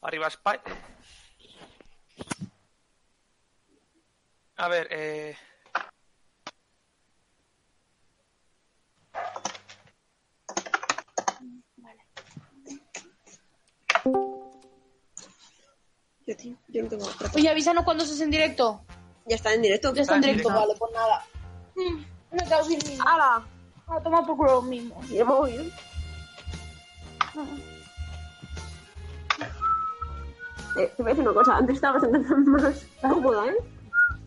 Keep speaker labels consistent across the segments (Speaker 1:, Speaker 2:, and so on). Speaker 1: Arriba España. A ver, eh...
Speaker 2: Yo, tío, yo no tengo otra.
Speaker 3: Oye, avísanos cuando se hace en directo.
Speaker 2: Ya está en directo.
Speaker 3: Ya está en
Speaker 1: Está en
Speaker 3: directo,
Speaker 1: directo.
Speaker 3: vale, pues nada. Mm, Me cago en mí.
Speaker 2: ¡Hala!
Speaker 3: A tomar por culo mismo.
Speaker 2: Llevo bien. Eh, te voy a decir una cosa, antes estaba bastante más cómoda, ¿eh?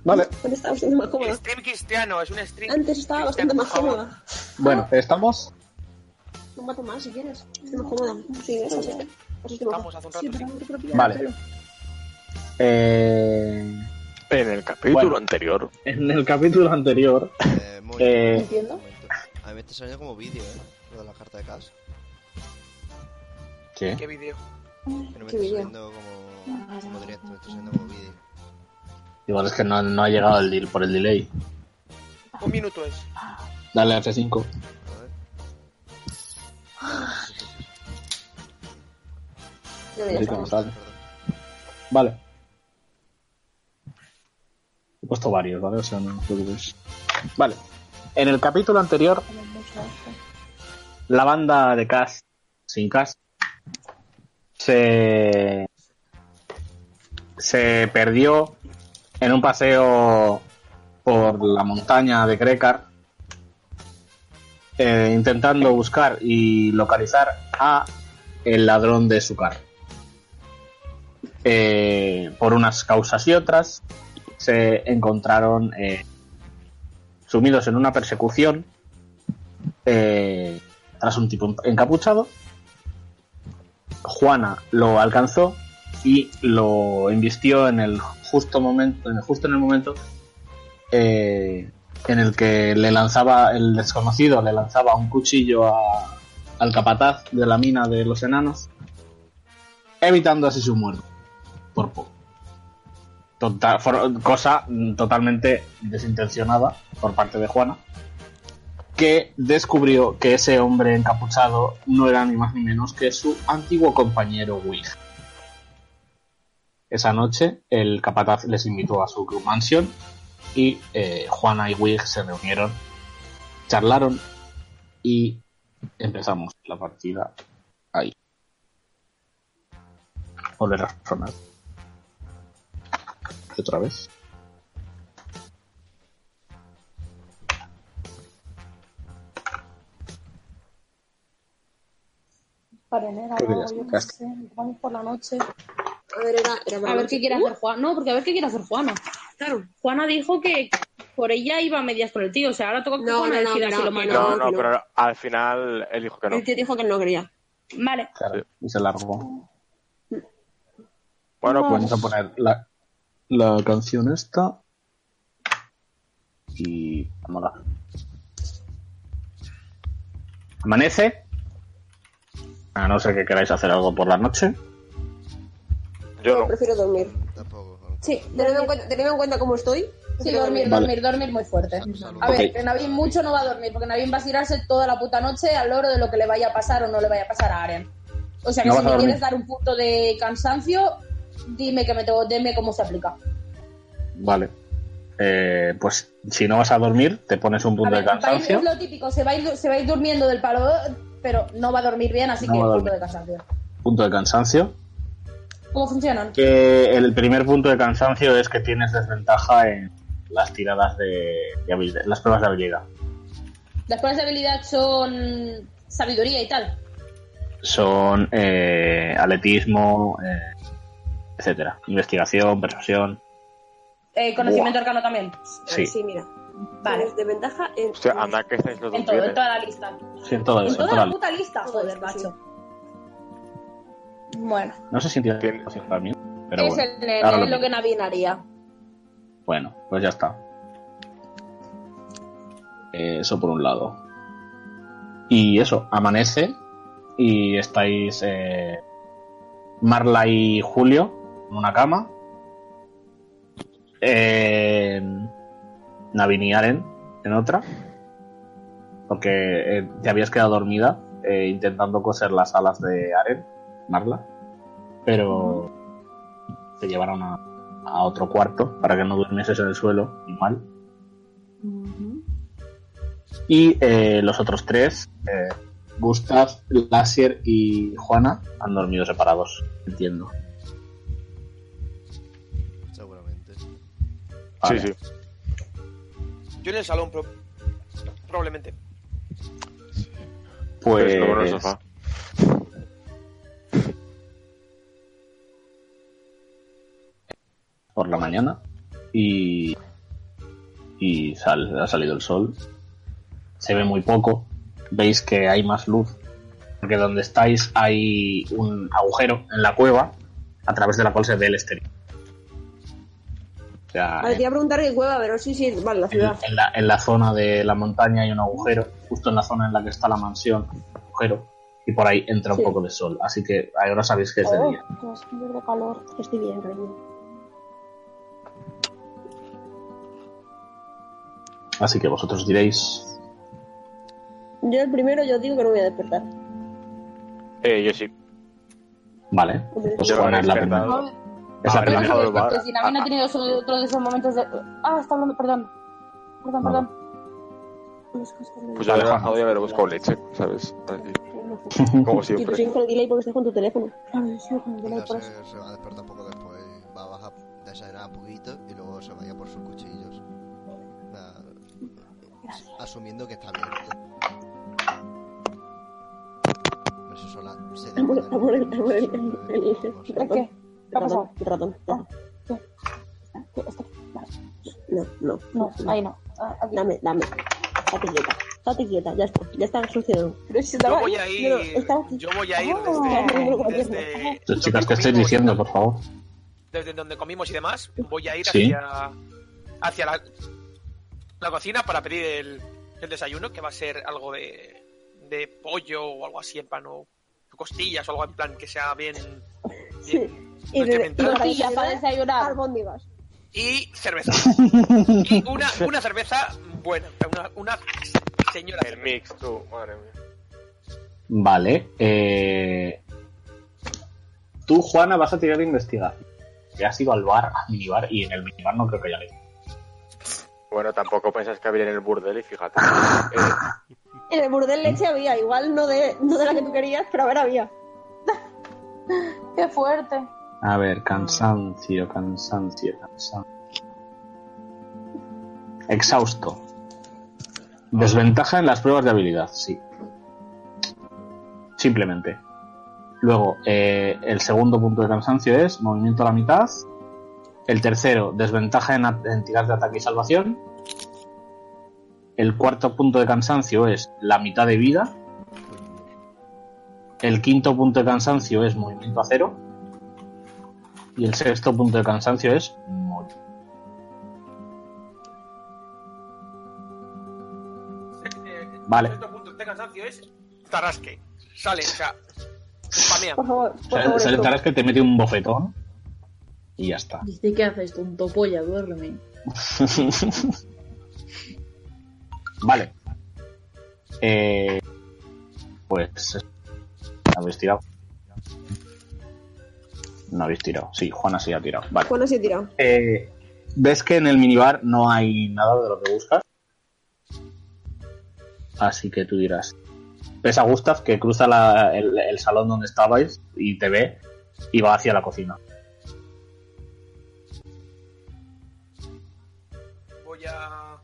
Speaker 4: Vale.
Speaker 2: Antes estaba bastante más cómoda.
Speaker 1: Stream cristiano, es un stream.
Speaker 2: Antes estaba bastante más cómoda.
Speaker 4: Bueno, estamos.
Speaker 2: No mato más si quieres. Estoy más cómoda. Sí, eso sí. Eso estoy más
Speaker 1: Vamos, hace un
Speaker 2: Sí,
Speaker 1: rato. sí.
Speaker 2: pero yo creo que ya-
Speaker 4: Vale. Eh,
Speaker 5: En el capítulo
Speaker 4: Bueno.
Speaker 5: anterior.
Speaker 4: en el capítulo anterior.
Speaker 6: Eh, muy
Speaker 4: Eh.
Speaker 3: Entiendo.
Speaker 6: un momento. A mí me está saliendo como vídeo, ¿eh? Lo de la carta de cash.
Speaker 4: ¿Qué?
Speaker 1: ¿Qué vídeo?
Speaker 6: Pero me
Speaker 2: ¿Qué
Speaker 6: está
Speaker 2: vídeo?
Speaker 6: saliendo como, como directo, me está saliendo como vídeo.
Speaker 4: Igual es que no, no ha llegado el deal por el delay.
Speaker 1: Un minuto es.
Speaker 4: Dale F5.
Speaker 6: A ver. Sí, sí, sí, sí,
Speaker 2: Yo ya
Speaker 4: Así
Speaker 2: está.
Speaker 4: como sale.
Speaker 6: perdón.
Speaker 4: Vale. He puesto varios, ¿vale? O sea, no os preocupéis. Vale. En el capítulo anterior, la banda de Cash, sin Cash, se. se perdió en un paseo por la montaña de Grekar, eh, intentando buscar y localizar a el ladrón de su carro eh, por unas causas y otras, se encontraron eh, sumidos en una persecución eh, tras un tipo encapuchado. Juana lo alcanzó y lo invistió en el justo momento, en el, justo en el momento eh, en el que le lanzaba el desconocido, le lanzaba un cuchillo a- al capataz de la mina de los enanos, evitando así su muerte por poco. Total- for- cosa mm, totalmente desintencionada por parte de Juana, que descubrió que ese hombre encapuchado no era ni más ni menos que su antiguo compañero Wig. Esa noche el capataz les invitó a su mansión y eh, Juana y Wig se reunieron, charlaron y empezamos la partida ahí. Volver a sonar otra vez.
Speaker 3: Para enero,
Speaker 4: Creo que ya
Speaker 3: no,
Speaker 4: está.
Speaker 3: yo
Speaker 4: Ya
Speaker 3: qué
Speaker 4: está.
Speaker 3: sé, vamos por la noche.
Speaker 2: A ver, era, era
Speaker 3: A ver qué quiere hacer Juana. No, porque a ver qué quiere hacer Juana. Claro, Juana dijo que por ella iba a medias por el tío. O sea, ahora toca que
Speaker 2: No,
Speaker 3: Juana
Speaker 2: no, no,
Speaker 3: decida
Speaker 2: no,
Speaker 3: si lo
Speaker 2: no,
Speaker 3: manda.
Speaker 5: No,
Speaker 2: no.
Speaker 5: no, pero al final él dijo que no.
Speaker 2: El tío dijo que no quería.
Speaker 3: Vale.
Speaker 4: Claro, y se largó.
Speaker 5: Bueno, pues
Speaker 4: Vamos a poner la, la canción esta. Y vamos a... Amanece. A no ser que queráis hacer algo por la noche.
Speaker 5: yo
Speaker 2: Yo
Speaker 5: no.
Speaker 2: prefiero dormir.
Speaker 6: Mm, Tampoco. aunque-
Speaker 3: Sí,
Speaker 2: Eh, Teniendo en cuenta, teniendo en cuenta cómo estoy,
Speaker 3: Sí,
Speaker 2: prefiero
Speaker 3: dormir,
Speaker 4: Vale.
Speaker 3: dormir, dormir muy fuerte.
Speaker 6: Salud.
Speaker 3: A ver,
Speaker 4: Ok.
Speaker 3: que Navin mucho no va a dormir, porque Navin va a tirarse toda la puta noche al loro de lo que le vaya a pasar o no le vaya a pasar a Aren. O sea que
Speaker 4: No
Speaker 3: si
Speaker 4: vas a
Speaker 3: me
Speaker 4: dormir.
Speaker 3: quieres dar un punto de cansancio, dime que me tengo, dime cómo se aplica.
Speaker 4: Vale. Eh, pues si no vas a dormir, te pones un
Speaker 3: A
Speaker 4: punto
Speaker 3: ver,
Speaker 4: de
Speaker 3: va a ir-
Speaker 4: cansancio.
Speaker 3: es lo típico, se va, a ir, se va a ir durmiendo del palo, pero no va a dormir bien, así
Speaker 4: No
Speaker 3: que
Speaker 4: va a
Speaker 3: punto
Speaker 4: dormir.
Speaker 3: de cansancio.
Speaker 4: Punto de cansancio.
Speaker 3: ¿Cómo funcionan?
Speaker 4: Que el primer punto de cansancio es que tienes desventaja en las tiradas de, de habilidad- las pruebas de habilidad.
Speaker 3: Las pruebas de habilidad son sabiduría y tal.
Speaker 4: son eh, atletismo, eh, etcétera, investigación, persuasión,
Speaker 3: Eh, conocimiento arcano también.
Speaker 4: sí,
Speaker 2: sí, mira.
Speaker 3: Vale.
Speaker 2: Tienes desventaja en...
Speaker 5: Hostia, anda que estáis los dos
Speaker 3: En todo, en
Speaker 5: bien. ¿eh?
Speaker 3: toda la lista.
Speaker 4: sí, en todo
Speaker 3: En
Speaker 4: eso, en
Speaker 3: toda
Speaker 4: toda
Speaker 3: la
Speaker 4: la-
Speaker 3: puta lista, joder,
Speaker 2: Sí, sí.
Speaker 3: macho. Bueno.
Speaker 4: No sé si tiene
Speaker 5: Tiene-
Speaker 4: espacio para mí, pero
Speaker 3: es
Speaker 4: bueno,
Speaker 3: el nene,
Speaker 4: ahora lo
Speaker 3: es lo que
Speaker 4: miro.
Speaker 3: Navin haría.
Speaker 4: Bueno, pues ya está. Eh, Eso por un lado. Y eso, amanece y estáis eh, Marla y Julio en una cama. Eh, Navin y Aren en otra. Porque eh, te habías quedado dormida eh, intentando coser las alas de Aren, Marla. pero te llevaron a, a otro cuarto para que no durmieses en el suelo, igual. Y eh, los otros tres, eh, Gustav, Lasier y Juana, han dormido separados, entiendo.
Speaker 6: Seguramente.
Speaker 4: Vale.
Speaker 5: Sí, sí.
Speaker 1: Yo en el salón, pro- probablemente.
Speaker 5: Pues...
Speaker 4: Pues,
Speaker 5: luego en el sofá.
Speaker 4: por la mañana y, y sal- ha salido el sol. Se ve muy poco. Veis que hay más luz. Porque donde estáis hay un agujero en la cueva a través de la cual se ve el exterior. O sea,
Speaker 2: A ver, te
Speaker 4: en,
Speaker 2: iba a preguntar qué cueva, pero sí, sí, vale, la ciudad.
Speaker 4: en la, en la zona de la montaña hay un agujero. Justo en la zona en la que está la mansión, hay un agujero. Y por ahí entra un
Speaker 2: Sí.
Speaker 4: poco de sol. Así que ahora sabéis que es de
Speaker 2: Oh,
Speaker 4: día.
Speaker 2: qué asco de calor. Estoy bien, reino.
Speaker 4: Así que vosotros diréis.
Speaker 2: Yo el primero, yo digo que no voy a despertar.
Speaker 5: Eh, yo sí.
Speaker 4: Vale. Pues
Speaker 5: Yo
Speaker 4: Juana
Speaker 5: habré
Speaker 4: es la primera.
Speaker 5: despertado.
Speaker 4: Es la
Speaker 5: Habré
Speaker 4: primera.
Speaker 5: dejado el bar.
Speaker 3: Porque Pues si Navin ha tenido solo otro de esos momentos de. Ah, está hablando, perdón. Perdón,
Speaker 4: Nada.
Speaker 3: perdón.
Speaker 2: Unas cosas de-
Speaker 5: Pues yo lo he dejado y me lo busco con leche, ¿sabes? Así, Como
Speaker 2: Y tú
Speaker 5: siempre.
Speaker 2: siempre el delay porque estás con tu teléfono.
Speaker 3: Claro, sí, con el delay
Speaker 6: Quizás
Speaker 3: por eso.
Speaker 6: se, se va a despertar un poco después. Va a bajar, desayunar un poquito y luego se vaya por sus cuchillos. Ah, asumiendo que está abierto. Pero eso sola. Se
Speaker 2: Amor, amor, amor, el, el, el ratón.
Speaker 6: Vamos.
Speaker 3: ¿Qué? ¿Qué ha
Speaker 2: ratón,
Speaker 3: pasado?
Speaker 2: el ratón.
Speaker 3: Ah, ¿qué? ¿Qué? ¿Esto?
Speaker 2: No, no.
Speaker 3: No, ahí no. Ah, aquí.
Speaker 2: Dame, dame. Estate quieta. Estate quieta, ya está. Ya está sucediendo. Pero si
Speaker 1: Yo
Speaker 2: estaba
Speaker 1: voy a
Speaker 2: ahí,
Speaker 1: ir,
Speaker 2: no, estaba aquí. Ah,
Speaker 1: yo voy a ir
Speaker 3: Oh.
Speaker 1: desde, desde
Speaker 4: Las chicas, ¿qué
Speaker 1: donde
Speaker 4: estáis
Speaker 1: comimos-
Speaker 4: diciendo, por favor?
Speaker 1: Desde donde comimos y demás, voy a ir
Speaker 4: Sí.
Speaker 1: hacia, hacia la, la cocina para pedir el, el desayuno, que va a ser algo de, de pollo o algo así en pan o costillas o algo en plan que sea bien...
Speaker 2: Sí.
Speaker 1: Lo que me entraba.
Speaker 2: para
Speaker 3: Tortilla para desayunar.
Speaker 2: Albóndigas.
Speaker 1: Y cerveza. y una, una cerveza buena, una, una señora
Speaker 5: El
Speaker 1: cerveza.
Speaker 5: mix, tú, madre mía.
Speaker 4: Vale. eh, Tú, Juana, vas a tirar de investigación. Ya has ido al bar, al minibar, y en el minibar no creo que haya leído.
Speaker 5: Bueno, tampoco pensás que habría en el burdel y fíjate. Eh,
Speaker 2: En el burdel
Speaker 4: Mm.
Speaker 2: leche había, igual no de, no de la que tú querías, pero a ver, había.
Speaker 3: Qué fuerte.
Speaker 4: A ver, cansancio, cansancio, cansancio. Exhausto. Desventaja en las pruebas de habilidad, sí. Simplemente. Luego, eh, el segundo punto de cansancio es movimiento a la mitad. El tercero, desventaja en, a- en tiras de ataque y salvación. El cuarto punto de cansancio es la mitad de vida. El quinto punto de cansancio es movimiento a cero. Y el sexto punto de cansancio es morir.
Speaker 1: Eh,
Speaker 4: Vale.
Speaker 1: El sexto punto de cansancio es Tarasque. Sale, o sea, spamea.
Speaker 2: Por favor,
Speaker 7: Pues
Speaker 2: por
Speaker 4: Sale-
Speaker 2: favor.
Speaker 4: sale
Speaker 2: esto.
Speaker 4: Taras que te mete un bofetón y ya está.
Speaker 7: Dice, este ¿qué haces, tonto polla? Duerme.
Speaker 4: vale. Eh, pues eh, no habéis tirado. No habéis tirado. Sí, Juana sí ha tirado. Vale.
Speaker 2: Bueno, sí he tirado.
Speaker 4: Eh, ves que en el minibar no hay nada de lo que buscas. Así que tú dirás. Ves a Gustav que cruza la- el, el salón donde estabais y te ve y va hacia la cocina.
Speaker 1: Voy a.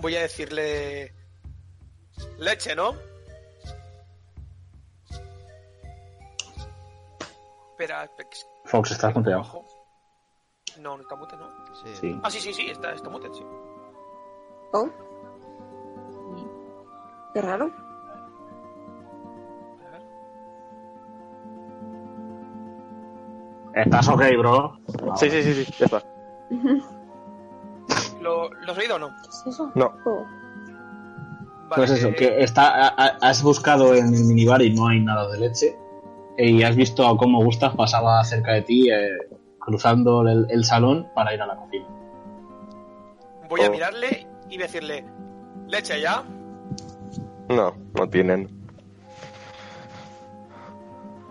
Speaker 1: Voy a decirle. Leche, ¿no? Espera, espera, que-
Speaker 4: Fox, estás punteado.
Speaker 1: abajo. No, no está mute, ¿no?
Speaker 6: Sí.
Speaker 4: Sí.
Speaker 1: Ah, sí, sí, sí, está, está mute, sí.
Speaker 2: Oh. Qué raro.
Speaker 1: A ver.
Speaker 4: Estás ok, bro.
Speaker 5: Sí, sí, sí, sí, ya está.
Speaker 1: ¿Lo, ¿Lo has oído o no?
Speaker 3: ¿Qué es eso?
Speaker 2: Oh.
Speaker 1: Vale,
Speaker 4: Pues eso,
Speaker 1: eh,
Speaker 4: que está, ha- ha- has buscado en el minibar y no hay nada de leche. Y has visto cómo Gustav pasaba cerca de ti, eh, cruzando el, el salón para ir a la cocina.
Speaker 1: Voy a
Speaker 5: Oh.
Speaker 1: mirarle y decirle. Leche ya.
Speaker 5: No, no tienen.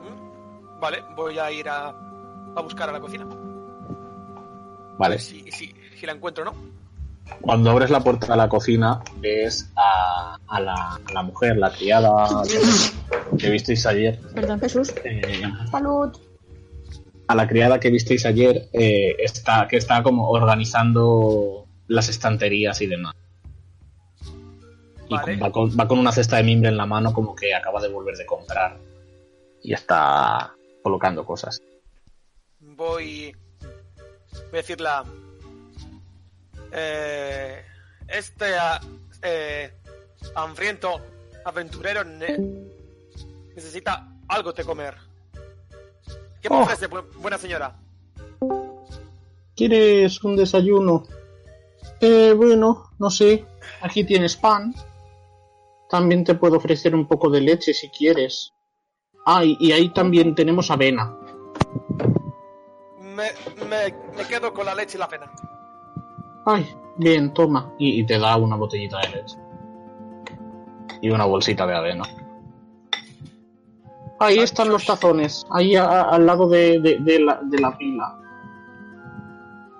Speaker 1: ¿Mm? Vale, voy a ir a, a buscar a la cocina.
Speaker 4: Vale.
Speaker 1: Si, si, si la encuentro o no.
Speaker 4: Cuando abres la puerta de la cocina, ves a, a la, a la mujer, la criada que, que visteis ayer.
Speaker 7: Perdón.
Speaker 2: Jesús,
Speaker 4: eh,
Speaker 2: salud.
Speaker 4: a la criada que visteis ayer, eh, está, que está como organizando las estanterías y demás. Y
Speaker 1: Vale.
Speaker 4: con- va, con, va con una cesta de mimbre en la mano, como que acaba de volver de comprar. Y está colocando cosas.
Speaker 1: Voy. Voy a decirla. Eh, este ah, eh, hambriento aventurero ne- necesita algo de comer. ¿Qué me
Speaker 4: Oh.
Speaker 1: ofrece, bu- buena señora?
Speaker 4: ¿Quieres un desayuno? Eh, bueno, no sé. Aquí tienes pan. También te puedo ofrecer un poco de leche si quieres. Ah, y, y ahí también tenemos avena.
Speaker 1: Me, me, me quedo con la leche y la pena.
Speaker 4: Ay, bien, toma. Y, y te da una botellita de leche. Y una bolsita de avena. Ahí están los tazones, ahí a- a- al lado de, de- de la, de la pila.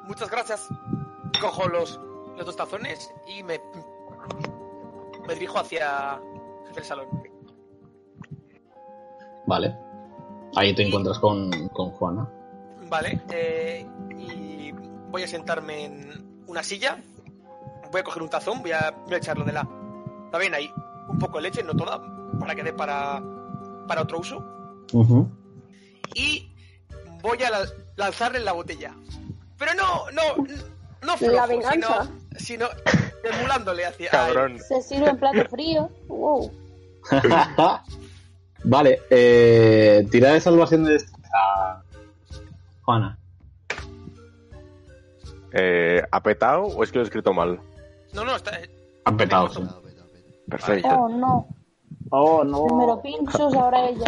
Speaker 1: Muchas gracias. Cojo los, los dos tazones y me, me dirijo hacia, hacia el salón.
Speaker 4: Vale. Ahí te encuentras con, con Juana.
Speaker 1: Vale. eh, y voy a sentarme en una silla. Voy a coger un tazón, voy a, voy a echarlo de la, la avena y un poco de leche, no toda, para que dé para, para otro uso. Y voy a la- lanzarle la botella. Pero no, no, no flojo,
Speaker 2: La venganza.
Speaker 1: sino, sino emulándole hacia...
Speaker 5: Cabrón.
Speaker 8: Se sirve en plato frío. Wow.
Speaker 4: vale, eh, tira de salvación de destreza. Juana.
Speaker 5: Eh, ¿Ha petado o es que lo he escrito mal?
Speaker 1: No, no, está,
Speaker 4: Han petado.
Speaker 6: Petao, petao, petao.
Speaker 5: Perfecto.
Speaker 8: Oh, no.
Speaker 4: Oh, no.
Speaker 8: Primero pinchos, ahora ella.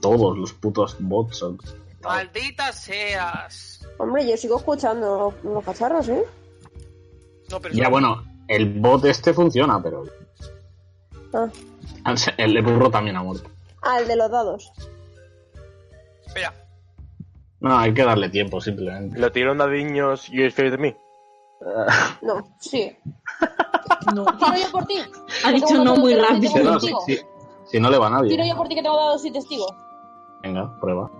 Speaker 4: Todos los putos bots son.
Speaker 1: Maldita seas.
Speaker 2: Hombre, yo sigo escuchando los, los cacharros, ¿eh?
Speaker 1: No, pero
Speaker 4: Ya,
Speaker 1: eso-
Speaker 4: bueno, el bot este funciona, pero
Speaker 2: Ah,
Speaker 4: el de burro también ha muerto.
Speaker 2: Ah, el de los dados.
Speaker 1: Espera,
Speaker 4: No, hay que darle tiempo, simplemente.
Speaker 5: ¿Lo tiraron dadiños y es feliz de mí?
Speaker 2: No.
Speaker 8: Sí.
Speaker 7: No.
Speaker 8: Tiro yo por ti.
Speaker 7: Ha dicho
Speaker 8: Tengo
Speaker 7: no
Speaker 8: dados
Speaker 7: muy
Speaker 8: que
Speaker 7: rápido.
Speaker 8: tengo
Speaker 4: no, si,
Speaker 8: testigo.
Speaker 4: si- si no le va a nadie.
Speaker 8: Tiro yo por ti que tengo dados y testigo.
Speaker 4: Venga, prueba.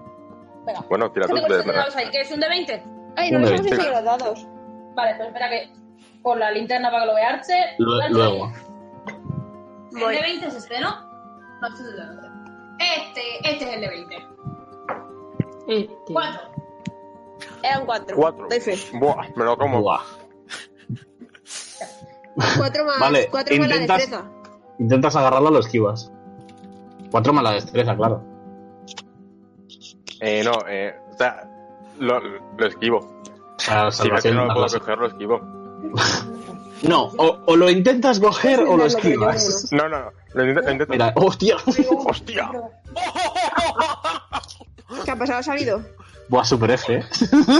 Speaker 8: Venga.
Speaker 5: Bueno, tira
Speaker 3: ¿Qué
Speaker 5: tú.
Speaker 3: tengo los
Speaker 5: de-
Speaker 3: siete dados ahí? ¿Que es un de 20?
Speaker 2: Ay, no
Speaker 4: Un
Speaker 2: nos
Speaker 4: de
Speaker 2: hemos
Speaker 4: veinte.
Speaker 2: enseñado los dados.
Speaker 3: Vale, pues espera que. Con la linterna para que lo vea Arche.
Speaker 4: Lu-
Speaker 3: Arche,
Speaker 4: Luego.
Speaker 3: El de 20 es este, ¿no? No, este es el de 20. Este, este es el de 20.
Speaker 9: Eh,
Speaker 7: Este.
Speaker 3: Cuatro.
Speaker 2: Eran cuatro.
Speaker 5: Cuatro.
Speaker 2: Doy fe.
Speaker 5: Buah, me lo como.
Speaker 4: Buah.
Speaker 2: Cuatro más,
Speaker 4: Vale,
Speaker 2: cuatro más la
Speaker 4: intentas-
Speaker 2: destreza.
Speaker 4: Intentas agarrarlo, lo esquivas. Cuatro más la destreza, claro.
Speaker 5: Eh, no, eh, o sea, lo, lo esquivo.
Speaker 4: O sea,
Speaker 5: Si me
Speaker 4: salvación,
Speaker 5: no lo puedo
Speaker 4: salvación.
Speaker 5: coger, lo esquivo.
Speaker 4: no, o, o lo intentas coger o lo
Speaker 2: Intentando que yo
Speaker 4: esquivas.
Speaker 5: No, no, lo intento. Lo intento.
Speaker 4: Mira, hostia.
Speaker 5: ¡Hostia!
Speaker 2: uno. ¿Qué ha pasado? ¿Ha salido?
Speaker 4: Buah, super F, eh.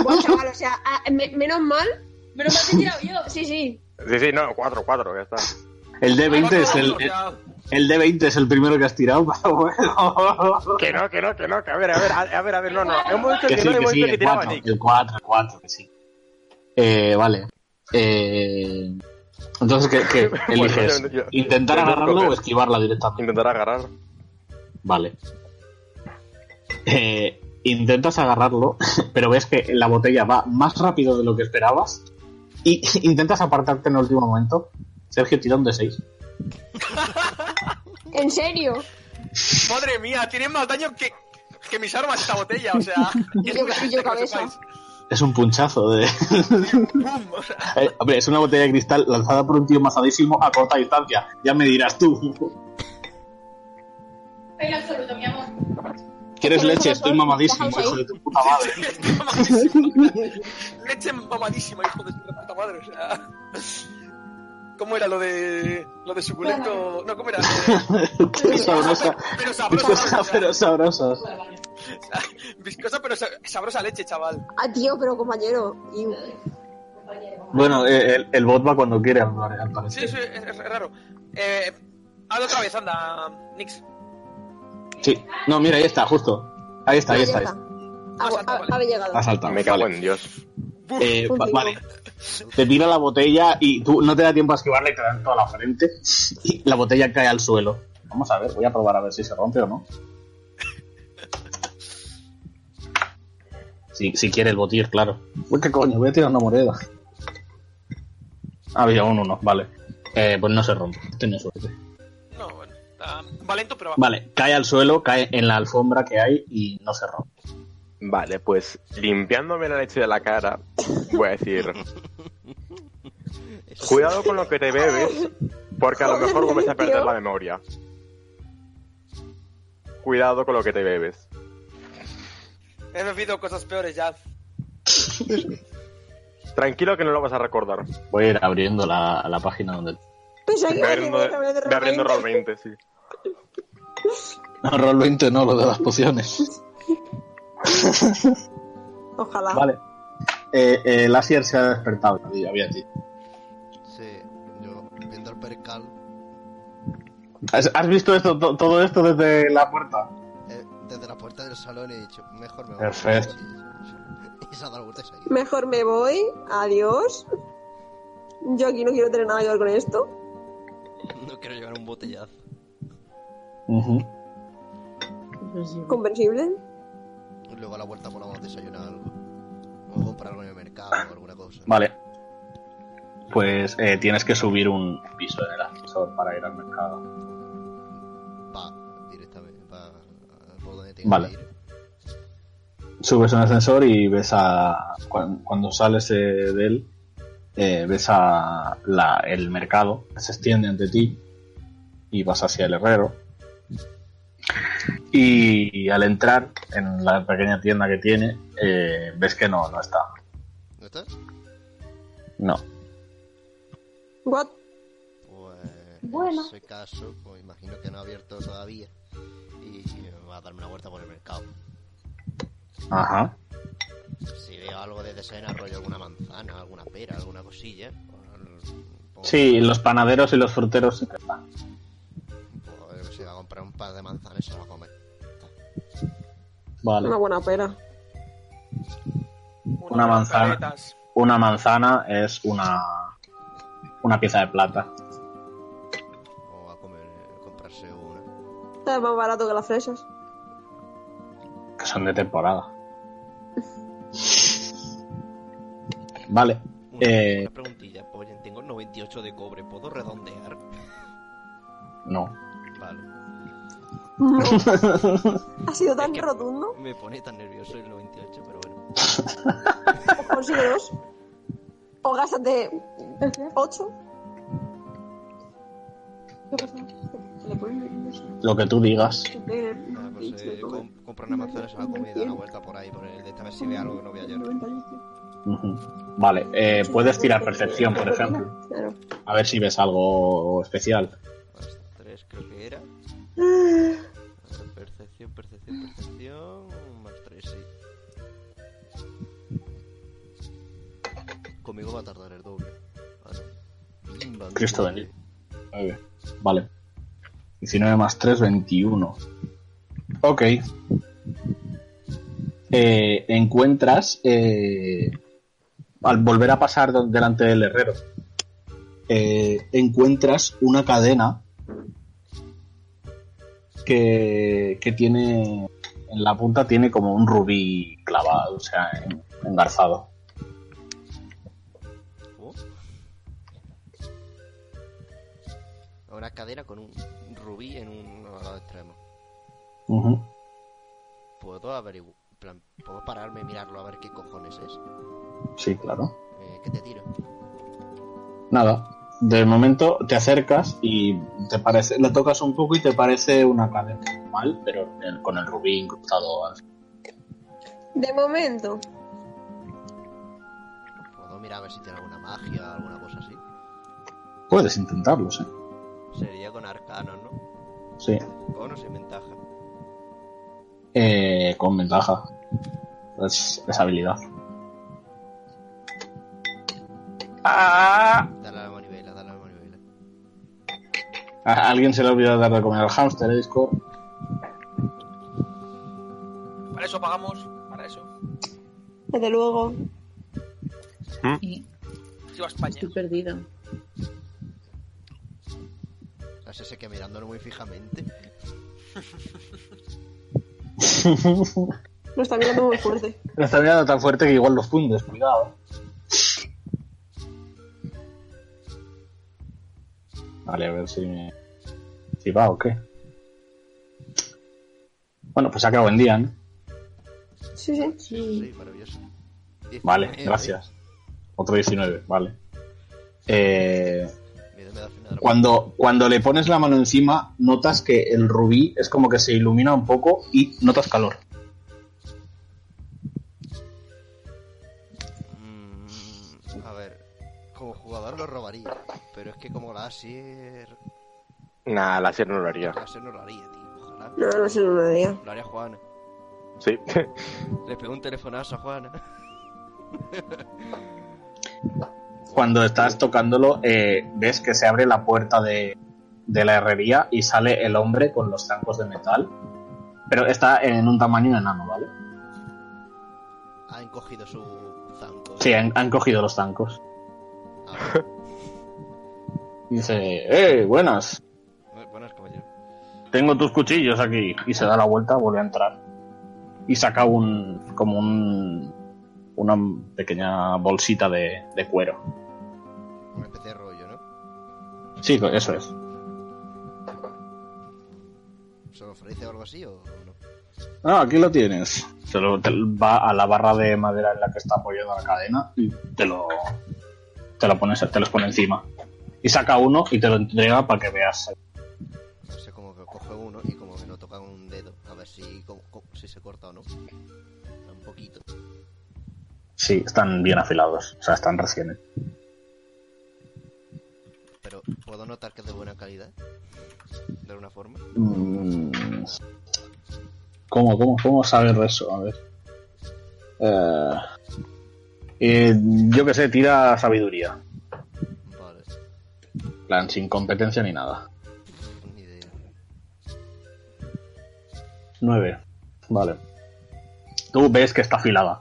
Speaker 2: Buah, chaval, o sea, ah, me- menos mal.
Speaker 3: Menos mal que he tirado yo.
Speaker 2: Sí, sí.
Speaker 5: Sí, sí, no, cuatro, cuatro, ya está.
Speaker 4: El D20 es el,
Speaker 1: o
Speaker 4: el,
Speaker 1: sea,
Speaker 4: el D20 es el primero que has tirado, pero bueno.
Speaker 5: Que no, que no, que no, que a ver, a ver, a, a ver, a ver, no, no. Hemos dicho
Speaker 4: Que
Speaker 5: que
Speaker 4: sí,
Speaker 5: no,
Speaker 4: que
Speaker 5: hemos
Speaker 4: sí,
Speaker 5: dicho que
Speaker 4: el
Speaker 5: tiraba
Speaker 4: 4,
Speaker 5: Nick.
Speaker 4: el 4, el 4, que sí. Eh, vale. Eh, entonces, ¿qué, qué
Speaker 5: Bueno,
Speaker 4: eliges?
Speaker 5: yo- yo-
Speaker 4: ¿Intentar
Speaker 5: yo no
Speaker 4: agarrarlo
Speaker 5: creo
Speaker 4: o
Speaker 5: que-
Speaker 4: esquivarla directamente?
Speaker 5: Intentar agarrar.
Speaker 4: Vale. Eh, intentas agarrarlo, pero ves que la botella va más rápido de lo que esperabas y intentas apartarte en el último momento. Sergio, tirón de 6.
Speaker 2: ¿En serio?
Speaker 1: Madre mía, tienen más daño que, que mis armas esta botella, o sea.
Speaker 2: Y
Speaker 1: es
Speaker 2: yo-
Speaker 1: muy
Speaker 2: y yo
Speaker 1: triste que lo
Speaker 2: cabeza.
Speaker 1: sepáis.
Speaker 4: Es un punchazo de...
Speaker 1: ¡Pum! O sea,
Speaker 4: Eh, hombre, es una botella de cristal lanzada por un tío mazadísimo a corta distancia. Ya me dirás tú.
Speaker 3: El absoluto, mi amor.
Speaker 4: ¿Quieres
Speaker 2: Pero
Speaker 4: leche?
Speaker 2: eso
Speaker 4: Estoy
Speaker 2: no-
Speaker 4: mamadísimo,
Speaker 2: Déjame
Speaker 4: hijo de tu puta madre.
Speaker 1: está mamadísimo. Leche mamadísima, hijo de su puta madre, o sea. ¿Cómo era lo de. lo de suculento? No, ¿cómo era? Eh,
Speaker 4: Qué sabrosa.
Speaker 1: Pero
Speaker 4: Cosa,
Speaker 1: sabrosa. o sea,
Speaker 4: pero sabrosa.
Speaker 1: Viscosa, pero sa- sabrosa leche, chaval.
Speaker 2: Ah, tío, pero compañero. iu.
Speaker 4: Bueno, eh, el, el bot va cuando quiere, al pare- al
Speaker 1: Sí,
Speaker 4: parecer.
Speaker 1: sí, es, es raro. Eh. Hazlo otra vez, anda, Nix.
Speaker 4: Sí. No, mira, ahí está, justo. Ahí está, ahí
Speaker 2: Ya
Speaker 4: está. ahí
Speaker 2: está.
Speaker 4: está.
Speaker 2: Ha-
Speaker 1: Has saltado,
Speaker 2: ha- ha llegado.
Speaker 4: Ha saltado.
Speaker 5: Me cago
Speaker 4: vale.
Speaker 5: en Dios.
Speaker 4: Eh,
Speaker 2: Un
Speaker 4: va-
Speaker 2: cinco.
Speaker 4: vale. Te tira la botella y tú no te da tiempo a esquivarla y te dan toda la frente. Y la botella cae al suelo. Vamos a ver, voy a probar a ver si se rompe o no. Si, si quiere el botir, claro. Uy, qué coño, voy a tirar una moneda. Había un uno, vale. Eh, pues no se rompe, tenía suerte.
Speaker 1: No, bueno. Está valento, pero va.
Speaker 4: Vale, cae al suelo, cae en la alfombra que hay y no se rompe.
Speaker 5: Vale, pues limpiándome la leche de la cara, voy a decir,
Speaker 6: Eso sí.
Speaker 5: cuidado con lo que te bebes, porque a lo mejor vuelves a perder la memoria. Cuidado con lo que te bebes.
Speaker 1: He bebido cosas peores ya.
Speaker 5: Tranquilo que no lo vas a recordar.
Speaker 4: Voy a ir abriendo la, la página donde...
Speaker 2: Pensaba que
Speaker 5: Ve
Speaker 2: iba a
Speaker 5: abriendo,
Speaker 2: decir, bueno, de
Speaker 5: ve abriendo
Speaker 2: repente.
Speaker 5: roll 20, sí.
Speaker 4: No, roll 20 no, lo de las pociones.
Speaker 2: Ojalá.
Speaker 4: Vale. Eh, eh, el Asier se ha despertado, había había ti.
Speaker 6: Sí, yo viendo el percal
Speaker 4: ¿Has has visto esto, to- todo esto desde la puerta?
Speaker 6: eh, desde la puerta del salón he dicho, mejor me voy.
Speaker 4: Perfecto.
Speaker 6: Y se ha dado la vuelta y se ha ido.
Speaker 2: Mejor me voy. Adiós. Yo aquí no quiero tener nada que ver con esto.
Speaker 6: No quiero llevar un botellazo.
Speaker 2: Comprensible.
Speaker 6: Luego a la vuelta volamos a desayunar algo. O comprar algo en el mercado o alguna cosa.
Speaker 4: Vale. Pues eh, tienes que subir un piso en el ascensor para ir al mercado.
Speaker 6: Pa, directamente, pa, a- por donde tenga
Speaker 4: Vale.
Speaker 6: que ir.
Speaker 4: Subes un ascensor y ves a. cuan- Cuando sales eh, de él, eh, ves a la- el mercado que se extiende ante ti y vas hacia el herrero. Y al entrar en la pequeña tienda que tiene, eh, ves que no, no está.
Speaker 6: ¿No estás?
Speaker 4: No.
Speaker 2: What?
Speaker 6: Pues
Speaker 8: Bueno.
Speaker 6: en ese caso, pues imagino que no ha abierto todavía. Y va a darme una vuelta por el mercado.
Speaker 4: Ajá.
Speaker 6: Si veo algo de cena, rollo alguna manzana, alguna pera, alguna cosilla. pues, pongo-
Speaker 4: Sí, los panaderos y los fruteros sí que están.
Speaker 6: Pues si va a comprar un par de manzanas, se lo va a comer.
Speaker 4: Vale.
Speaker 2: Una buena pera.
Speaker 1: Unas
Speaker 4: Una manzana.
Speaker 1: caretas.
Speaker 4: Una manzana es una una pieza de plata.
Speaker 6: O va a comer, comprarse una.
Speaker 2: Está más barato que las fresas.
Speaker 4: Que son de temporada. Vale.
Speaker 10: Una,
Speaker 4: Eh.
Speaker 10: una preguntilla, Pollen, tengo 98 de cobre, ¿puedo redondear?
Speaker 4: No.
Speaker 10: Vale.
Speaker 2: No. ha sido tan
Speaker 10: Es que-
Speaker 2: rotundo.
Speaker 10: Me pone tan nervioso el 98, pero bueno.
Speaker 2: O pues consigue dos. O gástate ocho.
Speaker 4: Lo que tú digas.
Speaker 2: Ah,
Speaker 10: Nada, pues eh, com- compro una manzana, se la come y da una vuelta por ahí, por el de esta vez si ve algo que no vi ayer.
Speaker 4: Ujú. Vale. eh, puedes tirar percepción, por ejemplo.
Speaker 2: Claro.
Speaker 4: A ver si ves algo especial.
Speaker 10: Más 3 creo que era. A ver, Percepción, percepción, percepción. Más 3, sí.
Speaker 6: Conmigo va a tardar el doble. Ah, no. Bimba,
Speaker 4: Cristo
Speaker 6: no.
Speaker 4: Daniel. Vale. 19 más 3, 21. Ok. Eh, encuentras, eh, al volver a pasar don- delante del herrero, eh, encuentras una cadena que, que tiene, en la punta tiene como un rubí clavado, o sea, en- engarzado.
Speaker 6: Oh. Una cadena con un rubí en un al lado extremo.
Speaker 4: Ujú.
Speaker 6: Puedo averiguar. plan, puedo pararme y mirarlo a ver qué cojones es.
Speaker 4: Sí, claro.
Speaker 6: Eh, ¿Qué te tiro?
Speaker 4: Nada. De momento te acercas y te parece, la tocas un poco y te parece una cadena normal, pero el- con el rubí incrustado. al-
Speaker 2: De momento.
Speaker 6: Puedo mirar a ver si tiene alguna magia, alguna cosa así.
Speaker 4: Puedes intentarlo, sí.
Speaker 10: Sería con arcanos, ¿no?
Speaker 4: Sí.
Speaker 10: Con o sin ventaja.
Speaker 4: Eh, con ventaja. Es, es habilidad.
Speaker 1: Ah,
Speaker 6: Dale a la manivela, dale a la manivela.
Speaker 4: ¿A alguien se le ha olvidado dar de comer al hámster, eh, Discord?
Speaker 1: para Para eso pagamos, para eso.
Speaker 2: Desde luego.
Speaker 7: Sí,
Speaker 1: Yo a España.
Speaker 7: estoy perdida.
Speaker 6: Así se que mirándolo muy fijamente.
Speaker 2: Lo está mirando muy fuerte.
Speaker 4: Lo está mirando tan fuerte que igual los fundes, cuidado. Vale, a ver si me. si va o qué. Bueno, pues acabo en día, ¿no?
Speaker 2: Sí, sí.
Speaker 7: Sí.
Speaker 6: Sí, maravilloso.
Speaker 4: Vale,
Speaker 6: 19,
Speaker 4: gracias. Otro 19, vale. Eh,
Speaker 6: ¿eh? Mira, me da final.
Speaker 4: cuando, cuando le pones la mano encima, notas que el rubí es como que se ilumina un poco y notas calor.
Speaker 6: Mm, A ver, como jugador lo robaría, pero es que como la Asier.
Speaker 5: Nah, la Sierra no lo haría.
Speaker 6: La Asier no lo haría, tío. Ojalá.
Speaker 2: No, no se lo daría.
Speaker 6: Lo haría Juana.
Speaker 5: Sí.
Speaker 6: Le pego un telefonazo a Juana.
Speaker 4: Cuando estás tocándolo, eh, ves que se abre la puerta de, de la herrería y sale el hombre con los zancos de metal. Pero está en un tamaño enano, ¿vale?
Speaker 6: Ha encogido su zanco.
Speaker 4: Sí, han, han cogido los zancos.
Speaker 6: A ver,
Speaker 4: Dice, ¡eh, buenas!
Speaker 6: bu- buenas, caballero.
Speaker 4: Tengo tus cuchillos aquí. Y se da la vuelta, vuelve a entrar. Y saca un. como un. una pequeña bolsita de, de cuero.
Speaker 6: Una especie de rollo, ¿no?
Speaker 4: Sí, eso es.
Speaker 6: ¿Se lo ofrece o algo así o no?
Speaker 4: Ah, aquí lo tienes. Se lo te- va a la barra de madera en la que está apoyada la cadena y te lo. te lo pones, te los pone encima. Y saca uno y te lo entrega para que veas.
Speaker 6: No sé, como que coge uno y como que lo toca con un dedo. A ver si, co- co- si se corta o no. Un poquito.
Speaker 4: Sí, están bien afilados. O sea, están recién.
Speaker 6: Pero puedo notar que es de buena calidad. De alguna forma.
Speaker 4: Mm. ¿Cómo, cómo, cómo saber eso? A ver. Eh, eh, yo qué sé, tira sabiduría.
Speaker 6: Vale,
Speaker 4: En plan, sin competencia ni nada.
Speaker 6: ni idea.
Speaker 4: Nueve. Vale. Tú ves que está afilada.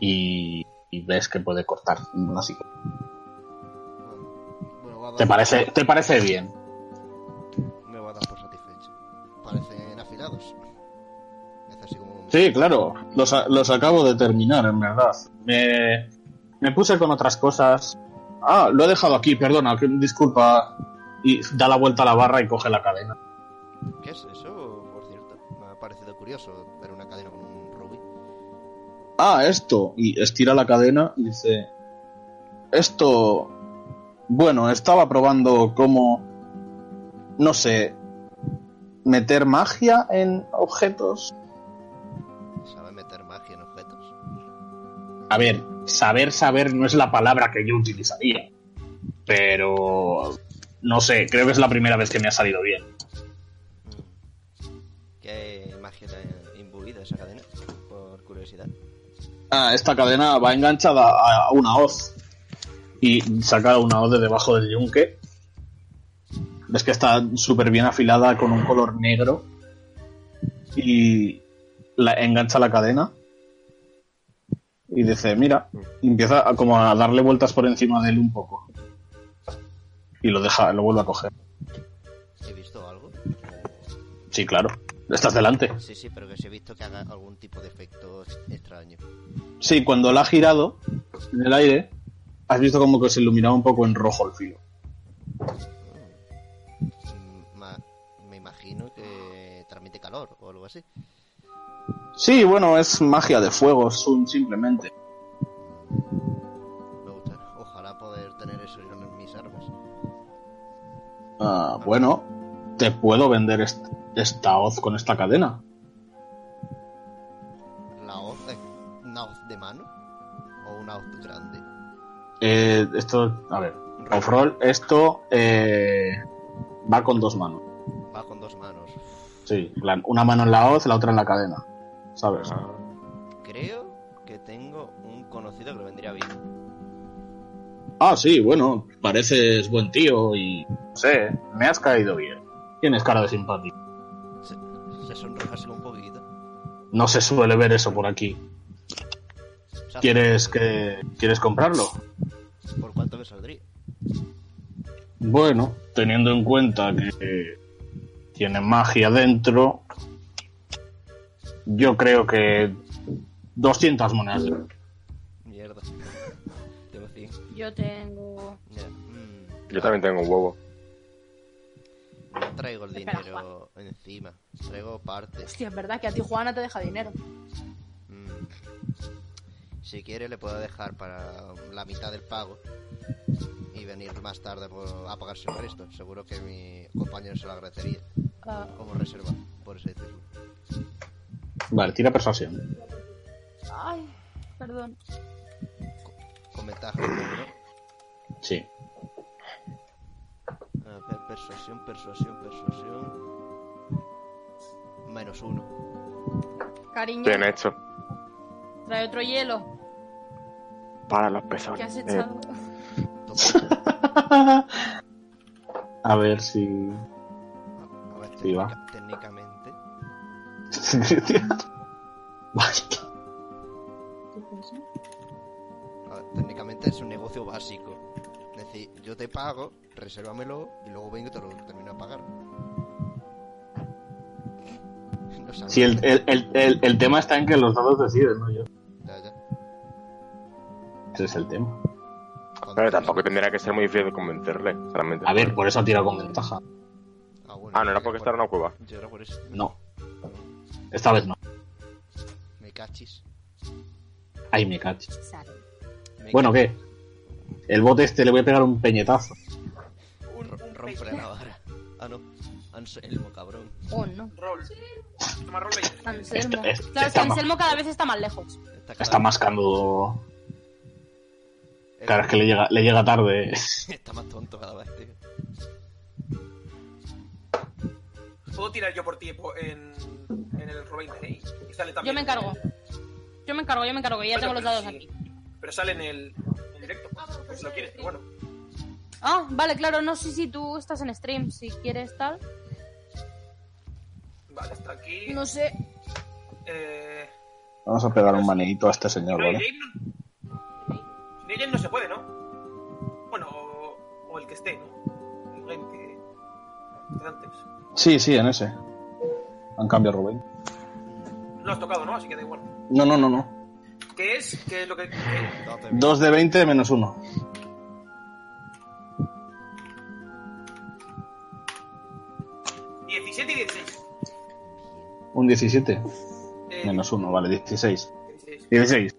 Speaker 4: Y, y ves que puede cortar. Así que-
Speaker 6: Bueno, va a dar-
Speaker 4: ¿Te parece, te parece bien?
Speaker 6: Me va a dar por satisfecho. Parecen afilados. Es así como un-
Speaker 4: Sí, claro. Los, a- los acabo de terminar, en verdad. Me, me puse con otras cosas. Ah, lo he dejado aquí, perdona, que- disculpa. Y da la vuelta a la barra y coge la cadena.
Speaker 6: ¿Qué es eso, por cierto? Me ha parecido curioso ver una cadena con un rubí.
Speaker 4: Ah, esto. Y estira la cadena y dice... Esto... Bueno, estaba probando cómo... No sé... Meter magia en objetos.
Speaker 6: ¿Sabe meter magia en objetos?
Speaker 4: A ver, saber, saber no es la palabra que yo utilizaría. Pero... No sé, creo que es la primera vez que me ha salido bien.
Speaker 6: Mm. ¿Qué magia está imbuida esa cadena? Por curiosidad.
Speaker 4: Ah, esta cadena va enganchada a una hoz. Y saca una hoz de debajo del yunque. Ves que está súper bien afilada con un color negro. Y la, engancha la cadena. Y dice, mira, y empieza a, como a darle vueltas por encima de él un poco. Y lo deja, lo vuelve a coger.
Speaker 6: ¿He visto algo?
Speaker 4: Sí, claro. Estás delante.
Speaker 6: Sí, sí, pero que si he visto que haga algún tipo de efecto ex- extraño.
Speaker 4: Sí, cuando la ha girado en el aire, has visto como que se iluminaba un poco en rojo el filo.
Speaker 6: Mm, ma- Me imagino que transmite calor o algo así.
Speaker 4: Sí, bueno, es magia de fuego, Sun, simplemente.
Speaker 6: Me gusta. Ojalá poder tener eso yo en mis armas.
Speaker 4: Ah, bueno, te puedo vender est- esta hoz con esta cadena.
Speaker 6: La hoz es una hoz de mano o una hoz grande.
Speaker 4: Eh, esto, a ver, off-roll, esto eh, va con dos manos.
Speaker 6: Va con dos manos.
Speaker 4: Sí, en plan, una mano en la hoz, la otra en la cadena. ¿Sabes?
Speaker 6: Creo que tengo un conocido que le vendría bien.
Speaker 4: Ah, sí, bueno, pareces buen tío y... No sé, me has caído bien. Tienes cara de simpático.
Speaker 6: Se, se sonroja así un poquito.
Speaker 4: No se suele ver eso por aquí.
Speaker 6: Sazo,
Speaker 4: ¿Quieres que quieres comprarlo?
Speaker 6: ¿Por cuánto me saldría?
Speaker 4: Bueno, teniendo en cuenta que tiene magia dentro, yo creo que 200 monedas. de oro.
Speaker 10: Mierda. Tengo 100.
Speaker 7: Yo tengo.
Speaker 10: Ya. mm,
Speaker 5: Yo también tengo un huevo.
Speaker 6: No traigo el
Speaker 7: Espera,
Speaker 6: dinero encima. Traigo partes.
Speaker 7: Hostia, es verdad que a ti Juana te deja dinero.
Speaker 6: Mm. Si quiere, le puedo dejar para la mitad del pago y venir más tarde por- a pagarse el resto. Seguro que mi compañero se lo agradecería
Speaker 7: Ah,
Speaker 6: como reserva, por ese decirlo.
Speaker 4: Vale, tira persuasión.
Speaker 7: ay, perdón.
Speaker 6: Con ventaja, ¿no?
Speaker 4: Sí.
Speaker 10: A ver, persuasión, persuasión, persuasión.
Speaker 6: Menos uno.
Speaker 7: Cariño,
Speaker 5: Bien hecho.
Speaker 7: trae otro hielo.
Speaker 5: Para los
Speaker 7: ¿Qué has
Speaker 5: pezones. Eh,
Speaker 7: echado?
Speaker 6: Toco.
Speaker 4: A ver si.
Speaker 6: A ver,
Speaker 4: Sí, va.
Speaker 6: técnica- técnicamente.
Speaker 4: Vaya.
Speaker 6: a ver, Ah, técnicamente es un negocio básico. Es decir, yo te pago, resérvamelo y luego vengo y te lo termino de pagar. No sabes.
Speaker 4: Sí, el, el- el- el- el tema está en que los dados deciden, no yo.
Speaker 6: Ya, ya.
Speaker 4: Ese es el tema.
Speaker 5: Pero tampoco tendría que ser muy difícil convencerle, realmente.
Speaker 4: A ver, por eso ha tirado con ventaja.
Speaker 6: Ah, bueno,
Speaker 5: Ah, no era
Speaker 6: yo
Speaker 5: porque estaba en una cueva.
Speaker 6: Yo era por eso.
Speaker 4: No. Esta vez no.
Speaker 6: Me cachis.
Speaker 4: Ay, me cacho.
Speaker 7: Sale.
Speaker 6: Me
Speaker 4: Bueno, ¿qué? El bote este le voy a pegar un peñetazo.
Speaker 6: Un, rompe la vara. Ah, no. Anselmo, cabrón.
Speaker 7: Oh, no.
Speaker 1: Roll. Toma roll 20.
Speaker 7: Anselmo.
Speaker 4: Este- este
Speaker 7: claro,
Speaker 4: está
Speaker 7: San Anselmo cada vez está más lejos.
Speaker 6: Está,
Speaker 4: Está
Speaker 6: claro.
Speaker 4: mascando.
Speaker 6: Eh,
Speaker 4: Claro, es que le llega, le llega tarde.
Speaker 6: Está más tonto cada vez, tío.
Speaker 1: Puedo tirar yo por ti po- en, en el roll 20, ¿eh? Y sale
Speaker 7: Yo
Speaker 1: también
Speaker 7: me encargo. Yo me encargo, yo me encargo, que ya
Speaker 1: Bueno,
Speaker 7: tengo los
Speaker 1: pero
Speaker 7: dados
Speaker 1: sí.
Speaker 7: aquí.
Speaker 1: Pero sale en el en directo. Si lo quieres, pero bueno.
Speaker 7: Ah, vale, claro, no sé si tú estás en stream, si quieres tal.
Speaker 1: Vale, está aquí.
Speaker 7: No sé.
Speaker 1: Eh...
Speaker 4: Vamos a pegar un maneito a este señor,
Speaker 1: No,
Speaker 4: ¿vale?
Speaker 1: Game no... Sin el game no se puede, ¿no? Bueno, o, o el que esté, ¿no? El game que... que antes.
Speaker 4: Sí, sí, en ese. Han cambiado Rubén.
Speaker 1: No has tocado, ¿no? Así que da igual.
Speaker 4: No, no, no, no.
Speaker 1: ¿Qué es? ¿Qué es lo que...? qué-
Speaker 6: No, te-
Speaker 4: 2 de 20 menos 1.
Speaker 1: ¿17 y 16?
Speaker 4: Un 17
Speaker 1: Eh,
Speaker 4: menos 1, vale, 16.
Speaker 1: 16.
Speaker 4: 16.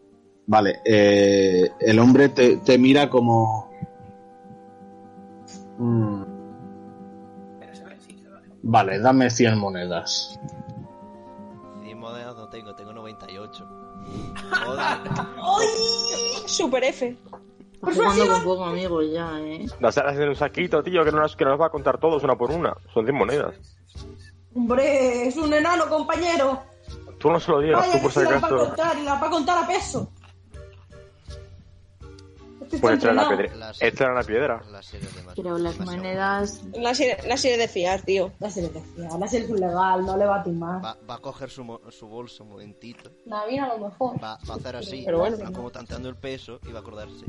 Speaker 4: Vale, eh, el hombre te, te mira como... Mm,
Speaker 1: Espera, se ve, sí, se ve.
Speaker 4: vale, dame 100 monedas.
Speaker 10: 100 monedas no tengo, tengo 98. Joder.
Speaker 2: Super F.
Speaker 3: Estás jugando con poco, amigo, ya, ¿eh?
Speaker 5: Las alas en un saquito, tío, que no las, que no las va a contar todos una por una. Son 10 monedas.
Speaker 2: Hombre, es un enano, compañero.
Speaker 5: Tú no se lo digas, tú
Speaker 2: Vaya,
Speaker 5: por
Speaker 2: que se
Speaker 5: si
Speaker 2: la va a
Speaker 5: acaso.
Speaker 2: contar y la va a contar a peso. Este está
Speaker 5: Pues échale la
Speaker 2: entrenado.
Speaker 5: piedra. Échale la piedra.
Speaker 6: La serie de más.
Speaker 9: Pero las
Speaker 6: demasiado.
Speaker 9: monedas.
Speaker 2: La serie, la serie de fiar, tío.
Speaker 3: La selección, la selección legal, no le va a timar.
Speaker 6: Va, va a coger su, mo- su bolso un momentito.
Speaker 3: David, a lo mejor.
Speaker 6: Va, va a hacer así.
Speaker 2: Pero bueno.
Speaker 6: va como tanteando el peso y va a acordarse.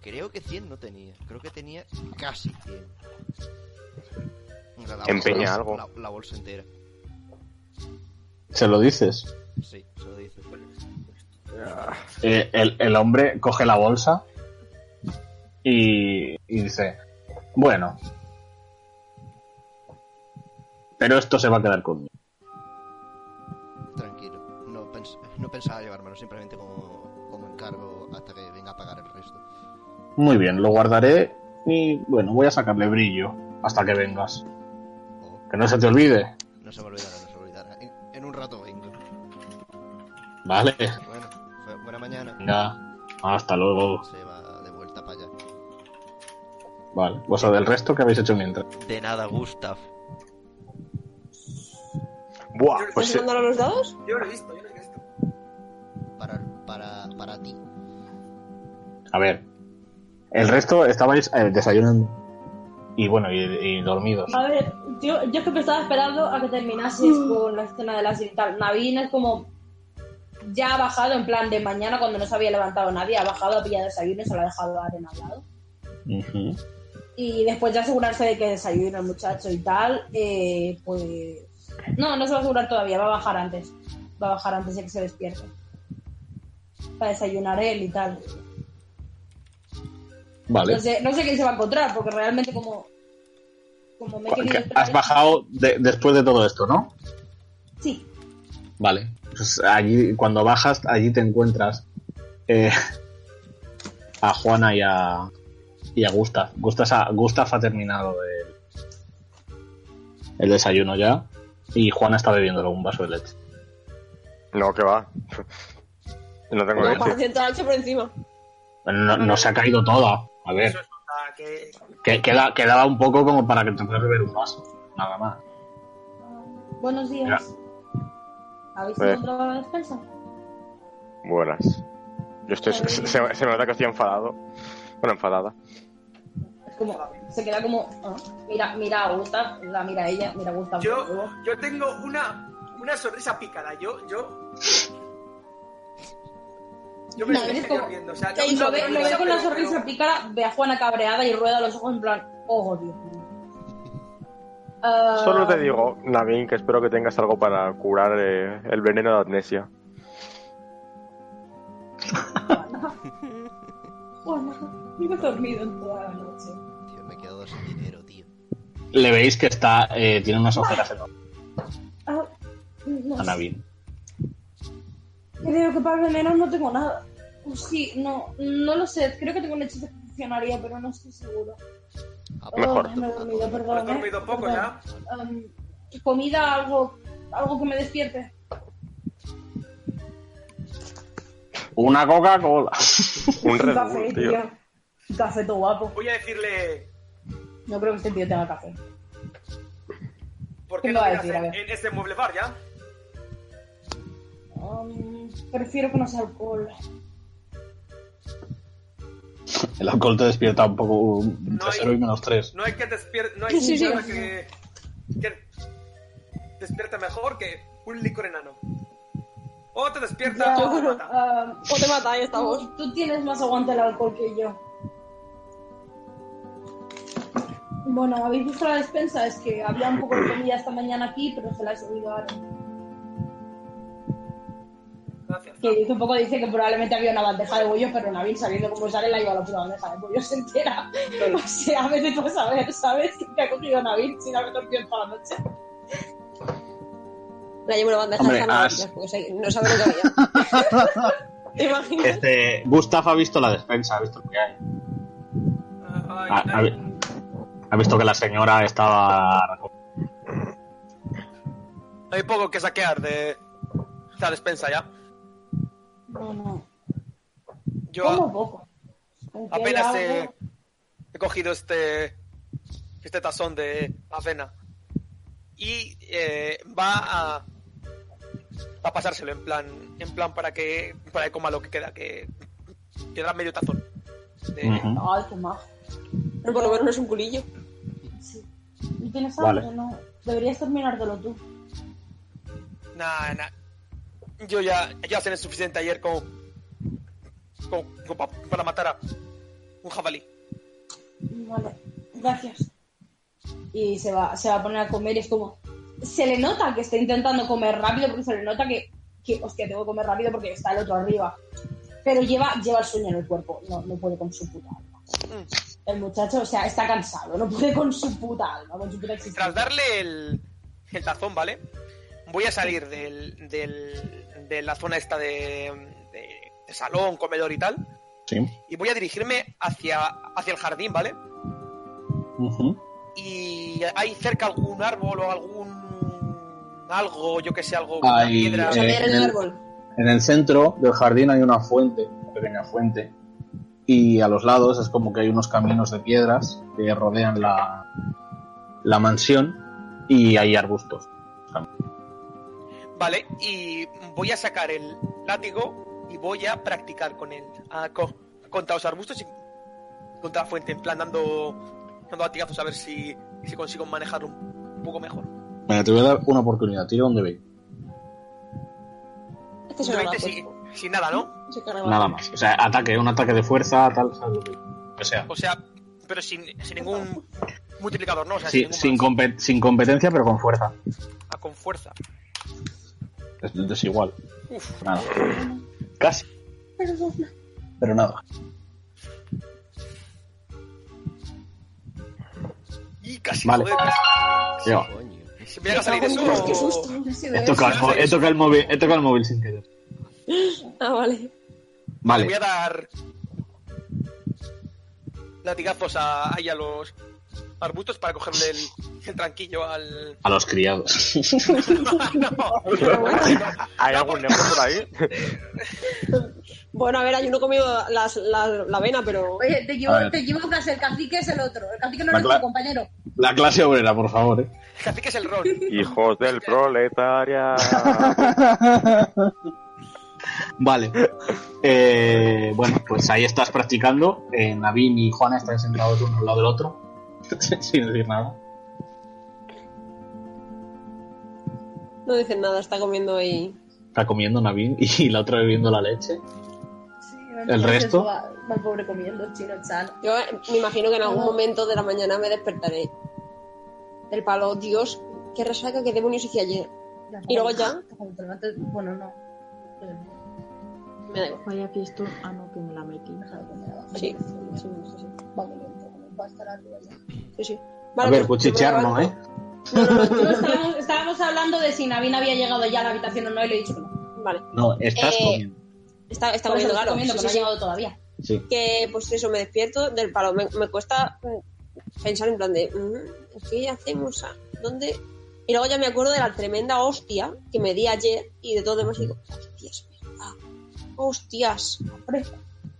Speaker 6: Creo que 100 no tenía. Creo que tenía casi 100. La bolsa-
Speaker 5: Empeña algo.
Speaker 6: La, la bolsa entera.
Speaker 4: ¿Se lo dices?
Speaker 6: Sí, se lo dice.
Speaker 4: Eh, el, el hombre coge la bolsa y, y dice, bueno, pero esto se va a quedar conmigo.
Speaker 6: Tranquilo. No, pens- no pensaba llevármelo, simplemente como, como encargo hasta que venga a pagar el resto.
Speaker 4: Muy bien, lo guardaré y bueno, voy a sacarle brillo hasta que vengas.
Speaker 6: Oh,
Speaker 4: Que no se te olvide.
Speaker 6: no se me olvidará, no se me olvidará. En, en un rato vengo.
Speaker 4: Vale.
Speaker 6: Bueno, fue- buena mañana.
Speaker 4: Venga, hasta luego.
Speaker 6: Se va de vuelta para allá.
Speaker 4: Vale, vosotros del resto que habéis hecho mientras.
Speaker 6: De nada, Gustav.
Speaker 5: Buah,
Speaker 2: ¿Estás
Speaker 5: pues eh,
Speaker 2: sacándolo los dados?
Speaker 1: Yo lo he visto, yo lo he visto.
Speaker 6: Para, para, para ti.
Speaker 4: A ver, el resto estabais eh, desayunando. y bueno, y, y dormidos.
Speaker 3: A ver, yo, yo es que me estaba esperando a que terminases con la escena de la y tal. Navina es como. Ya ha bajado en plan de mañana cuando no se había levantado nadie. Ha bajado a pillar desayuno y se lo ha dejado a Arena al lado.
Speaker 4: Ujú.
Speaker 3: Y después de asegurarse de que desayuno el muchacho y tal, eh, pues. No, no se va a asegurar todavía, va a bajar antes. Va a bajar antes de que se despierte. Para desayunar él y tal.
Speaker 4: Vale.
Speaker 3: No, sé, no sé quién se va a encontrar, porque realmente como. Como me he
Speaker 4: Que
Speaker 3: querido.
Speaker 4: Has bajado de- después de todo esto, ¿no?
Speaker 3: Sí.
Speaker 4: Vale. Pues allí, cuando bajas, allí te encuentras eh, a Juana y a, y a Gustav. Gustav, ha- Gustav ha terminado el, el desayuno ya y Juana está bebiéndolo un vaso de leche.
Speaker 5: No, que va. No tengo
Speaker 4: No,
Speaker 5: leche.
Speaker 2: Para sentar al por encima.
Speaker 4: No, no se ha caído toda. A ver,
Speaker 1: Eso es nota que
Speaker 4: que, queda, quedaba un poco como para que te puedas beber un vaso. Nada más.
Speaker 3: Buenos días.
Speaker 4: Ya.
Speaker 3: ¿Habéis
Speaker 5: Eh.
Speaker 3: encontrado la despensa?
Speaker 5: Buenas. Yo estoy, se, se- se me nota que estoy enfadado. Bueno, enfadada.
Speaker 3: Como, se queda como. ah, mira, mira a Gustav, la mira a ella, mira a Gustav.
Speaker 1: Yo,
Speaker 3: luego.
Speaker 1: yo tengo una, una sonrisa pícara. Yo, yo. Yo me
Speaker 3: No,
Speaker 1: estoy
Speaker 3: eres como-
Speaker 1: riendo. O sea,
Speaker 2: Te-
Speaker 1: no-
Speaker 3: Lo ve, lo ve con la
Speaker 1: pero-
Speaker 3: sonrisa pícara, ve a Juana cabreada y rueda los ojos en plan, oh, Dios mío. Ah,
Speaker 5: Solo te digo, Navin, que espero que tengas algo para curar eh, el veneno de amnesia.
Speaker 3: Juana, vivo dormido en toda la noche.
Speaker 6: Tío, me he quedado sin dinero, tío.
Speaker 4: Le veis que está, eh, tiene unas ojeras enormes
Speaker 3: Ah, no
Speaker 4: a
Speaker 3: sé.
Speaker 4: Navin.
Speaker 3: Creo que para el veneno no tengo nada. Oh, Sí, no, no lo sé. Creo que tengo un hechizo que funcionaría, pero no estoy seguro.
Speaker 5: Mejor.
Speaker 3: Oh, me he
Speaker 6: Ah,
Speaker 3: dormido,
Speaker 1: pero
Speaker 3: perdón.
Speaker 1: He dormido poco ya.
Speaker 3: comida, algo, algo que me despierte.
Speaker 4: Una Coca-Cola.
Speaker 5: Un
Speaker 3: Un
Speaker 5: Red
Speaker 3: café,
Speaker 5: Bull, tío.
Speaker 3: Un café todo guapo.
Speaker 1: Voy a decirle.
Speaker 3: No creo que este tío tenga café.
Speaker 1: ¿Por
Speaker 3: ¿Qué
Speaker 1: qué
Speaker 3: me
Speaker 1: no
Speaker 3: va a
Speaker 1: miras
Speaker 3: decir? A
Speaker 1: en,
Speaker 3: ver.
Speaker 1: en este mueble bar ya?
Speaker 3: Um, prefiero que no sea alcohol.
Speaker 4: El alcohol te despierta un poco un
Speaker 1: No hay-
Speaker 4: 0 y menos 3.
Speaker 1: No hay que despierta. No hay
Speaker 2: Sí, sí,
Speaker 1: nada
Speaker 2: sí.
Speaker 1: que, que despierta mejor que un licor enano. O te despierta o te mata.
Speaker 3: Ah,
Speaker 2: O te mata, ahí estamos.
Speaker 3: tú, tú tienes más aguante al alcohol que yo. Bueno, habéis visto la despensa, es que había un poco de comida esta mañana aquí, pero se la he subido ahora.
Speaker 1: Gracias.
Speaker 3: Que un poco dice que probablemente había una bandeja de bollos, pero Nabil sabiendo cómo sale la iba a la puta bandeja de bollos entera. O sea, vete tú a saber, ¿sabes? Que ha cogido Nabil sin haber dormido para la noche.
Speaker 2: La llevo en una bandeja
Speaker 4: Hombre,
Speaker 2: de zanahorias,
Speaker 4: has-
Speaker 2: porque ahí no sabe lo que había. ¿Te imaginas?
Speaker 4: Este, Gustav ha visto la despensa, ha visto lo que hay.
Speaker 1: Ah,
Speaker 4: Ha,
Speaker 1: ay,
Speaker 4: ha vi- ha visto que la señora estaba.
Speaker 1: Hay poco que saquear de la despensa ya.
Speaker 3: No, no.
Speaker 1: Yo
Speaker 3: Como poco. Aunque hay
Speaker 1: apenas
Speaker 3: algo-
Speaker 1: he, he cogido este este tazón de avena y eh, va a, va a pasárselo en plan en plan para que para que coma lo que queda que queda medio tazón. De-
Speaker 4: Ujú.
Speaker 3: Ay, qué majo.
Speaker 2: Pero por lo menos no es un culillo.
Speaker 3: Sí. ¿Y tienes hambre?
Speaker 4: Vale.
Speaker 3: No. Deberías terminártelo tú.
Speaker 1: Nah, nah. Yo ya ya cené suficiente ayer con con, con pa- para matar a un jabalí.
Speaker 3: Vale, gracias. Y se va, se va a poner a comer y es como... Se le nota que está intentando comer rápido porque se le nota que, que hostia, tengo que comer rápido porque está el otro arriba. Pero lleva, lleva el sueño en el cuerpo, no, no puede con su puta alma.
Speaker 2: Mm.
Speaker 3: El muchacho, o sea, está cansado, no puede con su puta alma, con su puta
Speaker 1: Tras
Speaker 3: existencia.
Speaker 1: darle el, el tazón, ¿vale? Voy a salir del, del- de la zona esta de, de- de salón, comedor y tal.
Speaker 4: Sí.
Speaker 1: Y voy a dirigirme hacia, hacia el jardín, ¿vale?
Speaker 4: Ujú.
Speaker 1: Y hay cerca algún árbol o algún... Algo, yo que sé, algo... una
Speaker 4: Hay,
Speaker 1: piedra.
Speaker 2: O sea,
Speaker 4: Eh,
Speaker 2: mirar en
Speaker 4: en
Speaker 2: el
Speaker 4: el-
Speaker 2: árbol.
Speaker 4: En el centro del jardín hay una fuente, una pequeña fuente. Y a los lados es como que hay unos caminos de piedras que rodean la, la mansión y hay arbustos.
Speaker 1: Vale, y voy a sacar el látigo y voy a Ah, practicar con él. a co- contra los arbustos y contra la fuente, en plan dando dando latigazos a ver si, si consigo manejarlo un poco mejor.
Speaker 4: Venga, te voy a dar una oportunidad. Tira un D20.
Speaker 2: Este
Speaker 1: Un
Speaker 2: se lo ha
Speaker 1: 20 sin, sin nada, ¿no?
Speaker 2: Se cargaba.
Speaker 4: Nada más. O sea, ataque, un ataque de fuerza, tal, ¿sabes? lo que- lo que sea.
Speaker 1: O sea, pero sin, sin ningún multiplicador, ¿no? O sea,
Speaker 4: Sí,
Speaker 1: ningún
Speaker 4: sin,
Speaker 1: más.
Speaker 4: compe- sin competencia, pero con fuerza.
Speaker 1: Ah, con fuerza.
Speaker 4: Es desigual.
Speaker 1: Uf,
Speaker 4: Nada. Casi. Pero nada.
Speaker 1: y casi.
Speaker 4: Vale.
Speaker 1: joder, casi.
Speaker 4: Yo.
Speaker 10: Coño.
Speaker 1: ¿Se me llega a salir de eso?
Speaker 2: Dios, qué
Speaker 1: o-
Speaker 2: susto.
Speaker 4: He tocado, el, mo- he tocado el móvil, he tocado el móvil sin querer.
Speaker 2: Ah, vale.
Speaker 1: Le voy
Speaker 4: Vale.
Speaker 1: a dar latigazos a, ahí a los arbustos para cogerle el, el tranquillo al.
Speaker 4: A los criados.
Speaker 1: No.
Speaker 5: ¿Hay algún negocio por ahí?
Speaker 2: Bueno, a ver, hay uno comido las, la, la avena, pero.
Speaker 3: Oye, te,
Speaker 4: A
Speaker 3: equivo-
Speaker 4: ver.
Speaker 3: te equivocas, el cacique es el otro. El cacique no
Speaker 4: Va,
Speaker 3: es tu
Speaker 4: claro.
Speaker 3: compañero.
Speaker 4: La clase obrera, por favor, eh.
Speaker 1: Así que es el rol.
Speaker 5: Hijos del proletaria.
Speaker 4: Vale. Eh, bueno, pues ahí estás practicando. Eh, Navin y Juana están sentados uno al lado del otro. Sin decir nada.
Speaker 2: No dicen nada, está comiendo ahí.
Speaker 4: Está comiendo Navin y la otra bebiendo la leche.
Speaker 3: Sí,
Speaker 4: ¿El resto?
Speaker 3: Va, va el pobre comiendo chino chal.
Speaker 2: Yo eh, me imagino que en algún momento de la mañana me despertaré. Del palo, Dios, qué resaca, qué demonios hice ayer. ¿Y luego ya?
Speaker 3: Cuando te levantes- Bueno, no.
Speaker 2: Me da igual.
Speaker 9: Vaya fiesta. Ah, no, que me la metí.
Speaker 2: Sí. Sí,
Speaker 3: Va a estar arriba ya.
Speaker 2: sí, sí.
Speaker 4: A
Speaker 2: Vale,
Speaker 4: ver,
Speaker 2: pues, yo me
Speaker 4: cuchichear no,
Speaker 2: levanto.
Speaker 4: eh.
Speaker 2: No, no, no,
Speaker 3: No, estábamos, estábamos hablando de si Navina había llegado ya a la habitación o no y le he dicho que no.
Speaker 2: Vale,
Speaker 4: No, estás
Speaker 2: Eh,
Speaker 4: comiendo.
Speaker 2: está, Pues está
Speaker 3: Por eso
Speaker 2: comiendo,
Speaker 3: lo estoy
Speaker 2: claro.
Speaker 3: comiendo,
Speaker 2: Sí,
Speaker 3: que no
Speaker 2: sí,
Speaker 3: ha
Speaker 2: sí.
Speaker 3: llegado todavía.
Speaker 4: Sí.
Speaker 2: que pues eso, me despierto del palo. Me, me cuesta mm, pensar en plan de, mm, ¿qué hacemos? ah? ¿Dónde? Y luego ya me acuerdo de la tremenda hostia que me di ayer y de todo lo demás y digo, hostias, verdad. Hostias, la fresa.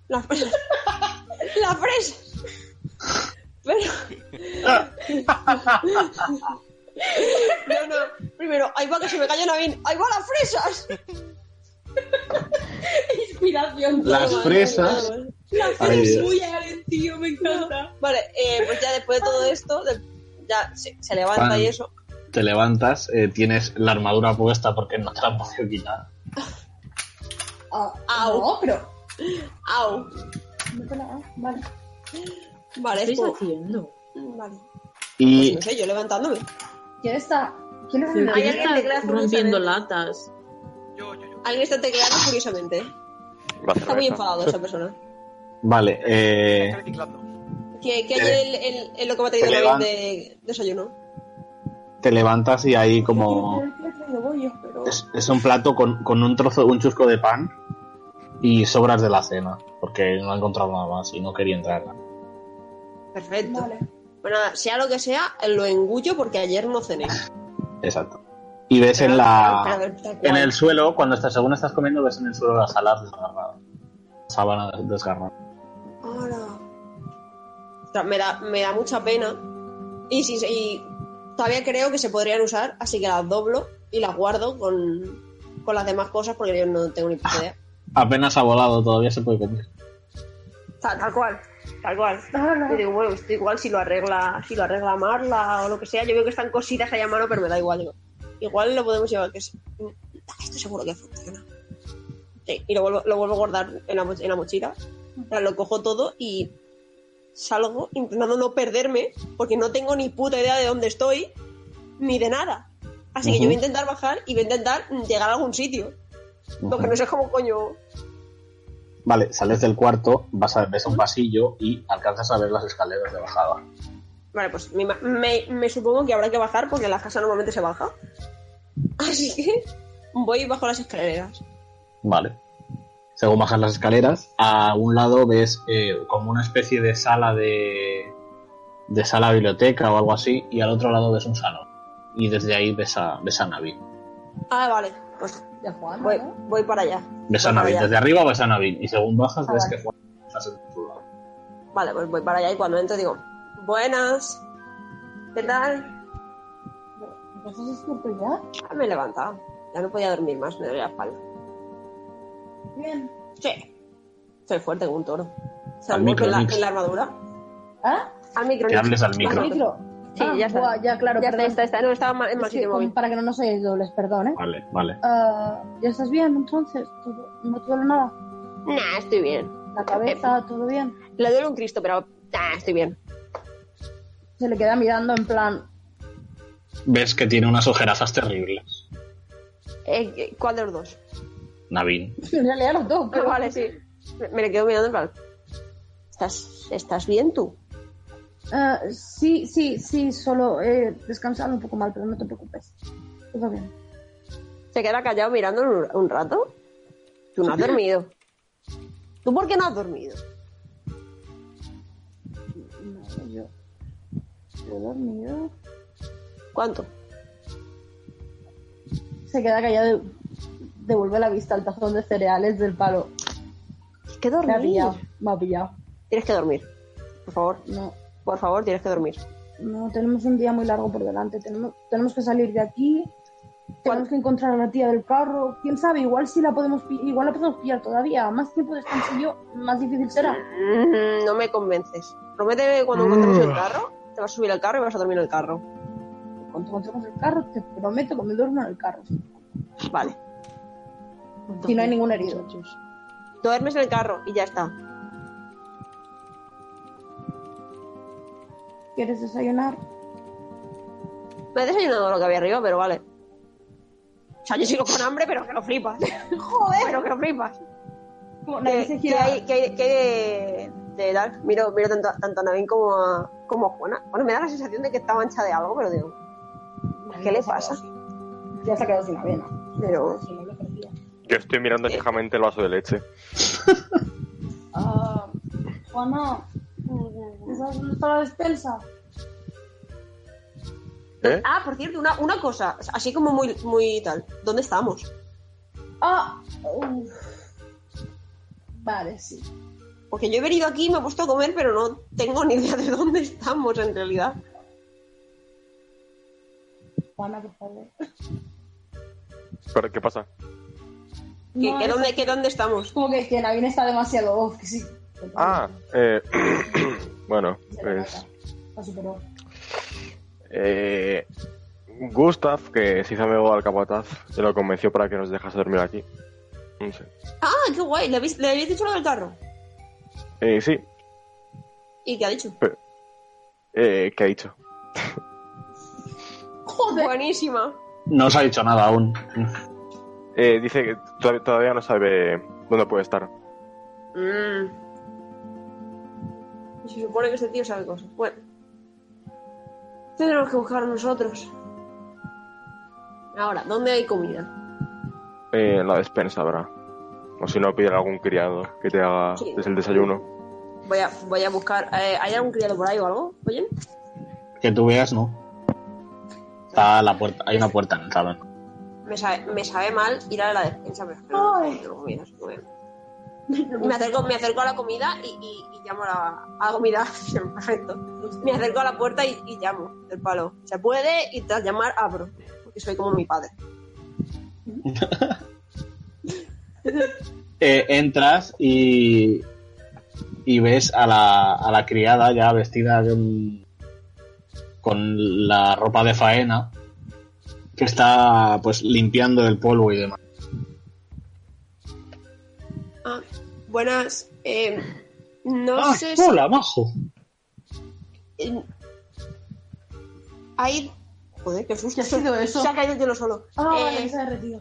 Speaker 2: La fresa. la fresa. Pero... No, no. Primero, ahí va que se me cayó la bien. ¡Ahí va las fresas!
Speaker 3: Inspiración.
Speaker 4: Las fresas.
Speaker 2: Las
Speaker 4: Ay,
Speaker 2: fresas.
Speaker 4: Dios.
Speaker 3: tío, me encanta.
Speaker 2: Vale, eh, pues ya después de todo esto, de- ya se, se levanta
Speaker 4: Vale.
Speaker 2: y eso.
Speaker 4: Te levantas, eh, tienes la armadura puesta porque no te la han podido quitar.
Speaker 3: Ah,
Speaker 2: Au.
Speaker 3: no, pero...
Speaker 2: ¡Au!
Speaker 3: no te la- ah, Vale.
Speaker 2: Vale,
Speaker 9: ¿Qué estáis
Speaker 2: es como...
Speaker 9: haciendo?
Speaker 2: Vale. Pues
Speaker 4: Y
Speaker 2: no sé, yo levantándome.
Speaker 3: ¿Quién está? ¿Quién es el
Speaker 9: ¿Por qué
Speaker 2: Hay
Speaker 3: Navina?
Speaker 2: alguien que crea
Speaker 9: estás rompiendo
Speaker 2: furiosamente.
Speaker 9: latas?
Speaker 1: Yo, yo, yo.
Speaker 2: Alguien está tecleando curiosamente. ¿eh? Está
Speaker 5: La
Speaker 2: muy
Speaker 5: cerveza.
Speaker 2: enfadado esa persona.
Speaker 4: vale, eh,
Speaker 1: Está reciclando.
Speaker 2: Que, que
Speaker 4: Te-
Speaker 2: hay el, el, el lo que me ha traído
Speaker 4: te
Speaker 2: David
Speaker 4: levan-
Speaker 2: de desayuno.
Speaker 4: te levantas y hay como es, es un plato con, con un trozo, un chusco de pan y sobras de la cena porque no ha encontrado nada más y no quería entrar.
Speaker 2: Perfecto.
Speaker 3: Vale.
Speaker 2: Bueno, nada, sea lo que sea, lo engullo porque ayer no cené.
Speaker 4: Exacto. Y ves en
Speaker 2: Pero,
Speaker 4: la
Speaker 2: pero, está
Speaker 4: en
Speaker 2: guay.
Speaker 4: el suelo cuando estás según estás comiendo ves en el suelo las alas desgarradas, sábana desgarrada.
Speaker 2: Ahora. O sea, me, da, me da mucha pena. Y, si- y todavía creo que se podrían usar, así que las doblo y las guardo con, con las demás cosas porque yo no tengo ni puta idea.
Speaker 4: Apenas ha volado, todavía se puede comer.
Speaker 2: Tal, tal cual, tal cual.
Speaker 3: No, no.
Speaker 2: Yo digo, bueno, esto igual si lo arregla, si lo arregla Marla o lo que sea, yo veo que están cositas ahí a mano, pero me da igual, digo. Igual lo podemos llevar, que es. Ah, Esto seguro que funciona. Sí, y lo vuelvo, lo vuelvo a guardar en la, mo- en la mochila. Ahora Lo cojo todo y salgo intentando no perderme, porque no tengo ni puta idea de dónde estoy, ni de nada. Así que yo voy a
Speaker 4: Ujú.
Speaker 2: intentar bajar y voy a intentar llegar a algún sitio. Porque no sé cómo coño.
Speaker 4: Vale, sales del cuarto, vas a ves un pasillo y alcanzas a ver las escaleras de bajada.
Speaker 2: Vale, pues me, ima- me- me supongo que habrá que bajar porque la casa normalmente se baja. Así que voy bajo las escaleras.
Speaker 4: Vale. Según bajas las escaleras, a un lado ves eh, como una especie de sala de de sala biblioteca o algo así y al otro lado ves un salón. Y desde ahí ves a ves a Navi.
Speaker 2: Ah, vale, pues
Speaker 3: De Juan,
Speaker 2: voy,
Speaker 3: ¿no?
Speaker 2: voy para allá.
Speaker 4: Ves
Speaker 2: Voy para
Speaker 4: a Navi,
Speaker 2: allá.
Speaker 4: desde arriba ves a Navi y según bajas
Speaker 3: Pues Ah,
Speaker 4: ves
Speaker 3: vale.
Speaker 4: que Juan estás en tu lado.
Speaker 2: Vale, pues voy para allá y cuando entro digo, buenas, ¿qué tal?
Speaker 3: ¿No estás despierto ya?
Speaker 2: Ah, me he levantado. Ya no podía dormir más, me dolía la espalda.
Speaker 3: Bien.
Speaker 2: Sí. Soy fuerte como un toro. ¿Se
Speaker 4: Al
Speaker 2: han golpe
Speaker 4: micro,
Speaker 2: en la,
Speaker 4: mix.
Speaker 2: en la armadura?
Speaker 3: ¿Ah?
Speaker 2: Al micro.
Speaker 4: Que
Speaker 2: Nick.
Speaker 4: hables al micro.
Speaker 2: Sí, ya está.
Speaker 3: Buah, ya, claro,
Speaker 2: Ya está,
Speaker 3: perdón.
Speaker 2: está, está. No, estaba mal- en
Speaker 3: Es que,
Speaker 2: máquina
Speaker 3: como
Speaker 2: móvil.
Speaker 3: para que no nos oigáis dobles, perdón, ¿eh?
Speaker 4: Vale, vale.
Speaker 3: Ah, ¿Ya estás bien entonces? ¿Todo- ¿No te duele nada?
Speaker 2: Nah, estoy bien.
Speaker 3: ¿La
Speaker 8: Eh,
Speaker 3: cabeza? ¿Todo bien?
Speaker 2: Le duele un Cristo, pero nah, estoy bien.
Speaker 3: Se le queda mirando en plan...
Speaker 4: Ves que tiene unas ojerazas terribles.
Speaker 2: Eh, eh, ¿Cuál de los dos?
Speaker 4: Navin.
Speaker 3: En realidad los dos,
Speaker 2: Ah,
Speaker 3: pero...
Speaker 2: vale, sí. Me, me le quedo mirando en plan. ¿Estás, ¿Estás bien tú?
Speaker 3: Ah, sí, sí, sí, solo eh, descansando un poco mal, pero no te preocupes. Todo bien.
Speaker 2: Se queda callado mirando un, un rato. Tú no has dormido. ¿Tú por qué no has dormido?
Speaker 3: No, yo... Yo he dormido...
Speaker 2: ¿Cuánto?
Speaker 3: Se queda callado y devuelve la vista al tazón de cereales del palo.
Speaker 2: Es que
Speaker 3: Me ha
Speaker 2: dormir.
Speaker 3: pillado, me ha pillado.
Speaker 2: Tienes que dormir. Por favor,
Speaker 3: No,
Speaker 2: por favor, tienes que dormir.
Speaker 3: no, tenemos un día muy largo por delante. Tenemos, tenemos que salir de aquí. Tenemos que encontrar a la tía del carro. Quién sabe, igual si la podemos, pi- igual la podemos pillar todavía. Más tiempo descanso yo, más difícil será.
Speaker 2: Mm, No me convences. Promete que cuando encontremos el carro, te vas a subir al carro y vas a dormir en el carro.
Speaker 3: Cuando encontremos el carro, te prometo que me duermo en el carro.
Speaker 2: Vale.
Speaker 3: Si no hay ningún herido.
Speaker 2: Duermes en el carro y ya está.
Speaker 3: ¿Quieres desayunar?
Speaker 2: Me he desayunado lo que había arriba, pero vale. O sea, yo sigo con hambre, pero que lo flipas. Joder. Pero que lo flipas.
Speaker 3: Como nadie
Speaker 2: ¿Qué,
Speaker 3: se
Speaker 2: qué
Speaker 3: gira.
Speaker 2: hay, qué hay- qué hay de, de Dark? Miro, miro tanto, tanto a Naveen como a, como a Juana. Bueno, me da la sensación de que está mancha de algo, pero digo, ¿qué le pasa?
Speaker 3: Ya se ha quedado sin avena.
Speaker 2: Pero
Speaker 3: Si no, lo perdía.
Speaker 5: Yo estoy mirando
Speaker 2: Eh.
Speaker 5: fijamente el vaso de leche.
Speaker 3: Ah, Juana, ¿sabes dónde está la despensa?
Speaker 5: ¿Eh?
Speaker 2: Ah, por cierto, una, una cosa, así como muy, muy tal. ¿Dónde estamos?
Speaker 3: Ah, uf. Vale, sí.
Speaker 2: Porque yo he venido aquí, me he puesto a comer, pero no tengo ni idea de dónde estamos en realidad.
Speaker 3: Juana, por favor.
Speaker 5: ¿Pero qué pasa?
Speaker 2: ¿Qué,
Speaker 3: No,
Speaker 2: qué
Speaker 3: es
Speaker 2: dónde, qué dónde estamos?
Speaker 3: como que, que Navin está demasiado off. que sí.
Speaker 5: Ah, eh, bueno,
Speaker 3: Se le
Speaker 5: pues...
Speaker 3: nota. Está súper off.
Speaker 5: Eh, Gustav, que se hizo amigo al capataz, se lo convenció para que nos dejase dormir aquí. No sé.
Speaker 2: Ah, qué guay, le habéis, le habéis dicho lo del carro.
Speaker 5: Eh, sí,
Speaker 2: ¿Y qué ha dicho?
Speaker 5: eh, ¿qué ha dicho?
Speaker 2: Pues, Buenísima.
Speaker 4: No os ha dicho nada aún.
Speaker 5: Eh, dice que to- todavía no sabe dónde puede estar.
Speaker 2: Mm. Se supone que este tío sabe cosas. Bueno. Tendremos que buscar nosotros. Ahora, ¿dónde hay comida?
Speaker 5: Eh, en la despensa habrá. O si no, pide algún criado que te haga
Speaker 2: Sí.
Speaker 5: desde el desayuno.
Speaker 2: Voy a, voy a buscar. eh, ¿Hay algún criado por ahí o algo? ¿Oyen?
Speaker 4: Que tú veas, no. Está la puerta, hay una puerta en el salón.
Speaker 2: Me sabe, me sabe mal ir a la despensa, pero es que no
Speaker 3: Ay.
Speaker 2: encuentro comida, así que voy a- Me acerco, me acerco a la comida y, y- y llamo a la, a la comida. Perfecto. Me acerco a la puerta y, y llamo del palo. Se puede y tras llamar abro. Porque soy como mi padre.
Speaker 4: Eh, entras y. Y ves a la, a la criada ya vestida de un- con la ropa de faena que está pues limpiando el polvo y demás.
Speaker 2: Ah, buenas. eh, no
Speaker 4: ¡Ah,
Speaker 2: sé si.
Speaker 4: hola, majo!
Speaker 2: eh, hay. Joder, qué susto.
Speaker 3: ¿Qué ha sido eso?
Speaker 2: Se ha caído el hielo solo.
Speaker 3: Ah,
Speaker 2: Eh,
Speaker 3: vale, se ha derretido.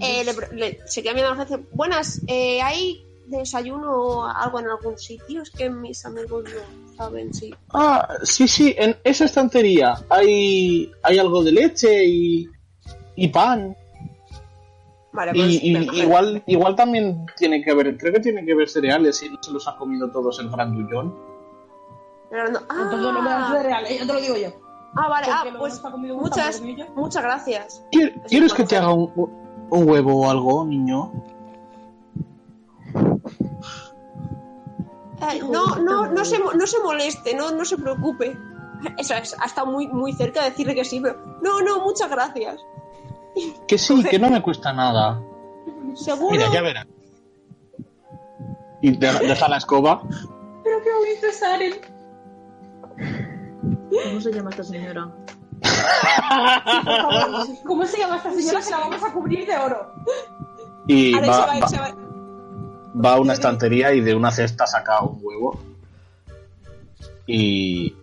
Speaker 2: eh, le- le- se queda mirando a la gente. Buenas, eh, ¿hay desayuno o algo en algún sitio? Es que mis amigos no saben si.
Speaker 4: Ah, sí, sí, en esa estantería hay, hay algo de leche y, y pan.
Speaker 2: Vale, pues.
Speaker 4: Y, y-
Speaker 2: me cogen.
Speaker 4: igual, igual también tiene que haber, creo que tiene que haber cereales y no se los han comido todos en Frandullón.
Speaker 2: Pero no- ah,
Speaker 3: Entonces no me dan cereales, ya te lo digo yo.
Speaker 2: ah, vale, ah,
Speaker 3: Porque lo
Speaker 2: pues
Speaker 3: que no está comido gusta,
Speaker 2: muchas,
Speaker 3: me lo comí yo.
Speaker 2: muchas gracias.
Speaker 4: ¿Quier-
Speaker 2: Así
Speaker 4: ¿Quieres
Speaker 2: que
Speaker 4: que te
Speaker 2: vamos a
Speaker 4: haga un, un huevo o algo, niño?
Speaker 2: Eh, no, no, no se, mo- no se moleste, no, no se preocupe. Eso es, ha estado muy, muy cerca de decirle que sí, pero no, no, muchas gracias.
Speaker 4: Que sí, que no me cuesta nada.
Speaker 2: Seguro.
Speaker 4: Mira, ya verás. Y de- deja la escoba.
Speaker 3: Pero qué bonito es Aren.
Speaker 9: ¿Cómo se llama esta señora?
Speaker 3: Por favor, ¿Cómo se llama esta señora que la vamos a cubrir de oro?
Speaker 4: Y
Speaker 2: Ahora
Speaker 4: va,
Speaker 2: se va,
Speaker 4: va-
Speaker 2: se va.
Speaker 4: va a una estantería y de una cesta saca un huevo y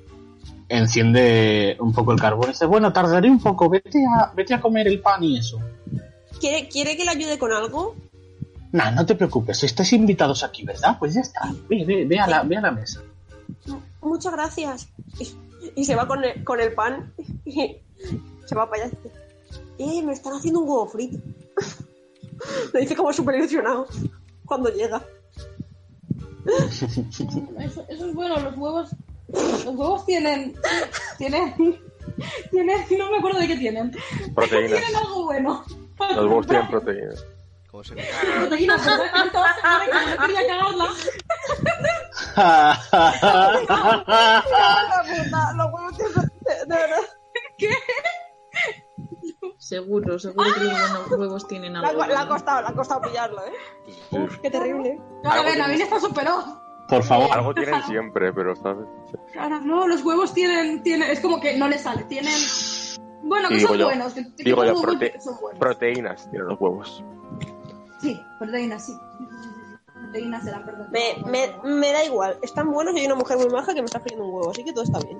Speaker 4: enciende un poco el carbón y dice, bueno, tardaré un poco, vete a, vete a comer el pan y eso.
Speaker 2: ¿Quiere, ¿Quiere que le ayude con algo?
Speaker 4: Nah, no te preocupes, estáis invitados aquí, ¿verdad? Pues ya está, ve, ve, ve a, la, ve a la mesa.
Speaker 2: M- Muchas gracias. Y, y se va con el, con el pan. y se va para allá. y dice, Eh, me están haciendo un huevo frito. Lo dice como súper ilusionado cuando llega.
Speaker 3: Eso, eso es bueno, los huevos. Los huevos tienen. Tienen. Tienen. No me acuerdo de qué tienen.
Speaker 5: Proteínas.
Speaker 3: Tienen algo bueno.
Speaker 5: Los huevos tienen proteínas.
Speaker 6: ¿Cómo se
Speaker 3: Proteínas, ¿verdad? Que estaba segura y como no quería cagarla.
Speaker 2: Los huevos de, verdad.
Speaker 9: Seguro, seguro que los buenos huevos tienen
Speaker 2: Le ha,
Speaker 9: algo.
Speaker 2: co- le ha costado, le ha costado pillarlo, ¿eh? Uf, qué terrible.
Speaker 3: Ahora
Speaker 5: Algo
Speaker 3: ven, a
Speaker 5: tiene.
Speaker 3: mí está superó.
Speaker 4: Por favor,
Speaker 5: Algo tienen siempre, pero ¿sabes?
Speaker 3: Ahora no, los huevos tienen, tienen. Es como que no les sale. Tienen. Bueno, que
Speaker 5: Digo
Speaker 3: son
Speaker 5: yo.
Speaker 3: buenos. Que, que
Speaker 5: Digo
Speaker 3: son
Speaker 5: yo,
Speaker 3: muy buenos,
Speaker 5: prote-
Speaker 3: que son buenos.
Speaker 5: Proteínas tienen los huevos.
Speaker 3: Sí, proteínas, sí. Proteínas serán, perdón.
Speaker 2: Me, me, me da igual. Es tan bueno que hay una mujer muy maja que me está friendo un huevo, así que todo está bien.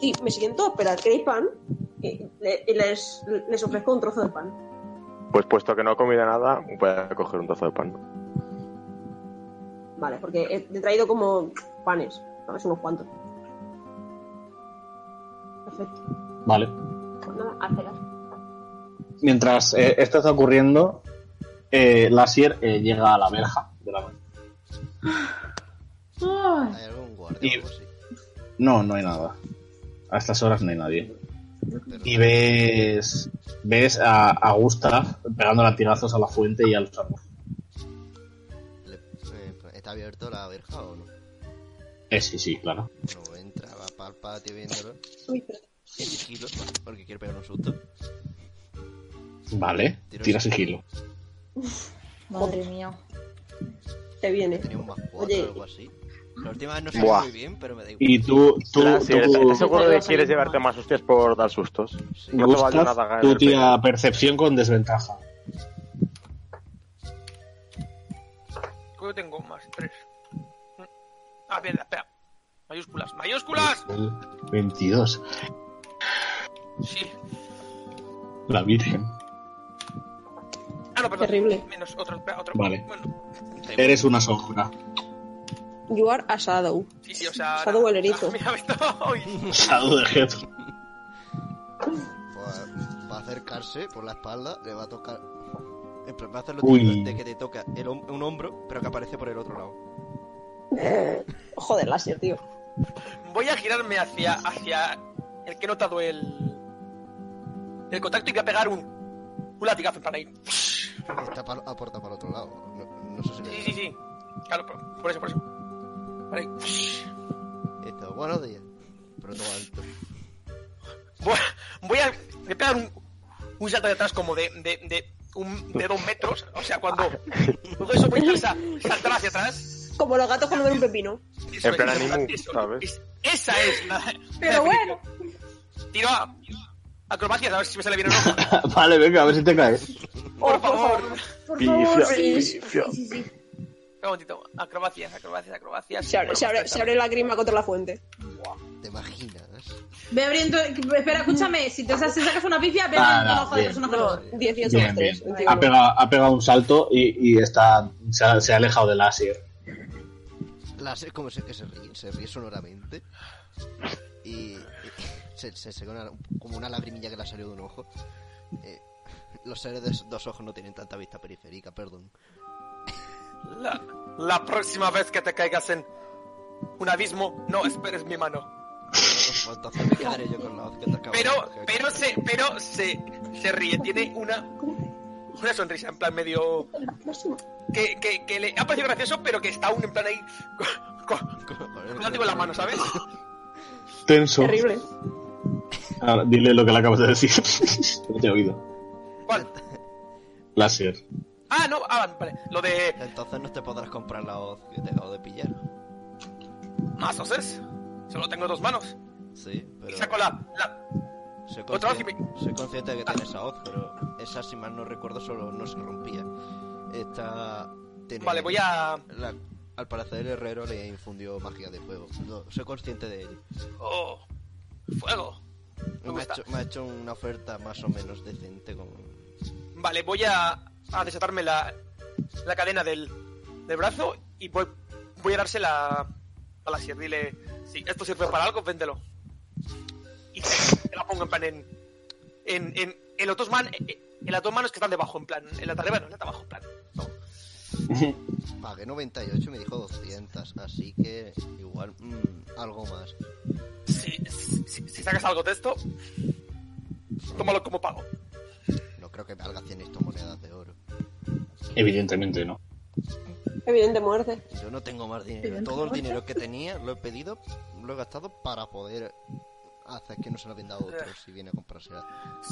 Speaker 2: Y me siento a esperar que hay pan y, le- y les, les ofrezco un trozo de pan.
Speaker 5: Pues puesto que no ha comido nada, voy a coger un trozo de pan.
Speaker 2: Vale, porque he, he traído como panes, ¿sabes? Unos cuantos. Perfecto.
Speaker 4: vale.
Speaker 2: Pues nada, a cenar.
Speaker 4: Mientras eh, esto está ocurriendo, eh, Lasier eh, llega a la verja de la
Speaker 6: ¿Hay algún guardia o algo así?
Speaker 4: No, no hay nada. A estas horas no hay nadie.
Speaker 6: Pero-
Speaker 4: Y ves ves a, a Gustav pegando latigazos a la fuente y al árbol.
Speaker 6: le- eh, ¿Está abierto la verja o no?
Speaker 4: Eh, sí, sí, claro.
Speaker 6: No entra, va para el patio viéndolo.
Speaker 2: Uy, espera.
Speaker 6: En sigilo, porque quiere pegar un susto.
Speaker 4: Vale, tira sigilo.
Speaker 9: Madre mía.
Speaker 2: te viene.
Speaker 6: Tenía un más
Speaker 2: Oye.
Speaker 6: cuatro o algo así. La última vez no sé
Speaker 5: Buah.
Speaker 6: muy bien, pero me da igual.
Speaker 4: Y tú, tú,
Speaker 5: Claro, sí, ¿Estás
Speaker 4: tú,
Speaker 5: estás seguro de
Speaker 9: Te
Speaker 5: que
Speaker 9: vas a
Speaker 5: quieres
Speaker 9: ir
Speaker 5: llevarte
Speaker 9: mal.
Speaker 5: más hostias por dar sustos?
Speaker 6: Sí.
Speaker 5: No te vale
Speaker 4: Gustav,
Speaker 5: nada ganar
Speaker 4: tú
Speaker 5: el premio.
Speaker 4: tira percepción con desventaja.
Speaker 1: Creo que tengo más tres. Ah, bien, espera. Mayúsculas. ¡Mayúsculas!
Speaker 4: 22.
Speaker 1: Sí.
Speaker 4: La Virgen.
Speaker 1: Ah, no, perdón.
Speaker 2: Terrible.
Speaker 1: Menos otro, espera, otro.
Speaker 4: Vale.
Speaker 1: Bueno,
Speaker 4: Eres una sombra.
Speaker 2: You are a shadow.
Speaker 1: sí, sí, o sea.
Speaker 2: Sado valerito.
Speaker 1: Mira, me estaba hoy.
Speaker 4: Shadow de Jet.
Speaker 6: Pues, va a acercarse por la espalda, le va a tocar. En plan, Va a hacer lo
Speaker 4: Uy.
Speaker 6: típico de que te toca el hom- un hombro, pero que aparece por el otro lado.
Speaker 2: Joder, láser, tío.
Speaker 1: Voy a girarme hacia, hacia el que he notado el. El contacto y voy a pegar un. Un latigazo para ahí.
Speaker 6: Está pa- aporta para el otro lado. No, no sé si le
Speaker 1: Sí, sí, sí. Claro, por, por eso, por eso. Vale.
Speaker 6: Esto, buenos días. Pero todo alto.
Speaker 1: Voy, voy a voy a pegar un, un salto de atrás como de, de, de, un, de dos metros. O sea, cuando. Todo eso voy a sa- saltar hacia atrás.
Speaker 2: Como los gatos cuando ven un pepino.
Speaker 1: Eso
Speaker 5: En plan
Speaker 1: es, eso,
Speaker 5: Animu,
Speaker 1: eso,
Speaker 5: ¿sabes?
Speaker 1: es- esa es la.
Speaker 3: Pero bueno.
Speaker 1: Tiro a. Acrobacias, a ver si me sale bien o no.
Speaker 4: vale, venga, a ver si te caes.
Speaker 1: Por favor.
Speaker 3: Por favor,
Speaker 5: Pifia,
Speaker 3: sí. sí,
Speaker 5: pifia.
Speaker 3: sí, sí.
Speaker 1: Un momentito. Acrobacias, acrobacias, acrobacias. pues
Speaker 2: Se abre, se abre, se abre la grima contra la fuente.
Speaker 6: ¿Te imaginas?
Speaker 3: Ve abriendo. Espera, escúchame. Si te sacas si sacas una pifia, ve
Speaker 4: Ah,
Speaker 3: abriendo el
Speaker 4: no,
Speaker 3: ojo de
Speaker 4: bien.
Speaker 3: persona
Speaker 2: No,
Speaker 3: peluda.
Speaker 2: 18
Speaker 4: Bien,
Speaker 2: más
Speaker 4: bien. Ah,
Speaker 2: 3.
Speaker 4: Ha pegado, ha pegado un salto y, y está, se, ha, se ha alejado del Asir.
Speaker 6: Las es como se, que se ríe, se ríe sonoramente. Y, y se, se, se una- como una lagrimilla que le ha salido de un ojo. Eh, los seres de dos ojos no tienen tanta vista periférica, perdón.
Speaker 1: La, la próxima vez que te caigas en un abismo, no esperes mi mano.
Speaker 6: Bueno, Entonces me quedaré yo con la voz que te acabo de
Speaker 1: Pero,
Speaker 6: coger.
Speaker 1: pero se, pero se, se ríe. Tiene una, una sonrisa en plan medio que, que, que le ha parecido gracioso, pero que está aún en plan ahí con, con,
Speaker 6: Joder,
Speaker 1: con látigo en la mano, ¿sabes?
Speaker 4: Tenso.
Speaker 2: Terrible.
Speaker 4: Ahora, dile lo que le acabas de decir. no te he oído.
Speaker 1: ¿Cuál?
Speaker 4: Láser.
Speaker 1: Ah, no, ah, vale. Lo de
Speaker 6: Entonces no te podrás comprar la voz que te acabo de pillar.
Speaker 1: mazos es. Solo tengo dos manos.
Speaker 6: Sí, pero.
Speaker 1: Y saco la. la-
Speaker 6: Soy
Speaker 1: Otra vez
Speaker 6: consci- soy consciente de que
Speaker 1: Ah.
Speaker 6: tiene esa hoz, pero esa, si mal no recuerdo, solo no se rompía. Esta. tiene-
Speaker 1: Vale, voy a.
Speaker 6: la- al parecer, el herrero le infundió magia de fuego. No, soy consciente de ello.
Speaker 1: ¡Oh! ¡Fuego! Me
Speaker 6: Me ha,
Speaker 1: gusta.
Speaker 6: hecho, me ha hecho una oferta más o menos decente con.
Speaker 1: Vale, voy a, a desatarme la, la cadena del, del brazo y voy, voy a dársela a la sierra. Dile, si esto sirve para algo, véndelo. Y te la pongo en plan en, en, en, en los dos man- en las dos manos que están debajo, en plan, en la de arriba no, en la de abajo, en plan.
Speaker 6: Pagué 98 y me dijo 200, así que igual mm, algo más.
Speaker 1: Si, si- si sacas algo de esto, tómalo como pago.
Speaker 6: No creo que valga 100 esto monedas de oro.
Speaker 4: Evidentemente no.
Speaker 2: Evidente muerte.
Speaker 6: Yo no tengo más dinero. Todo el dinero que tenía lo he pedido, lo he gastado para poder hacer que no se lo venda a otro si viene a comprarse.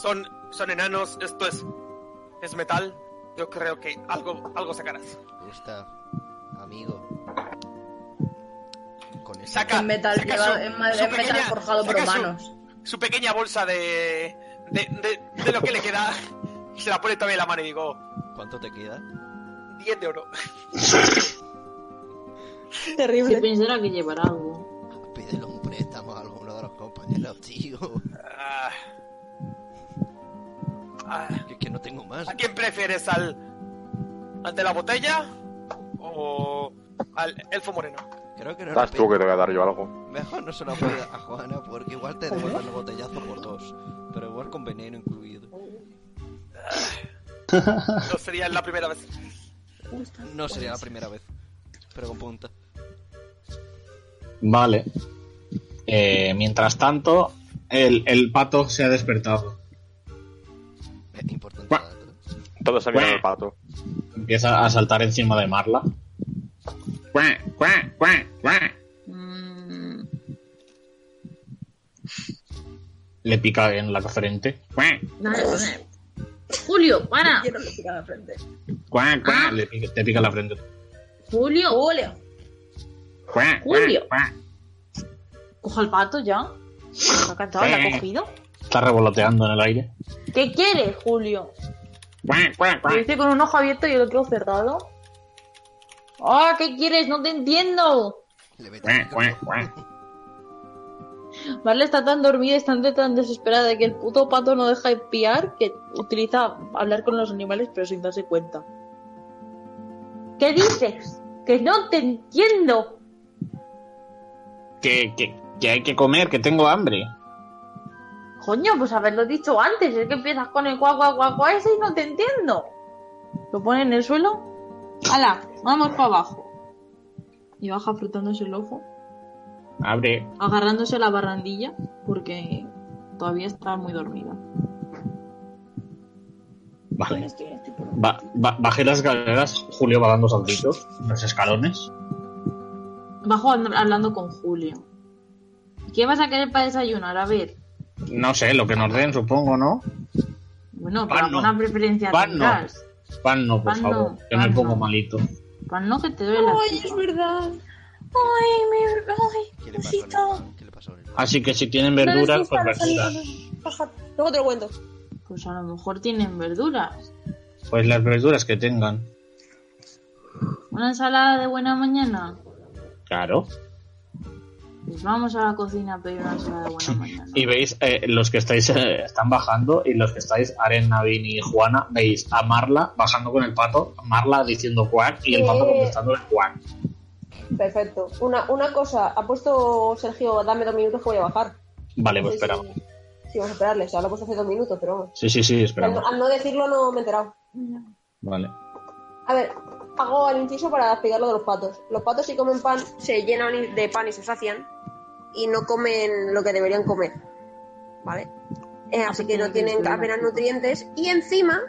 Speaker 1: Son, son enanos, esto es, es metal. Yo creo que algo, algo sacarás.
Speaker 6: Gusta, amigo. Con este eso-
Speaker 5: Ah,
Speaker 1: Saca,
Speaker 9: En metal
Speaker 1: saca
Speaker 9: llevado- en ma-
Speaker 1: su
Speaker 9: en metal
Speaker 1: pequeña-
Speaker 9: forjado por
Speaker 1: saca su-
Speaker 9: humanos.
Speaker 1: Su, pequeña bolsa de, de, de- de lo que le queda. y Se la pone todavía en la mano y digo,
Speaker 6: ¿Cuánto te queda?
Speaker 1: 10 de oro.
Speaker 9: Se
Speaker 2: Terrible.
Speaker 9: pensará que llevará algo.
Speaker 6: Pídele un préstamo a alguno de los compañeros, tío.
Speaker 1: Ah. Ah.
Speaker 6: Que, que no tengo más.
Speaker 1: ¿A quién prefieres? ¿Al, al de la botella o al elfo moreno?
Speaker 6: Creo que no
Speaker 5: Estás
Speaker 6: lo
Speaker 5: tú que
Speaker 6: pido.
Speaker 5: te voy a dar yo algo.
Speaker 6: Mejor no se lo puede a Juana porque igual te devuelven el botellazo por dos. Pero igual con veneno incluido.
Speaker 1: No sería la primera vez.
Speaker 6: No sería la primera vez. Pero con punta.
Speaker 4: Vale. Eh, mientras tanto, el, el pato se ha despertado.
Speaker 6: Es importante.
Speaker 4: Buah.
Speaker 6: dato.
Speaker 5: Todos se miran al pato.
Speaker 4: Empieza a saltar encima de Marla. ¡Cuac, cuac, cuac, cuac!
Speaker 9: Mm,
Speaker 4: Le pica en la frente. ¡Cuac,
Speaker 9: dale, dale. Julio, para.
Speaker 2: Quiero que siga la frente.
Speaker 4: cuac, cuac! Ah. Le pica, te pica en la frente.
Speaker 9: Julio,
Speaker 8: Julio.
Speaker 4: ¡Cuac,
Speaker 9: Julio.
Speaker 4: cuac, cuac!
Speaker 9: coja el pato ya.
Speaker 8: ¿Lo ha cantado? ¿La ha cogido?
Speaker 4: Está revoloteando en el aire.
Speaker 8: ¿Qué quiere, Julio?
Speaker 4: ¡Cuac, cuac,
Speaker 8: Lo
Speaker 4: cuac!
Speaker 8: dice con un ojo abierto y el otro cerrado. ¡Ah, qué quieres! ¡No te entiendo!
Speaker 6: Le mete el
Speaker 4: ¡Cuac, cuac,
Speaker 6: micrófono.
Speaker 4: cuac!
Speaker 8: Marla está tan dormida y está tan desesperada que el puto pato no deja de piar que utiliza hablar con los animales pero sin darse cuenta. ¿Qué dices? ¡Que no te entiendo!
Speaker 4: que, que- que hay que comer, que tengo hambre.
Speaker 8: Coño, pues haberlo dicho antes. Es que empiezas con el guau guau guau guau ese y no te entiendo. Lo pone en el suelo.
Speaker 9: ¡Hala! Vamos para abajo. Y baja frotándose el ojo,
Speaker 4: Abre.
Speaker 9: agarrándose a la barrandilla, porque todavía está muy dormida.
Speaker 4: Vale.
Speaker 9: este
Speaker 4: Ba- ba- bajé las escaleras, Julio va dando saltitos, los escalones.
Speaker 9: Bajo and- hablando con Julio. ¿Qué vas a querer para desayunar? A ver.
Speaker 4: No sé, lo que nos den, supongo, ¿no?
Speaker 9: Bueno,
Speaker 4: Pan
Speaker 9: para
Speaker 4: no.
Speaker 9: una preferencia
Speaker 4: Pan no.
Speaker 9: tendrás.
Speaker 4: Pan no, por
Speaker 9: Pan no,
Speaker 4: favor, que me
Speaker 9: pan
Speaker 4: pongo
Speaker 9: no.
Speaker 4: malito.
Speaker 9: Pan no que te duele la tripa.
Speaker 2: verdad.
Speaker 8: Ay, me... Ay,
Speaker 6: ¿Qué le pasó en el pan? ¿Qué le pasó en el pan?
Speaker 4: Así que si tienen
Speaker 2: No les
Speaker 4: verduras,
Speaker 2: gusta,
Speaker 4: pues
Speaker 2: no salen
Speaker 4: verduras.
Speaker 2: con- Baja. Luego te lo cuento.
Speaker 9: Pues a lo mejor tienen verduras.
Speaker 4: Pues las verduras que tengan.
Speaker 9: Una ensalada de buena mañana.
Speaker 4: Claro.
Speaker 9: Pues vamos a la cocina a pedir una ensalada de buena mañana.
Speaker 4: Y veis, eh, los que estáis eh, están bajando y los que estáis, Aren, Navin y Juana, veis a Marla bajando con el pato, Marla diciendo cuac y el pato
Speaker 2: Eh.
Speaker 4: contestando el cuac.
Speaker 2: Perfecto. Una, una cosa, ha puesto Sergio, dame dos minutos que voy a bajar.
Speaker 4: Vale, pues
Speaker 2: Sí, sí,
Speaker 4: esperamos.
Speaker 2: Sí, Sí, vamos a esperarle. O sea, lo he puesto hace dos minutos, pero vamos.
Speaker 4: Sí, sí, sí,
Speaker 2: Al,
Speaker 4: esperamos.
Speaker 2: no- al no decirlo no me he enterado.
Speaker 4: Vale.
Speaker 2: A ver, hago el inciso para explicar lo de los patos. Los patos si comen pan, se llenan de pan y se sacian. Y no comen lo que deberían comer. ¿Vale? Eh,
Speaker 11: Ah,
Speaker 2: así
Speaker 11: pues
Speaker 2: que no tienen apenas nutrientes. Y encima,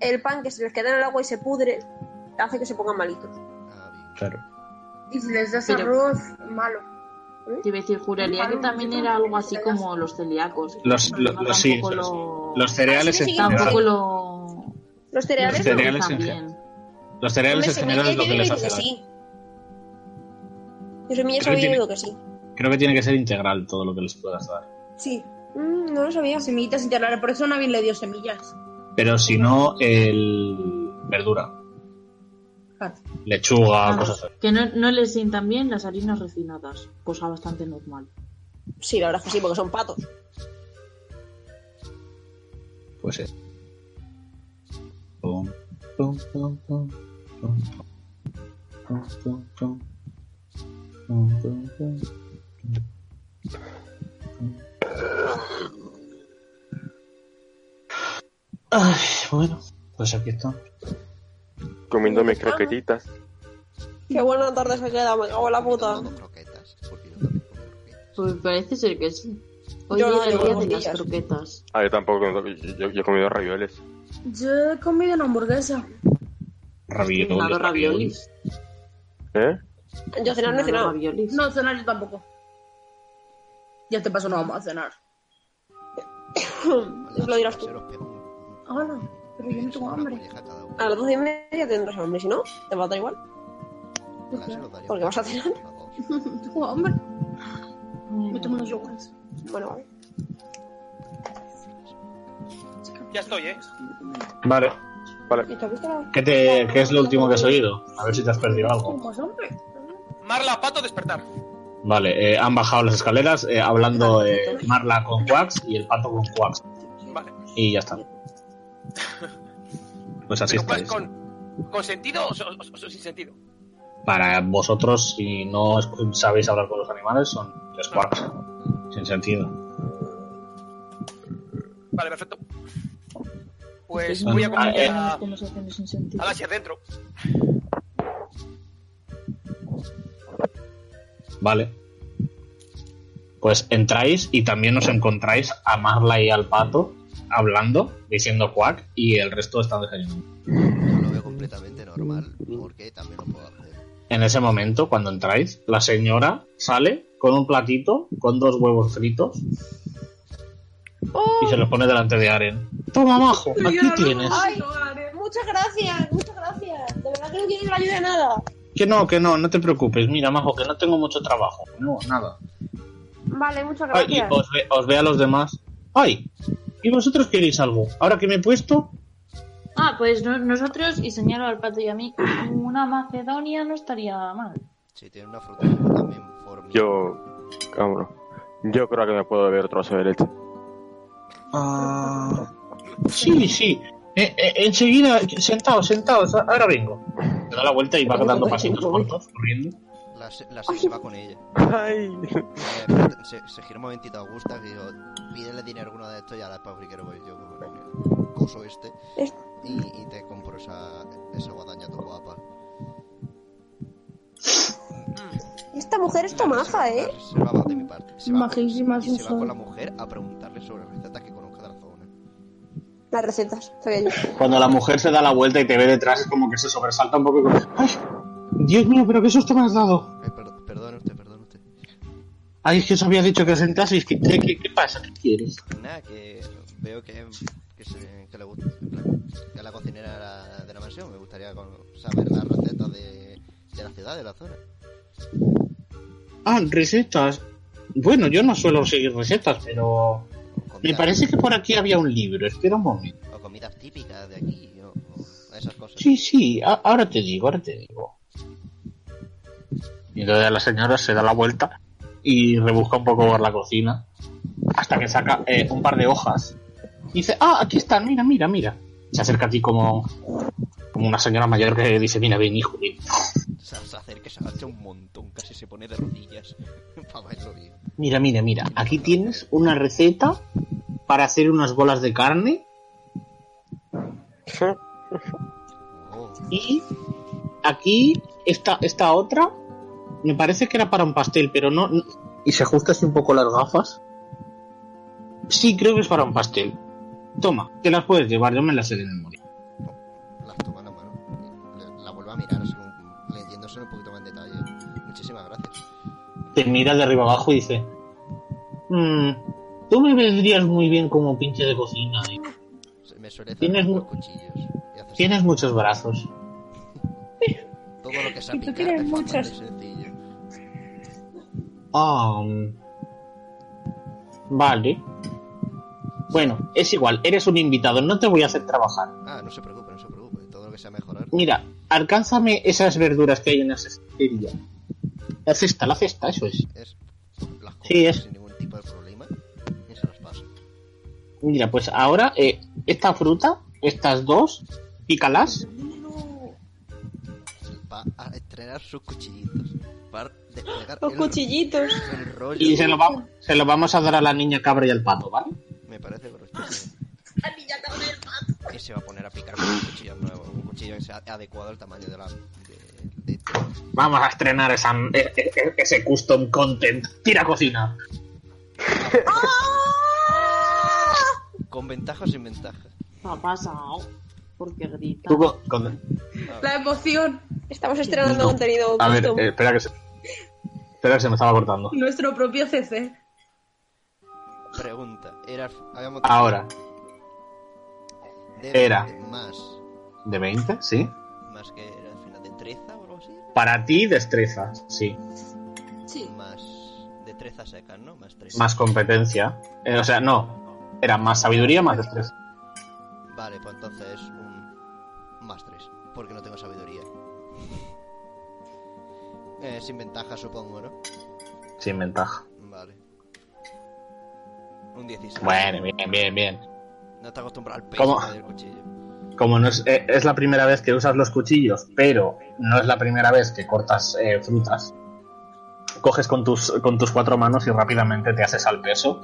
Speaker 2: el pan que se les queda en el agua y se pudre, hace que se pongan malitos.
Speaker 6: Ah, bien.
Speaker 4: Claro.
Speaker 11: Y si les das
Speaker 9: Pero-
Speaker 11: arroz, malo.
Speaker 9: Te iba a decir, juraría que también era algo así como los celíacos.
Speaker 4: Los-
Speaker 9: No,
Speaker 4: lo-
Speaker 9: no,
Speaker 4: los- sí,
Speaker 9: tampoco
Speaker 4: los-
Speaker 9: lo-
Speaker 4: Los cereales
Speaker 2: Ah, sí,
Speaker 4: en
Speaker 2: sí,
Speaker 4: general.
Speaker 9: Tampoco lo...
Speaker 2: Los cereales...
Speaker 4: Los
Speaker 2: no.
Speaker 4: cereales en
Speaker 9: también.
Speaker 4: Los
Speaker 2: Hombre,
Speaker 4: cereales en
Speaker 2: semilla,
Speaker 4: general es lo
Speaker 2: yo
Speaker 4: que
Speaker 2: digo
Speaker 4: les
Speaker 2: que
Speaker 4: hace. daño.
Speaker 2: sí. Yo semillas
Speaker 4: Creo
Speaker 2: había
Speaker 4: que tiene-
Speaker 2: digo que sí.
Speaker 4: Creo que tiene que ser integral todo lo que les puedas dar.
Speaker 2: Sí. Mm, no lo sabía.
Speaker 3: Semillitas integrales, por eso Nabil le dio semillas.
Speaker 4: Pero si no, el verdura.
Speaker 3: Claro.
Speaker 4: Lechuga,
Speaker 9: Ah,
Speaker 4: cosas así.
Speaker 9: Que no, no le sientan bien las harinas refinadas, cosa bastante normal.
Speaker 2: Sí, la verdad es que sí, porque son patos.
Speaker 4: Pues es. Pum, pum, pum, pum, pum, pum, pum, pum, pum, pum, pum. Ay, bueno, pues aquí está.
Speaker 5: Comiendo
Speaker 3: Pues
Speaker 5: mis croquetitas.
Speaker 2: Qué buena tarde se queda, me cago en la puta.
Speaker 9: Pues parece ser que sí. Hoy
Speaker 2: Yo no
Speaker 9: es el
Speaker 2: digo
Speaker 9: día de
Speaker 2: buenos
Speaker 9: las
Speaker 2: días.
Speaker 9: croquetas.
Speaker 5: Ah, yo tampoco, yo, yo he comido ravioles.
Speaker 11: Yo he comido una hamburguesa.
Speaker 4: Ravioles.
Speaker 9: Nada, raviolis.
Speaker 5: ¿Eh?
Speaker 2: Yo cenar no he cenado.
Speaker 11: No, cenar yo tampoco. Ya te paso, no vamos a cenar.
Speaker 2: Pues Lo dirás tú. Ah,
Speaker 11: Hola, pero yo no tengo hambre.
Speaker 2: A las doce y media tendrás hambre, si no, te va a dar igual. pues Porque vas a cenar.
Speaker 11: No tengo hambre. Me tomo unos
Speaker 3: pues.
Speaker 11: yogures.
Speaker 2: Bueno, vale.
Speaker 1: Ya estoy, ¿eh?
Speaker 4: Vale.
Speaker 5: Vale.
Speaker 4: ¿Qué, te, ¿Qué es lo último que has oído? A ver si te has perdido algo.
Speaker 11: Tengo más hambre.
Speaker 1: Marla, pato, despertar.
Speaker 4: Vale, eh, han bajado las escaleras eh, hablando eh, Marla con Quax y el pato con Quax.
Speaker 1: Vale.
Speaker 4: Y ya está. Pues así
Speaker 1: Pero ¿cuál
Speaker 4: estáis.
Speaker 1: es con, con sentido o, so- o- o sin sentido?
Speaker 4: Para vosotros, si no es- sabéis hablar con los animales, son tres Quax. Sin sentido.
Speaker 1: Vale, perfecto. Pues voy a
Speaker 4: Ah,
Speaker 1: comer
Speaker 4: eh.
Speaker 1: a,
Speaker 9: Conversaciones sin sentido.
Speaker 1: a la hacia adentro.
Speaker 4: Vale. Pues entráis y también os encontráis a Marla y al pato hablando, diciendo Quack, y el resto están desayunando.
Speaker 6: Lo veo completamente normal, porque también lo puedo hacer.
Speaker 4: En ese momento, cuando entráis, la señora sale con un platito con dos huevos fritos y se los pone delante de Aren. Toma, majo, aquí tienes.
Speaker 2: ¡Ay! Muchas gracias, muchas gracias. De verdad que no quiero que me ayude de nada.
Speaker 4: Que no, que no, no te preocupes. Mira, majo, que no tengo mucho trabajo. No, nada.
Speaker 2: Vale, muchas
Speaker 4: Ay, y
Speaker 2: gracias.
Speaker 4: os ve, os ve a los demás. ¡Ay! ¿Y vosotros queréis algo? Ahora que me he puesto,
Speaker 9: Ah, pues no- nosotros, y señalo al pato y a mí, una macedonia no estaría mal.
Speaker 6: Si tiene una fruta también por mí.
Speaker 5: Yo, cabrón. Yo creo que me puedo beber otro vaso de leche.
Speaker 4: Ah, sí, sí. Eh, eh, enseguida, sentados, sentados, ahora vengo. Se da la vuelta y va dando pasitos cortos, corriendo.
Speaker 6: La, se- la se va con ella.
Speaker 5: Ay.
Speaker 6: Eh, espérate, se, se gira un momentito a Gustav y digo, pídele dinero a alguno de estos y a la fabriquero voy yo con el coso este
Speaker 2: Es-
Speaker 6: y, y te compro esa, esa guadaña tu guapa.
Speaker 2: Esta mujer es tomaja, ¿eh?
Speaker 6: Se va de mi parte. Se va, con-
Speaker 11: Majísima,
Speaker 6: y se va
Speaker 11: Susan.
Speaker 6: con la mujer a preguntarle sobre recetas que conozca de la zona.
Speaker 2: Las recetas, sabía yo.
Speaker 4: Cuando la mujer se da la vuelta y te ve detrás, es como que se sobresalta un poco. y como, ¡Ay! Dios mío, pero qué susto me has dado.
Speaker 6: Eh, per- perdone usted, perdone usted.
Speaker 4: Ay, es que os había dicho que os sentaseis. ¿Qué, qué, qué- qué pasa? ¿Qué quieres?
Speaker 6: Nada, que veo que, que, se- que le gusta, en plan, que la cocinera de la, de la mansión. Me gustaría con- saber las recetas de, de la ciudad, de la zona.
Speaker 4: Ah, recetas. Bueno, yo no suelo seguir recetas, pero me
Speaker 6: Comida-
Speaker 4: parece que por aquí había un libro. Espera un momento.
Speaker 6: O comidas típicas de aquí, o, o esas cosas.
Speaker 4: Sí, sí, a- ahora te digo, ahora te digo. Y entonces la señora se da la vuelta y rebusca un poco por la cocina hasta que saca eh, un par de hojas. Y dice, ah, aquí están, mira, mira, mira. Se acerca a ti como, como una señora mayor que dice, mira, ven, hijo, ven.
Speaker 6: Se, se acerca, se agacha un montón, casi se pone de rodillas para verlo bien.
Speaker 4: Mira, mira, mira, aquí tienes una receta para hacer unas bolas de carne
Speaker 6: Oh,
Speaker 4: Y aquí esta, esta otra me parece que era para un pastel, pero no. no- Y se ajusta así un poco las gafas. Sí, creo que es para un pastel. Toma, te las puedes llevar, yo me las he de memoria.
Speaker 6: las toma en la mano. Le- La vuelve a mirar, así como leyéndose un poquito más en detalle. Muchísimas gracias.
Speaker 4: Te mira de arriba abajo y dice: "Mm, Tú me vendrías muy bien como pinche de cocina. ¿eh?
Speaker 6: Se- Me suele
Speaker 4: Tienes
Speaker 6: cerrar
Speaker 4: mu-
Speaker 6: los cuchillos. y hace así.
Speaker 4: Tienes muchos brazos.
Speaker 6: Todo lo que sea
Speaker 3: Y tú
Speaker 6: picar
Speaker 3: tienes
Speaker 6: es bastante
Speaker 3: muchos.
Speaker 6: sencillo.
Speaker 4: Ah, mm. vale. Bueno, es igual, eres un invitado, no te voy a hacer trabajar.
Speaker 6: Ah, no se preocupe, no se preocupe. Todo lo que sea mejorar.
Speaker 4: Mira, alcánzame esas verduras que hay en la cestería. La cesta, la cesta, eso es.
Speaker 6: Es las cosas
Speaker 4: Sí, es.
Speaker 6: sin ningún tipo de problema. Y se las paso.
Speaker 4: Mira, pues ahora eh, esta fruta, estas dos, pícalas.
Speaker 6: Va a estrenar sus cuchillitos. Para desplegar
Speaker 8: Los
Speaker 6: el-
Speaker 8: cuchillitos.
Speaker 6: el rollo.
Speaker 4: Y se lo, va- se lo vamos a dar a la niña cabra y al pato, ¿vale?
Speaker 6: Me parece correcto. Y se va a poner a picar con un cuchillo nuevo. Un cuchillo que sea adecuado al tamaño de la.
Speaker 4: Vamos a estrenar esa, e- e- e- ese custom content. Tira cocina.
Speaker 6: Con ventaja o sin ventaja.
Speaker 8: ha pasado? Porque grita.
Speaker 4: Tú con- con-
Speaker 8: La emoción.
Speaker 2: Estamos estrenando
Speaker 4: No.
Speaker 2: contenido.
Speaker 4: A ver,
Speaker 2: custom.
Speaker 4: eh, espera que se... Espera que se me estaba cortando.
Speaker 11: Nuestro propio CC.
Speaker 6: Pregunta. Era. Habíamos
Speaker 4: Ahora,
Speaker 6: de-
Speaker 4: era.
Speaker 6: de Más.
Speaker 4: de 20, sí.
Speaker 6: Más que era al final de 13 o algo así.
Speaker 4: Para ti, destreza, sí.
Speaker 6: Sí. Más de 13 secas, ¿no? Más 13.
Speaker 4: Más competencia. Eh, o sea, no. Era más sabiduría, más destreza.
Speaker 6: Vale, pues entonces es un más 3, porque no tengo sabiduría. Eh, sin ventaja, supongo, ¿no?
Speaker 4: Sin ventaja.
Speaker 6: Vale. Un 16.
Speaker 4: Bueno, bien, bien, bien.
Speaker 6: No te acostumbras al
Speaker 4: ¿Cómo?
Speaker 6: peso del cuchillo.
Speaker 4: Como no es, eh, es la primera vez que usas los cuchillos, pero no es la primera vez que cortas eh, frutas, coges con tus, con tus cuatro manos y rápidamente te haces al peso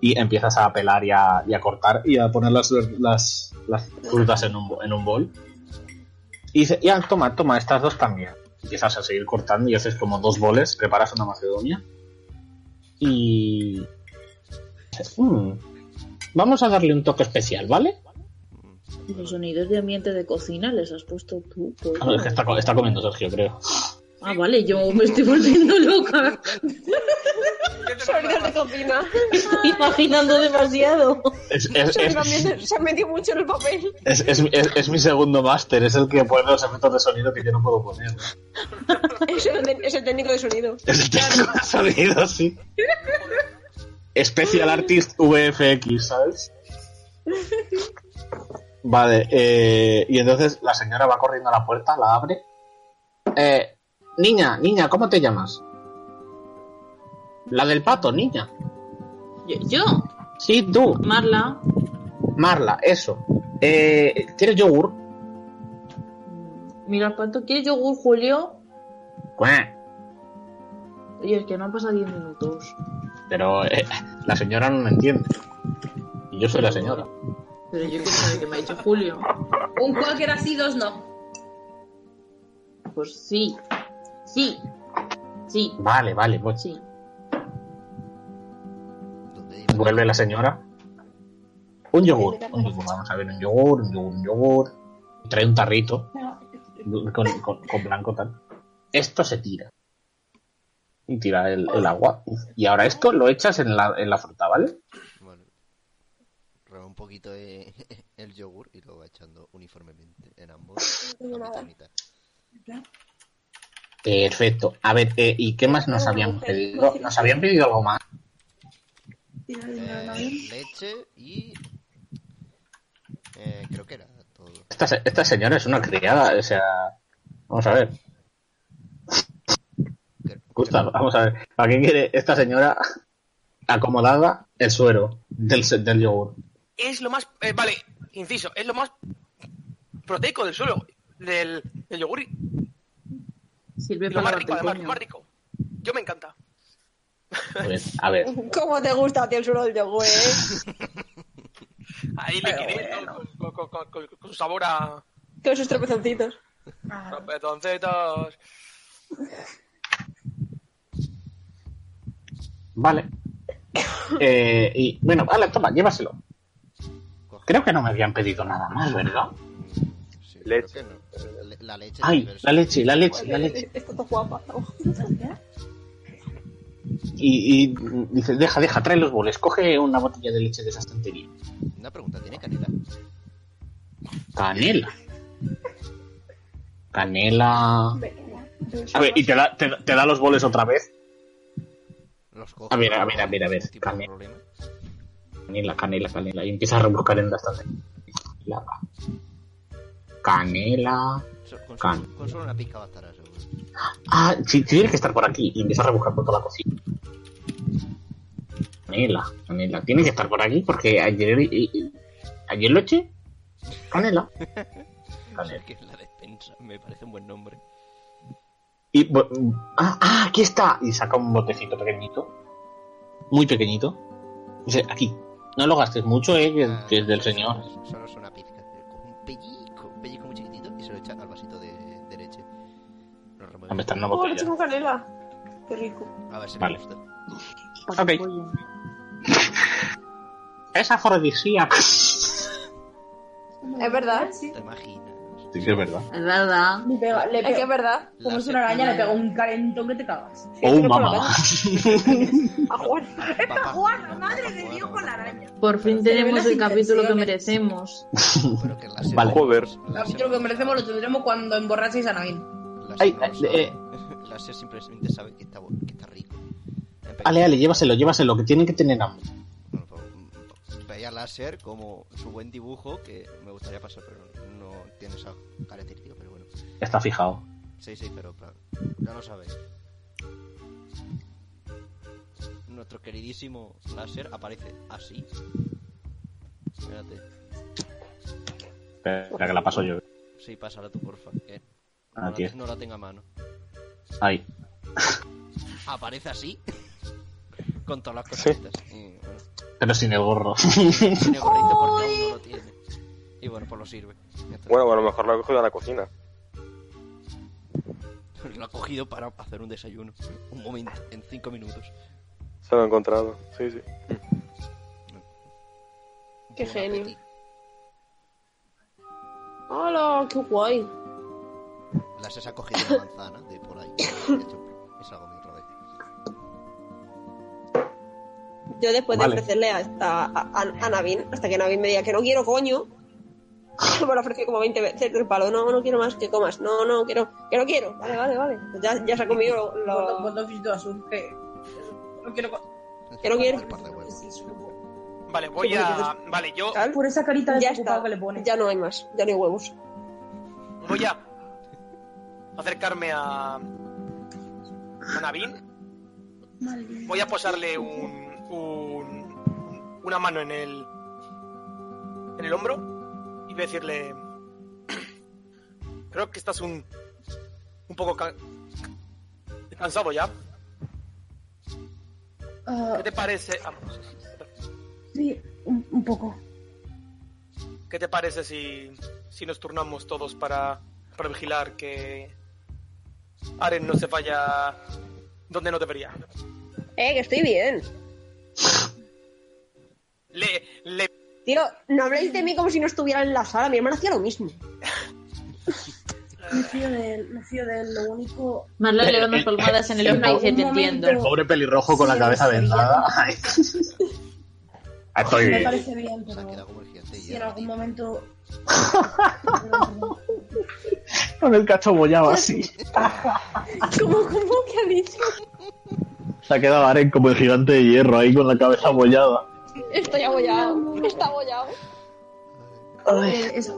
Speaker 4: y empiezas a pelar y a, y a cortar y a poner las, las, las frutas en un, bo- en un bol. Y dice, ya, toma, toma, estas dos también. Empiezas a seguir cortando y haces como dos boles, preparas una macedonia y... dices, "Mm, vamos a darle un toque especial, ¿vale?
Speaker 8: Los sonidos de ambiente de cocina les has puesto tú. coño.
Speaker 4: Ah, no, es que está, co- está comiendo Sergio, creo.
Speaker 8: Ah, vale, yo me estoy volviendo loca.
Speaker 2: Sonidos de cocina.
Speaker 8: Imaginando demasiado.
Speaker 4: Es, es-
Speaker 2: Sonido
Speaker 4: es-
Speaker 2: ambiente- Se ha metido mucho en el papel.
Speaker 4: es- es- es- es mi segundo máster, es el que pone los efectos de sonido que yo no puedo poner.
Speaker 2: Es el, de- es el técnico de sonido.
Speaker 4: Es el técnico de sonido, sí. Special Artist VFX, ¿sabes? Vale, eh, y entonces la señora va corriendo a la puerta, la abre. Eh, niña, niña, ¿cómo te llamas? La del pato, niña.
Speaker 8: Yo, yo,
Speaker 4: Sí, tú.
Speaker 8: Marla.
Speaker 4: Marla, eso. Eh, ¿Quieres yogur?
Speaker 8: Mira, ¿cuánto quieres yogur, Julio?
Speaker 4: Cué.
Speaker 8: Y es que no han pasado 10 minutos.
Speaker 4: Pero eh, la señora no me entiende. Y yo soy la señora.
Speaker 8: Pero yo quiero saber qué me ha dicho Julio.
Speaker 11: Un cualquier así, dos no.
Speaker 8: Pues sí. Sí. Sí.
Speaker 4: Vale, vale, pues voy.
Speaker 8: Sí.
Speaker 4: Vuelve la señora. Un yogur. Un yogur. Vamos a ver, un yogur, un yogur, un yogur. Trae un tarrito con, con- con blanco tal. Esto se tira. Y tira el, el agua. Y ahora esto lo echas en la, en la fruta, ¿vale?
Speaker 6: Bueno, roba un poquito de- el yogur y lo va echando uniformemente en ambos. a mitad, mitad.
Speaker 4: Perfecto. A ver, eh, ¿y qué más nos habían pedido? ¿Nos habían pedido algo más?
Speaker 6: Eh, leche y. Eh, creo que era todo.
Speaker 4: Esta, se- esta señora es una criada, o sea. Vamos a ver. Gustav, vamos a ver. ¿Para qué quiere esta señora acomodada el suero del, se- del yogur?
Speaker 1: Es lo más. eh, vale, inciso, es lo más proteico del suelo, del, del yogur. y
Speaker 8: Sirve
Speaker 1: lo
Speaker 8: para
Speaker 1: más
Speaker 8: la
Speaker 1: rico, además, lo
Speaker 8: pequeña.
Speaker 1: más rico. Yo me encanta.
Speaker 4: A ver, a ver.
Speaker 2: ¿Cómo te gusta a ti el suelo del yogur, eh?
Speaker 1: Ahí le con, con- con- con- con su sabor a
Speaker 2: Con sus tropezoncitos.
Speaker 1: trompetoncitos.
Speaker 4: Vale. Eh, y bueno, vale, toma, llévaselo. Creo que no me habían pedido nada más, ¿verdad?
Speaker 6: Sí,
Speaker 5: Leche.
Speaker 6: creo que no. Le- la leche.
Speaker 4: Ay,
Speaker 6: del-
Speaker 4: la leche, la leche, la leche.
Speaker 2: Está todo guapa. está guapa.
Speaker 4: Y, y dice, deja, deja, trae los boles, coge una botella de leche de esa estantería.
Speaker 6: Una pregunta, ¿tiene canela?
Speaker 4: Canela. Canela. A ver, y te da, te, te da los boles otra vez.
Speaker 6: Los coge.
Speaker 4: A ver, a ver, a ver, a ver.
Speaker 6: Sin tipo de
Speaker 4: Canela,
Speaker 6: problema.
Speaker 4: canela, canela, canela. Y empieza a rebuscar en la estancia. La- Canela.
Speaker 6: So- Con,
Speaker 4: Can-
Speaker 6: con solo una pizca bastará, seguro.
Speaker 4: Ah, sí, tiene que estar por aquí. Y empieza a rebuscar por toda la cocina. Canela, canela. Tiene que estar por aquí porque ayer. y- y- ayer noche. Canela.
Speaker 6: que es la despensa, me parece un buen nombre.
Speaker 4: Y. bu- Ah, ah, aquí está. Y saca un botecito pequeñito. Muy pequeñito. Dice, aquí. No lo gastes mucho, eh, que, que es del señor.
Speaker 6: Solo es una pizca. Coge un pellico, un pellico muy chiquitito y se lo echa al vasito de, de leche. Lo remueve.
Speaker 4: Ah, me está en una
Speaker 2: Oh, le
Speaker 4: botella.
Speaker 2: echo con canela. Qué rico.
Speaker 6: A ver si
Speaker 4: Vale.
Speaker 6: le gusta.
Speaker 4: Ok. Es afrodisíaco.
Speaker 2: Es verdad.
Speaker 6: Te imaginas.
Speaker 4: Sí, que es verdad.
Speaker 8: Es verdad.
Speaker 12: Le pega- le
Speaker 2: Es que
Speaker 12: pega-
Speaker 2: es verdad.
Speaker 6: La
Speaker 12: como es una araña, le
Speaker 8: serpiente.
Speaker 12: pega un calentón que te cagas.
Speaker 4: O un Oh, mamá.
Speaker 2: A Juan.
Speaker 6: Papá,
Speaker 3: Juana,
Speaker 6: no,
Speaker 3: madre
Speaker 6: papá,
Speaker 3: de Dios
Speaker 6: no,
Speaker 3: con la
Speaker 6: papá.
Speaker 3: araña.
Speaker 8: Por fin
Speaker 3: Se le ven
Speaker 8: tenemos
Speaker 3: las
Speaker 8: el capítulo que
Speaker 3: intenciones.
Speaker 8: merecemos.
Speaker 6: Pero que la
Speaker 4: Vale.
Speaker 6: semana-
Speaker 5: Joder.
Speaker 6: la
Speaker 3: Capítulo que
Speaker 6: semana-
Speaker 3: merecemos lo tendremos cuando emborrachéis a Navin.
Speaker 6: La
Speaker 4: Ay,
Speaker 6: SER no lo
Speaker 4: eh,
Speaker 6: sabe.
Speaker 4: eh.
Speaker 6: La SER simplemente sabe que está, bu- que está rico. En
Speaker 4: Ale, ale, llévaselo, llévaselo, que tienen que tener hambre.
Speaker 6: Bueno, pues, veía la SER como su buen dibujo que me gustaría pasar, pero no tiene esa característica. Pero bueno,
Speaker 4: Está fijado.
Speaker 6: sí, sí, pero en plan, ya lo sabéis. Nuestro queridísimo láser aparece así. Espérate.
Speaker 4: Espera que la paso yo.
Speaker 6: Sí, pásala tú, porfa. que no,
Speaker 4: Aquí
Speaker 6: la,
Speaker 4: es.
Speaker 6: no la tenga a mano.
Speaker 4: Ahí.
Speaker 6: Aparece así. Con todas las cositas. Y, bueno,
Speaker 4: Pero sin el gorro.
Speaker 6: Tiene gorrito porque aún no lo tiene. Y bueno, pues lo sirve. Ya está.
Speaker 5: Bueno, a lo mejor lo he cogido en la cocina.
Speaker 6: Lo ha cogido para hacer un desayuno. Un momento, en cinco minutos.
Speaker 5: Se lo he encontrado. Sí, sí.
Speaker 2: Qué
Speaker 6: Buen
Speaker 2: genio.
Speaker 6: apetito.
Speaker 2: Hola, qué guay.
Speaker 6: La se ha cogido una manzana de por ahí. De hecho, es algo muy raro.
Speaker 2: Yo después
Speaker 4: Vale.
Speaker 2: de ofrecerle a, esta, a, a- a Navin, hasta que Navin me diga que no quiero, coño. Me lo ofreció como 20 veces el palo. No, no quiero más que comas. No, no, quiero, que no quiero. Vale, vale, vale. Pues ya, ya se ha comido lo-
Speaker 3: Cuando,
Speaker 2: lo.
Speaker 3: cuando fichito azul, que. No quiero. co-
Speaker 2: Que no quiero.
Speaker 6: Un par de huevos.
Speaker 1: Vale, voy a. Vale, yo
Speaker 2: Tal.
Speaker 3: Por esa carita de
Speaker 2: Ya
Speaker 3: preocupado
Speaker 2: está.
Speaker 3: que le pone.
Speaker 2: Ya no hay más. Ya no hay huevos.
Speaker 1: voy a acercarme a. a Navin. Voy a posarle un, un- una mano en el. en el hombro. Y voy a decirle. Creo que estás un. un poco ca- cansado ya.
Speaker 12: Ah,
Speaker 1: ¿Qué te parece? ah,
Speaker 12: sí, un, un poco.
Speaker 1: ¿Qué te parece si, si nos turnamos todos para, para vigilar que Aren no se vaya donde no debería?
Speaker 2: Eh, que estoy bien.
Speaker 1: Le, le,
Speaker 2: Tío, no habléis de mí como si no estuviera en la sala. Mi hermana hacía lo mismo.
Speaker 3: Me fío de él, me fío de él. Lo único.
Speaker 8: Marlon le da
Speaker 4: Eh,
Speaker 8: unas
Speaker 4: eh,
Speaker 8: palmadas en el hombro y dice, te entiendo.
Speaker 3: El
Speaker 4: Pobre pelirrojo con la cabeza vendada. Ay. Estoy
Speaker 3: Me
Speaker 4: bien.
Speaker 3: parece bien,
Speaker 6: Se ha
Speaker 3: pero.
Speaker 6: quedado como el gigante.
Speaker 3: Si en
Speaker 6: hierro,
Speaker 3: algún
Speaker 6: tío.
Speaker 3: momento.
Speaker 13: Con el cacho bollado así.
Speaker 2: ¿Cómo, cómo? ¿Qué ha dicho?
Speaker 13: Se ha quedado Aren como el gigante de hierro ahí con la cabeza bollada.
Speaker 2: Estoy abollado. Está abollado.
Speaker 3: Eh, es-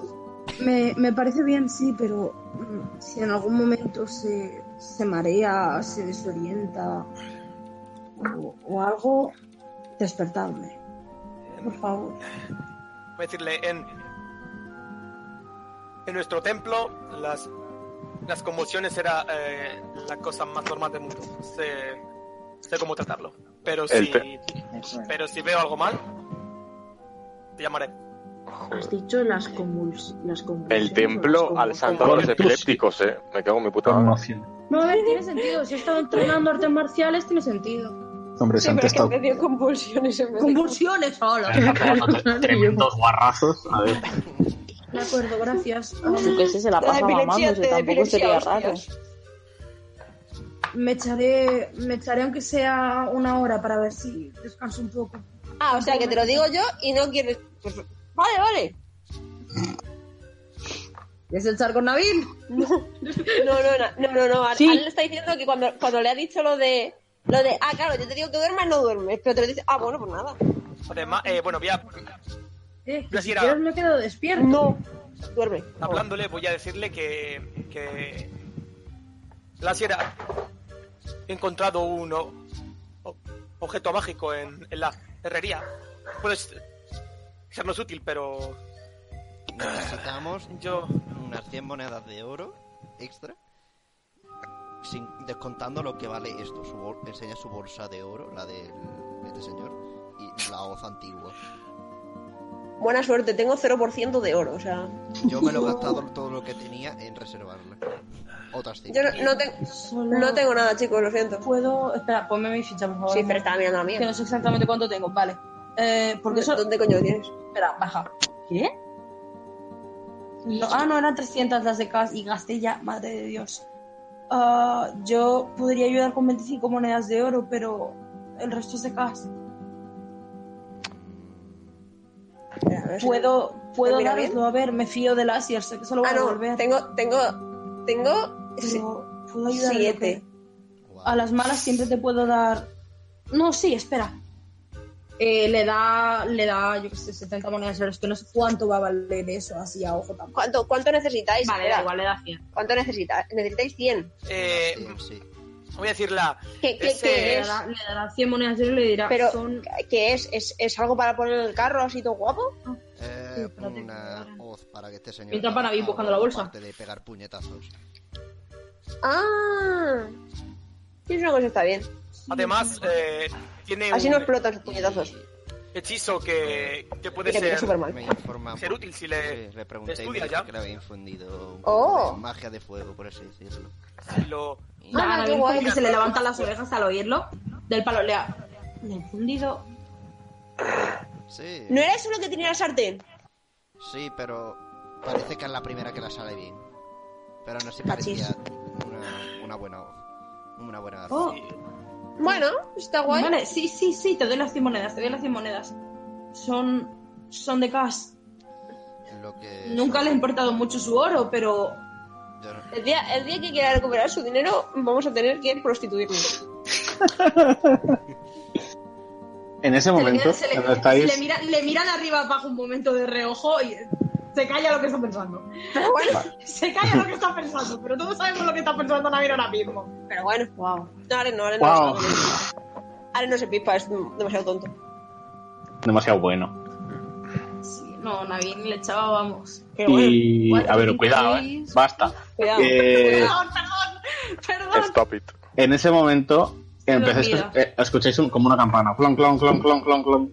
Speaker 3: me, me parece bien, sí, pero mm, si en algún momento se, se marea, se desorienta o, o algo, despertadme. Por favor.
Speaker 1: voy a decirle en, en nuestro templo las, las convulsiones era eh, la cosa más normal del mundo. Sé, sé cómo tratarlo. Pero
Speaker 5: El
Speaker 1: si,
Speaker 5: te-
Speaker 1: pero si veo algo mal, te llamaré.
Speaker 8: Has dicho las, convuls las convulsiones.
Speaker 5: El templo al santo de los epilépticos, eh. Me cago en mi puta madre.
Speaker 13: Conmoción.
Speaker 3: No, a ver, tiene sentido. Si he estado entrenando artes marciales, tiene sentido.
Speaker 13: Hombre,
Speaker 2: Sí,
Speaker 13: se han
Speaker 2: pero es que
Speaker 13: testado
Speaker 2: me dio convulsiones en vez de-
Speaker 3: Convulsiones ahora.
Speaker 4: tremendos guarrazos. A ver.
Speaker 3: De acuerdo, gracias.
Speaker 14: Yo que sé, se la
Speaker 2: Te da
Speaker 14: pasa
Speaker 2: epilepsia,
Speaker 14: mamando, si
Speaker 2: te da
Speaker 14: Ah, tampoco
Speaker 2: epilepsia,
Speaker 14: sería raro.
Speaker 2: hostias.
Speaker 3: Me echaré, me echaré aunque sea una hora para ver si descanso un poco.
Speaker 2: Ah, o sea, que te lo digo yo y no quieres... pues, vale, vale.
Speaker 3: ¿Es el charco Nabil?
Speaker 2: No, no, no, no, no, no. Al-
Speaker 14: Sí.
Speaker 2: Al le está diciendo que cuando, cuando le ha dicho lo de Lo de, ah, claro, yo te digo que duermas, no duermes, pero te lo dices, ah, bueno, pues nada.
Speaker 1: Además, eh, bueno, voy a,
Speaker 15: Eh,
Speaker 1: Yo así era.
Speaker 15: yo me quedo despierto.
Speaker 2: No, duerme.
Speaker 1: hablándole, voy a decirle que. que. La sierra. He encontrado un o- o- objeto mágico en, en la herrería. Puede ser- sernos útil, pero.
Speaker 6: Necesitamos
Speaker 1: Yo.
Speaker 6: unas 100 monedas de oro extra. Sin, descontando lo que vale esto. Su bol- enseña su bolsa de oro, la de este señor. Y la hoz antigua.
Speaker 2: Buena suerte, tengo 0% de oro, o sea.
Speaker 6: Yo me lo he gastado todo lo que tenía en reservarla. Otras 5.
Speaker 2: Yo no, no tengo- no tengo nada, chicos, lo siento.
Speaker 3: Puedo. Espera, ponme mi ficha, por favor.
Speaker 2: Sí, pero estaba mirando la mía.
Speaker 3: Que no sé exactamente cuánto tengo, vale. Eh, porque eso...
Speaker 2: ¿Dónde coño tienes?
Speaker 3: Espera, baja. ¿Qué? No, ah, no, eran 300 las de Cas y gasté ya, madre de Dios. Ah, yo podría ayudar con 25 monedas de oro, pero el resto es de Cas. Puedo, puedo
Speaker 2: mira
Speaker 3: daroslo, a ver, me fío del Asier, sé que solo va
Speaker 2: Ah,
Speaker 3: a
Speaker 2: no,
Speaker 3: volver.
Speaker 2: tengo, tengo, tengo si-
Speaker 3: ¿Puedo ayudar en lo
Speaker 2: siete.
Speaker 3: que- A las malas siempre te puedo dar. No, sí, espera. Eh, le da, le da, yo qué sé, 70 monedas de oro. Es que no sé cuánto va a valer eso así a ojo tampoco.
Speaker 2: ¿Cuánto, cuánto necesitáis?
Speaker 16: Vale,
Speaker 2: Espera.
Speaker 16: da igual, le da 100.
Speaker 2: ¿Cuánto necesitáis? ¿Necesitáis 100?
Speaker 1: Eh, Voy a decirla.
Speaker 2: ¿Qué, qué,
Speaker 1: Ese-
Speaker 2: qué
Speaker 16: Le
Speaker 2: es?
Speaker 16: dará, le dará 100 monedas de oro y le dirá,
Speaker 2: Pero,
Speaker 16: son...
Speaker 2: ¿qué es? es? es algo para poner en el carro así todo guapo?
Speaker 6: Eh, una hoz para que este señor.
Speaker 16: Mientras van a ir buscando la bolsa.
Speaker 6: Aparte de pegar puñetazos.
Speaker 2: ¡Ah! Sí, eso cosa está bien.
Speaker 1: Además, eh, tiene
Speaker 2: Así
Speaker 1: un
Speaker 2: no explotan sus puñetazos.
Speaker 1: hechizo que, que puede
Speaker 2: Mira, mira,
Speaker 1: ser,
Speaker 2: Superman.
Speaker 6: Me informa.
Speaker 1: ser útil si le,
Speaker 6: Sí, le pregunté y me
Speaker 1: estudia
Speaker 6: dijo
Speaker 1: ya.
Speaker 6: que le había infundido un
Speaker 2: Oh.
Speaker 6: poco de magia de fuego, por así decirlo.
Speaker 1: si lo-
Speaker 2: Ah,
Speaker 16: Ah,
Speaker 2: qué
Speaker 16: no,
Speaker 2: guay.
Speaker 16: como que se le levantan las orejas al oírlo. Del palo, le ha... Le he fundido.
Speaker 6: Sí,
Speaker 2: ¿No era eso lo que tenía la sartén?
Speaker 6: sí, pero parece que es la primera que la sale bien. Pero no se parecía una, una buena hoz. Una buena arma.
Speaker 16: Oh,
Speaker 2: Bueno, está guay.
Speaker 16: Vale,
Speaker 2: Vale.
Speaker 16: sí, sí, sí, te doy las 100 monedas, te doy las 100 monedas.
Speaker 3: Son, son de cash.
Speaker 6: Lo que
Speaker 16: Nunca le ha importado mucho su oro, pero...
Speaker 6: yo no-
Speaker 2: El día, el día que quiera recuperar su dinero, vamos a tener que prostituirnos.
Speaker 4: En ese
Speaker 16: se le
Speaker 4: momento,
Speaker 16: queda- se le-
Speaker 4: cuando estáis.
Speaker 16: le mira- le mira de arriba abajo un momento de reojo y se calla lo que está pensando.
Speaker 2: Pero bueno,
Speaker 16: Se calla lo que está pensando, pero todos sabemos lo que está pensando Navi ahora mismo.
Speaker 2: pero bueno.
Speaker 16: Wow.
Speaker 2: No, ahora no, ahora no.
Speaker 4: ¡Wow!
Speaker 2: Ahora no se pipa, es demasiado tonto.
Speaker 4: Demasiado bueno.
Speaker 16: Sí, no, Navi le echaba, vamos.
Speaker 2: Pero bueno,
Speaker 4: Y.
Speaker 16: Cuatro,
Speaker 4: A ver,
Speaker 16: cinco,
Speaker 4: cuidado, eh.
Speaker 16: seis.
Speaker 4: Basta.
Speaker 2: cuidado.
Speaker 4: Eh,
Speaker 16: Perdón, perdón, perdón.
Speaker 5: Stop it.
Speaker 4: En ese momento, empezáis
Speaker 16: olvida.
Speaker 4: eh, escucháis un- como una campana. Clon, clon, clon, clon, clon, clon.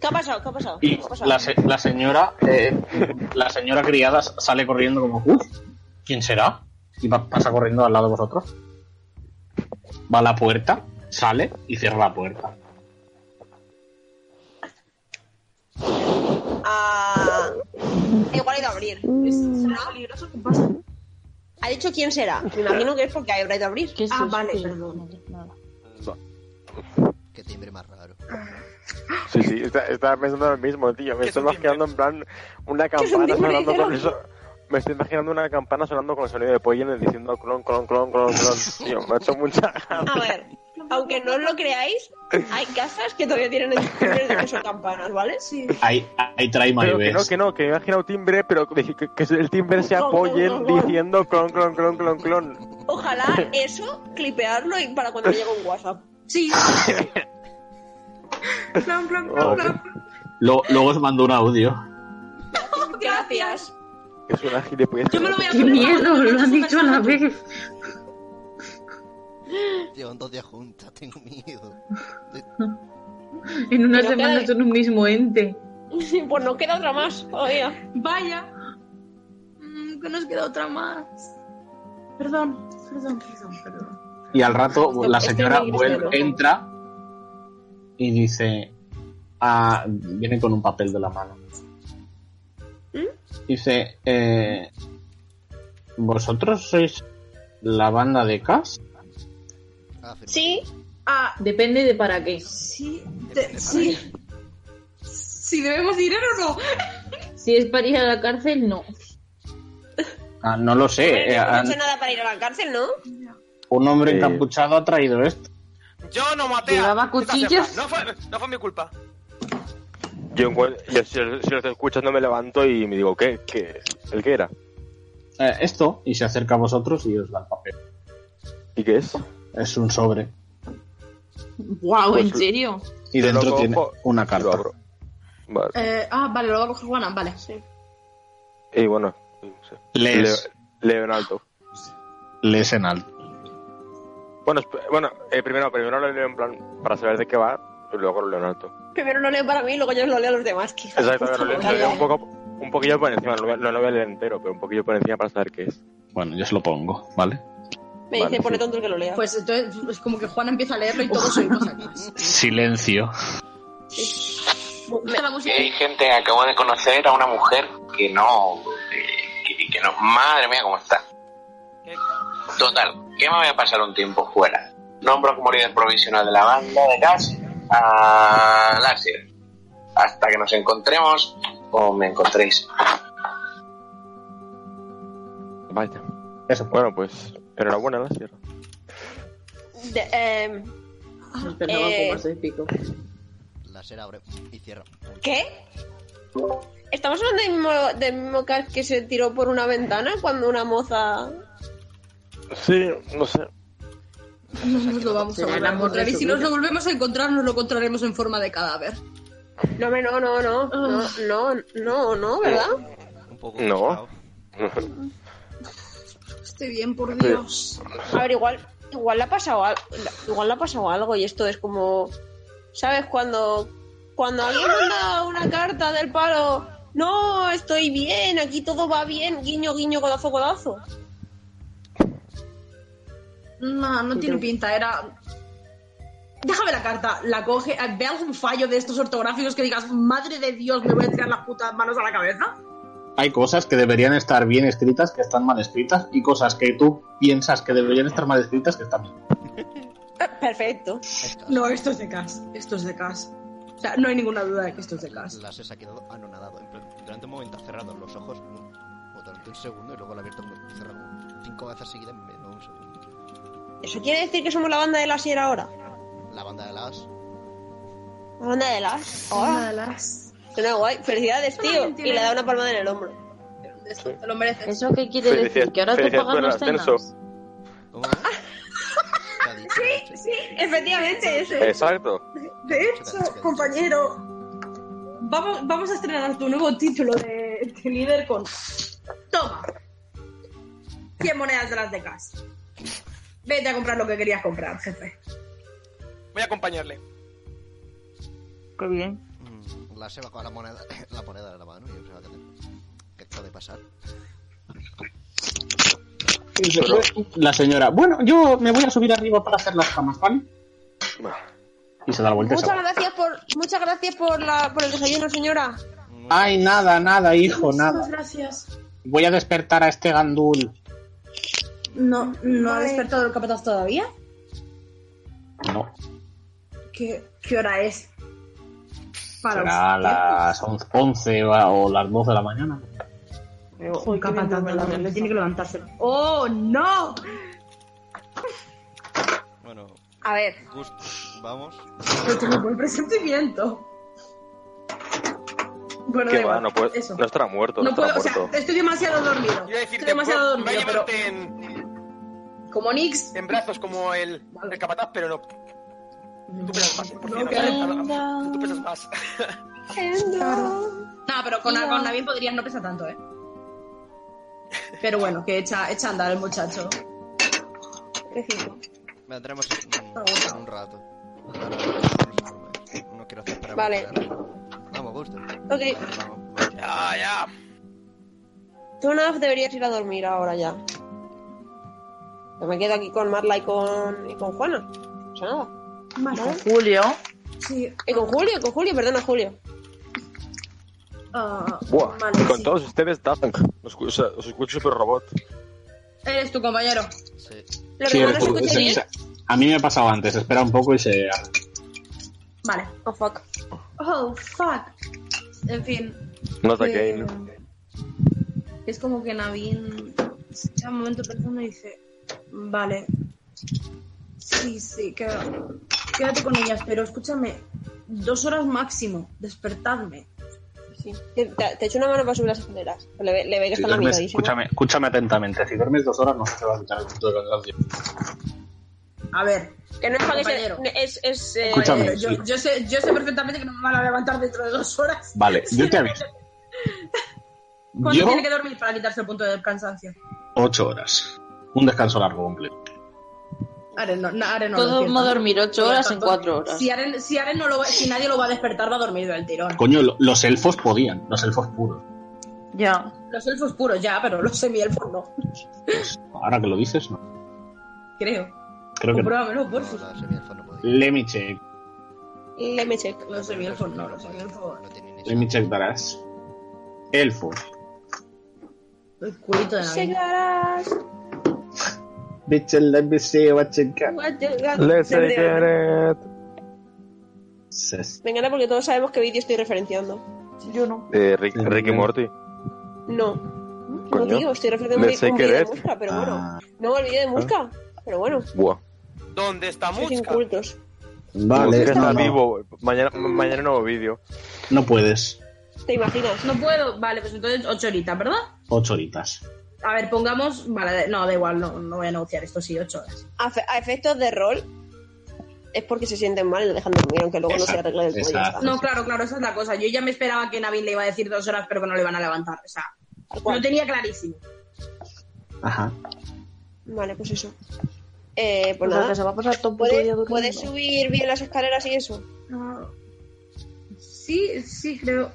Speaker 2: ¿Qué ha pasado? ¿Qué ha pasado?
Speaker 4: Y
Speaker 2: ¿Qué ha pasado?
Speaker 4: la, se- la señora, eh, la señora criada s- sale corriendo como, "Uf, ¿quién será? Y va- pasa corriendo al lado de vosotros. Va a la puerta, sale y cierra la puerta.
Speaker 2: Ah, igual ha ido a abrir.
Speaker 16: Mm. ¿Será peligroso? ¿Qué pasa?
Speaker 2: ¿Ha dicho quién será? Me imagino que es porque habrá ido a abrir.
Speaker 8: ¿Qué es
Speaker 16: Ah,
Speaker 8: eso?
Speaker 16: vale, perdón.
Speaker 6: Que timbre más raro.
Speaker 5: Sí, sí, está- estaba pensando lo mismo, tío. Me
Speaker 1: ¿Qué es
Speaker 5: estoy
Speaker 1: un timbre?
Speaker 5: imaginando en plan una campana
Speaker 2: timbre,
Speaker 5: sonando con
Speaker 2: Gerardo?
Speaker 5: eso. Me estoy imaginando una campana sonando con el sonido de pollo en el diciendo clon, clon, clon, clon, clon. Tío, me ha hecho mucha.
Speaker 16: Ah,
Speaker 2: A ver, aunque no os lo creáis, hay casas que todavía tienen el timbre de que son campanas, ¿vale? Sí.
Speaker 4: Ahí, ahí trae
Speaker 5: Pero que
Speaker 4: Maribel.
Speaker 5: no, que no, que me he imaginado timbre, pero que, que- que el timbre sea
Speaker 2: Clon, clon,
Speaker 5: pollen
Speaker 2: clon, clon.
Speaker 5: diciendo clon, clon, clon, clon, clon.
Speaker 2: Ojalá eso, clipearlo y para cuando llegue un WhatsApp.
Speaker 16: Sí,
Speaker 15: Plan, plan,
Speaker 5: Oh,
Speaker 15: plan, plan.
Speaker 4: Luego, luego os mando un audio.
Speaker 2: Gracias.
Speaker 5: Es una gilipollez.
Speaker 16: yo me lo voy a
Speaker 8: ¡Qué
Speaker 16: poner.
Speaker 8: miedo! Lo han dicho a la vez.
Speaker 6: Llevan dos días juntas, tengo miedo.
Speaker 8: En una
Speaker 2: Pero
Speaker 8: semana
Speaker 2: queda-
Speaker 8: son un mismo ente.
Speaker 2: Pues no queda otra más todavía.
Speaker 16: Vaya. Mm, que nos queda otra más. Perdón, perdón, perdón, perdón.
Speaker 4: Y al rato
Speaker 2: Esto-
Speaker 4: la
Speaker 2: esto
Speaker 4: señora
Speaker 2: es muy
Speaker 4: vuelve-
Speaker 2: grosero.
Speaker 4: entra y dice, ah, viene con un papel de la mano.
Speaker 2: ¿Mm?
Speaker 4: Dice, eh, ¿vosotros sois la banda de Cas?
Speaker 6: Afirma.
Speaker 2: Sí,
Speaker 16: Ah,
Speaker 8: Depende de para qué.
Speaker 16: sí, de- sí. Si debemos ir o no.
Speaker 8: Si es para ir a la cárcel, no.
Speaker 4: Ah, no lo sé. eh,
Speaker 2: no he
Speaker 4: han-
Speaker 2: hecho nada para ir a la cárcel, ¿no?
Speaker 4: un hombre
Speaker 5: Eh.
Speaker 4: encapuchado ha traído esto.
Speaker 1: Yo no maté a...
Speaker 8: Llevaba
Speaker 1: ¿Qué te hace,
Speaker 8: cuchillos.
Speaker 1: Fran? No fue, no fue mi culpa.
Speaker 5: Yo, encuent- yo si, si lo estoy escuchando me levanto y me digo, ¿qué? ¿Qué? ¿El qué era?
Speaker 4: Eh, esto, y se acerca a vosotros y os da el papel.
Speaker 5: ¿Y qué es?
Speaker 4: Es un sobre.
Speaker 8: Wow, ¿en
Speaker 4: Pues-
Speaker 8: serio?
Speaker 4: Y
Speaker 5: Yo lo
Speaker 4: dentro
Speaker 5: cojo
Speaker 4: tiene una
Speaker 5: y
Speaker 4: carta.
Speaker 5: lo abro. Vale.
Speaker 3: Eh, ah, vale, lo va a coger Juana, vale.
Speaker 5: Y bueno, no sé.
Speaker 4: Lees.
Speaker 5: Leo, leo en alto.
Speaker 4: Lees en alto.
Speaker 5: Bueno, esp- bueno eh, primero, primero lo leo en plan para saber de qué va y luego lo leo en alto.
Speaker 2: Primero lo leo para mí y luego yo lo leo a los demás. que hija de
Speaker 5: Exacto,
Speaker 2: puta,
Speaker 5: lo leo,
Speaker 2: madre.
Speaker 5: lo leo un poco un poquillo por encima, no, no lo voy a leer entero, pero un poquillo por encima para saber qué es.
Speaker 4: Bueno, yo se lo pongo, ¿vale?
Speaker 2: Me
Speaker 5: Vale,
Speaker 2: dice, pone
Speaker 5: sí.
Speaker 2: tonto el que lo lea.
Speaker 3: Pues entonces es como que Juana empieza a leerlo y todos oímos atrás.
Speaker 4: Silencio.
Speaker 3: Está la música.
Speaker 13: Hey, gente, acabo de conocer a una mujer que no. eh, que, que no. Madre mía, cómo está. Total, que me voy a pasar un tiempo fuera. Nombro como líder provisional de la banda de gas a Láser. Hasta que nos encontremos o me encontréis.
Speaker 5: Vaya. Bueno, pues enhorabuena, la sierra.
Speaker 2: De- em,
Speaker 3: Esperaba
Speaker 2: Eh.
Speaker 3: algo más épico.
Speaker 6: Láser abre y cierra.
Speaker 2: ¿Qué? ¿Estamos hablando del mismo, del mismo car que se tiró por una ventana cuando una moza...
Speaker 5: Sí, no sé.
Speaker 3: No nos lo vamos a
Speaker 8: Será el
Speaker 3: volver a
Speaker 8: amor
Speaker 3: encontrar.
Speaker 8: de
Speaker 3: Y
Speaker 8: su
Speaker 3: si nos
Speaker 8: vida.
Speaker 3: lo volvemos a encontrar, nos lo encontraremos en forma de cadáver.
Speaker 2: No, hombre, no, no, no, no, no, no, no, ¿verdad?
Speaker 5: No.
Speaker 3: Estoy bien, por
Speaker 5: Sí.
Speaker 3: Dios.
Speaker 2: A ver, igual, igual le ha pasado algo, igual le ha pasado algo y esto es como, ¿sabes? Cuando, cuando alguien manda una carta del palo, no, estoy bien, aquí todo va bien, guiño, guiño, codazo, codazo.
Speaker 3: No, no tiene pinta, era. Déjame la carta, la coge, eh, ve algún fallo de estos ortográficos que digas, madre de Dios, me voy a tirar las putas manos a la cabeza.
Speaker 4: Hay cosas que deberían estar bien escritas que están mal escritas y cosas que tú piensas que deberían estar mal escritas que están bien.
Speaker 2: Eh, Perfecto.
Speaker 3: No, esto es de Cas, esto es de Cas. O sea, no hay ninguna duda de que esto es de Cas.
Speaker 6: Láser se ha quedado anonadado. En plan, durante un momento ha cerrado los ojos, un- o durante un segundo, y luego lo ha abierto como cerrado como cinco veces seguidas en menos de un segundo.
Speaker 2: ¿Eso quiere decir que somos la banda de la sierra ahora?
Speaker 6: La banda de las.
Speaker 2: La banda de las. Ahora.
Speaker 3: de las.
Speaker 2: Suena guay. Felicidades, tío. Y le da una palmada en el hombro.
Speaker 3: Te lo mereces.
Speaker 8: ¿Eso qué quiere decir? ¿Que ahora tú
Speaker 5: Felicidades
Speaker 8: pagas
Speaker 5: por el
Speaker 8: las cenas?
Speaker 5: ascenso.
Speaker 2: Sí, sí, efectivamente. Eso es.
Speaker 5: Exacto.
Speaker 3: De hecho, compañero, vamos, vamos a estrenar tu nuevo título de, de líder con... Toma. 100 monedas de las de Cas. Vete a comprar lo que querías comprar, jefe.
Speaker 1: Voy a acompañarle.
Speaker 8: Qué bien.
Speaker 6: Mm, Láser va con la moneda, la moneda de la mano y observa que te- que acaba de pasar.
Speaker 4: La señora, bueno, yo me voy a subir arriba para hacer las camas, ¿vale? Y se da la vuelta. y se
Speaker 2: Muchas
Speaker 4: va.
Speaker 2: gracias por, muchas gracias por, la, por el desayuno, señora.
Speaker 4: Ay, nada, nada, hijo, nada.
Speaker 3: gracias.
Speaker 4: Voy a despertar a este gandul.
Speaker 3: No, no ha despertado el capataz todavía.
Speaker 4: No,
Speaker 3: ¿Qué, qué hora es? Para
Speaker 4: será a las 11 o a- o las 12 de la mañana.
Speaker 3: usted. El capataz de la rebelde tiene que levantarse. ¡Oh, no!
Speaker 6: Bueno,
Speaker 3: A ver,
Speaker 6: Gust, vamos.
Speaker 3: no tengo buen presentimiento. Bueno, da
Speaker 5: ¿Qué va?
Speaker 3: igual,
Speaker 5: No, puede-
Speaker 3: eso.
Speaker 5: no estará muerto, no,
Speaker 3: No puedo, o
Speaker 5: estará
Speaker 3: sea,
Speaker 5: muerto.
Speaker 3: estoy demasiado dormido.
Speaker 1: Iba a
Speaker 3: Estoy
Speaker 1: decirte,
Speaker 3: demasiado
Speaker 1: voy a
Speaker 3: dormido, pero
Speaker 1: llevarte en,
Speaker 3: como Nix.
Speaker 1: en brazos como el, el capataz, pero no. Tú pesas más, por cierto.
Speaker 3: Venga.
Speaker 1: Tú pesas más.
Speaker 3: No, pero con, con Navin podrías no pesar tanto, ¿eh? Pero bueno, que echa, echa a andar el muchacho.
Speaker 6: Vendremos en, en un rato. Ahora, no, quiero hacer para
Speaker 2: Vale.
Speaker 6: Vamos, Gusto.
Speaker 2: Ok.
Speaker 1: Ya, ya.
Speaker 2: Tonaf deberías ir a dormir ahora ya. Yo me quedo aquí con Marla y con, y con Juana. No pasa nada.
Speaker 8: Con Julio.
Speaker 3: Sí.
Speaker 2: Y con Julio, con Julio, perdona, Julio.
Speaker 3: Ah,
Speaker 5: Buah,
Speaker 3: vale,
Speaker 5: con
Speaker 3: sí.
Speaker 5: todos ustedes, Daft Punk. Os escu- o sea, os escucho super robot.
Speaker 3: Eres tu compañero.
Speaker 6: Sí.
Speaker 2: ¿Lo
Speaker 4: Sí,
Speaker 2: hermano se
Speaker 4: es-
Speaker 2: escucha
Speaker 4: es-
Speaker 2: bien?
Speaker 4: es- a mí me ha pasado antes, espera un poco y se...
Speaker 3: Vale.
Speaker 2: Oh, fuck.
Speaker 3: Oh, fuck. En fin,
Speaker 5: No es
Speaker 3: Que-
Speaker 5: game.
Speaker 3: Pues, es como que Navin se echa un momento pensando y dice: Vale. Sí, sí, que quédate con ellas, pero escúchame, dos horas máximo, despertadme.
Speaker 2: Sí. Te, te echo una mano para subir las escaleras. Le, ve- le ve que
Speaker 4: Si
Speaker 2: está la
Speaker 4: duermes-
Speaker 2: mitad.
Speaker 4: escúchame, escúchame atentamente. Si duermes dos horas no se te va a quitar el punto de cansancio.
Speaker 3: A ver.
Speaker 2: Que no es para que
Speaker 3: compañero.
Speaker 2: se- es, es, eh,
Speaker 4: Escúchame,
Speaker 3: yo,
Speaker 4: sí.
Speaker 3: yo sé, yo sé perfectamente que no me van a levantar dentro de dos horas.
Speaker 4: Vale, yo te aviso.
Speaker 3: ¿Cuánto
Speaker 4: Yo,
Speaker 3: tiene que dormir para quitarse el punto de cansancio?
Speaker 4: ocho horas. Un descanso largo completo.
Speaker 3: Aren no, no, Aren no
Speaker 8: Todo
Speaker 3: lo despierta.
Speaker 8: modo dormir ocho
Speaker 3: Por lo
Speaker 8: horas en
Speaker 3: tanto,
Speaker 8: cuatro horas.
Speaker 3: Si Aren, si Aren no lo va- si nadie lo va a despertar, va a dormir del tirón.
Speaker 4: Coño, lo- los elfos podían, los elfos puros.
Speaker 3: Ya. Los elfos puros ya, pero los semielfos no.
Speaker 4: Ahora que lo dices, no.
Speaker 3: Creo.
Speaker 4: Creo que no.
Speaker 3: Compruébamelo, por favor.
Speaker 4: Let me check.
Speaker 2: Let me check.
Speaker 3: Los semielfos no, los semielfos.
Speaker 4: Let me check that ass. Elfos.
Speaker 3: El culito de Navidad.
Speaker 2: Llegarás.
Speaker 4: Bitch, let me see what you got.
Speaker 2: what you got.
Speaker 5: it.
Speaker 4: Ses-
Speaker 2: Me encanta porque todos sabemos qué vídeo estoy referenciando. Yo no.
Speaker 5: Eh, Rick, Rick y Morty.
Speaker 2: No. No
Speaker 5: Coño.
Speaker 2: digo, estoy referenciando
Speaker 5: Let's
Speaker 2: un
Speaker 5: take
Speaker 2: vídeo de
Speaker 5: it.
Speaker 2: Musca, pero
Speaker 4: Ah.
Speaker 2: bueno. No, el vídeo de Musca. Pero bueno,
Speaker 5: Buah.
Speaker 1: ¿Dónde está
Speaker 2: sois incultos.
Speaker 4: Vale,
Speaker 5: que
Speaker 4: no,
Speaker 5: está
Speaker 4: no.
Speaker 5: vivo. Mañana, mañana nuevo vídeo.
Speaker 4: No puedes.
Speaker 2: ¿Te imaginas?
Speaker 3: No puedo. Vale, pues entonces ocho horitas, ¿verdad?
Speaker 4: Ocho horitas.
Speaker 3: A ver, pongamos. Vale, de- no, da igual, no, no voy a negociar esto, sí, ocho horas.
Speaker 2: A, fe- a efectos de rol, es porque se sienten mal y lo dejan dormir, aunque luego no se
Speaker 4: Exacto,
Speaker 2: arregle del cuello.
Speaker 4: exacto.
Speaker 3: No, claro, claro, esa es la cosa. Yo ya me esperaba que Navin le iba a decir dos horas, pero que no le iban a levantar. O sea, lo tenía clarísimo.
Speaker 4: Ajá.
Speaker 2: Vale, pues eso. Eh, pues
Speaker 8: O sea,
Speaker 2: nada.
Speaker 8: que se va a pasar todo el puto
Speaker 2: ¿Puedes,
Speaker 8: día durmiendo.
Speaker 2: puedes subir bien las escaleras y eso?
Speaker 3: Sí, sí, creo.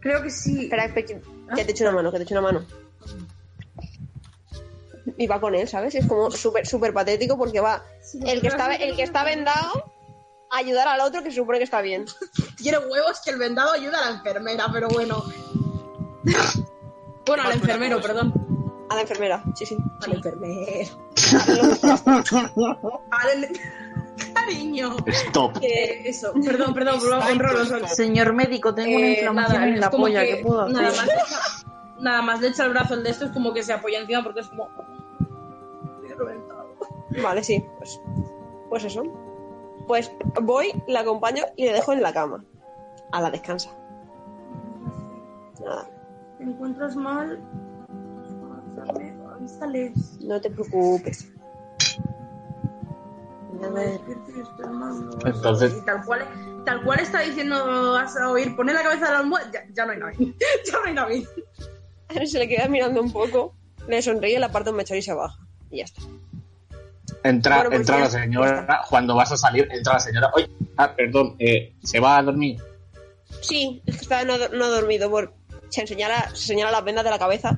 Speaker 3: Creo que sí.
Speaker 2: Espera, espera, que que te echo una mano, que te echo una mano. Y va con él, ¿sabes? Es como súper súper patético porque va el que está el que está vendado a ayudar al otro que se supone que está bien.
Speaker 3: Tiene huevos que el vendado ayuda a la enfermera, pero bueno. bueno, al enfermero, perdón.
Speaker 2: A la enfermera, sí, sí.
Speaker 3: Al enfermero. Al... Cariño.
Speaker 4: Stop.
Speaker 3: Eh, eso, perdón, perdón, honrarlos.
Speaker 8: Señor médico, tengo una
Speaker 3: Eh,
Speaker 8: inflamación
Speaker 3: nada,
Speaker 8: en
Speaker 3: es
Speaker 8: la
Speaker 3: como
Speaker 8: polla,
Speaker 3: que
Speaker 8: ¿qué puedo hacer?
Speaker 3: Nada más, le echa, nada más le echa el brazo el de esto, es como que se apoya encima porque es como. "Estoy reventado".
Speaker 2: Vale, sí, pues pues eso. Pues voy, la acompaño y le dejo en la cama. A la descansa. Nada,
Speaker 3: ¿Te encuentras mal? Avísame, Avísales.
Speaker 2: no te preocupes. A ver,
Speaker 4: Entonces-
Speaker 3: Y tal cual, tal cual está diciendo, vas a oír, poner la cabeza de la almohada. Ya, ya no hay Navi. ya no hay Navi.
Speaker 2: se le queda mirando un poco, le sonríe, le aparta un mechón y se baja. Y ya está.
Speaker 4: Entra,
Speaker 2: Bueno, pues
Speaker 4: entra
Speaker 2: ya-
Speaker 4: la señora. Cuando vas a salir, entra la señora. Oye, ah, perdón, eh, ¿se va a dormir?
Speaker 2: Sí, es que estaba no, no dormido. Por, se, enseñala, se señala las vendas de la cabeza.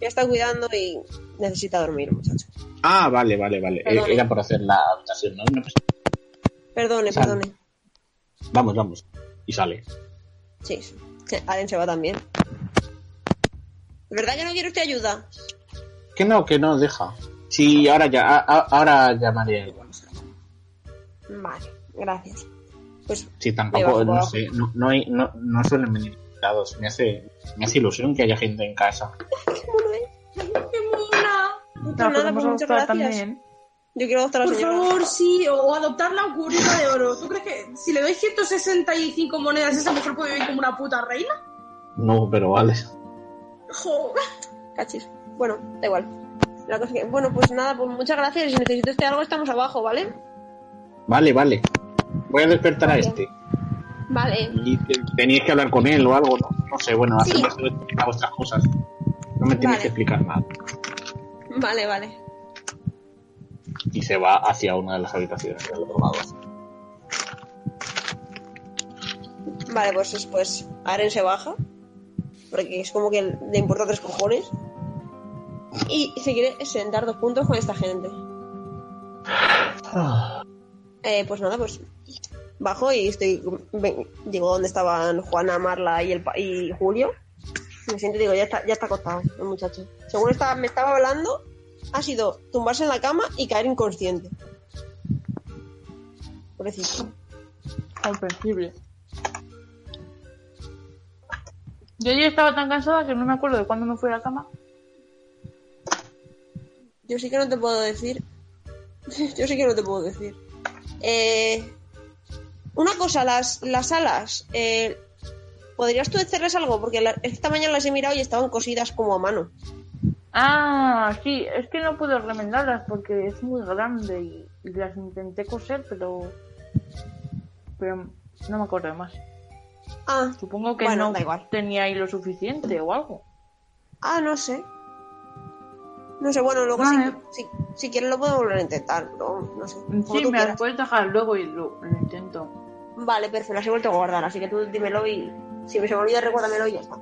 Speaker 2: Ya está cuidando y necesita dormir, muchacho.
Speaker 4: Ah, vale, vale, vale. Eh,
Speaker 2: Perdón.
Speaker 4: Era por hacer la habitación, ¿no? No, pues,
Speaker 2: Perdone,
Speaker 4: Sale.
Speaker 2: perdone.
Speaker 4: Vamos, vamos. Y sale.
Speaker 2: Sí, sí. Allen se va también. ¿De verdad que no quiere usted ayuda?
Speaker 4: Que no, que no, deja. Sí, ahora ya, a- a- ahora llamaré a alguien.
Speaker 2: Vale, gracias. Pues
Speaker 4: Sí,
Speaker 2: Me bajo
Speaker 4: tampoco, no
Speaker 2: abajo.
Speaker 4: sé, no, no, hay, no, no suelen venir invitados. Me hace, me hace ilusión que haya gente en casa.
Speaker 3: ¡Qué mona!
Speaker 2: no,
Speaker 8: La
Speaker 2: nada,
Speaker 8: podemos
Speaker 2: pues muchas
Speaker 8: adoptar
Speaker 2: gracias.
Speaker 8: también.
Speaker 2: Yo quiero adoptar a la
Speaker 3: Por
Speaker 2: señora.
Speaker 3: favor, sí, o- o adoptar la curita de oro. ¿Tú crees que si le doy 165 monedas, esa mujer puede vivir como una puta reina?
Speaker 4: No, pero vale.
Speaker 3: Jo.
Speaker 2: Cachis. Bueno, da igual. La cosa que- bueno, pues nada, pues muchas gracias. Y Si necesito usted algo, estamos abajo, ¿vale?
Speaker 4: Vale, vale. Voy a despertar a este.
Speaker 2: Vale.
Speaker 4: Y te- teníais que hablar con él o algo, ¿no? No sé, bueno,
Speaker 2: Sí.
Speaker 4: haced a vuestras cosas. No me
Speaker 2: Vale.
Speaker 4: tenéis que explicar nada.
Speaker 2: Vale, vale.
Speaker 4: Y se va hacia una de las habitaciones del otro lado.
Speaker 2: Vale, pues después Aren se baja. Porque es como que le importa tres cojones. Y se quiere sentar dos puntos con esta gente. Eh, pues nada, pues bajo y estoy. ven- digo donde estaban Juana, Marla y, el, pa- y Julio. Me siento y digo, ya está, ya está acostado el muchacho. Según estaba- me estaba hablando, ha sido tumbarse en la cama y caer inconsciente. Pobrecito.
Speaker 8: Comprensible. Yo ya estaba tan cansada que no me acuerdo de cuándo me fui a la cama.
Speaker 2: Yo sí que no te puedo decir. Yo sí que no te puedo decir. Eh, una cosa, las, las alas. eh, ¿Podrías tú hacerles algo? Porque la- esta mañana las he mirado y estaban cosidas como a mano.
Speaker 9: Ah, sí, es que no puedo remendarlas porque es muy grande y, y las intenté coser, pero. Pero no me acuerdo de más.
Speaker 2: Ah,
Speaker 9: Supongo que
Speaker 2: bueno,
Speaker 9: no
Speaker 2: da igual.
Speaker 9: tenía ahí lo suficiente o algo.
Speaker 2: Ah, no sé. No sé, bueno, luego
Speaker 9: Vale.
Speaker 2: si, si, si quieres lo puedo volver a intentar, pero no sé. como
Speaker 9: Sí,
Speaker 2: tú
Speaker 9: me
Speaker 2: quieras.
Speaker 9: las puedes dejar luego y lo, lo intento.
Speaker 2: Vale, perfecto, las he vuelto a guardar, así que tú dímelo y si me se me olvida, recuérdamelo y ya está.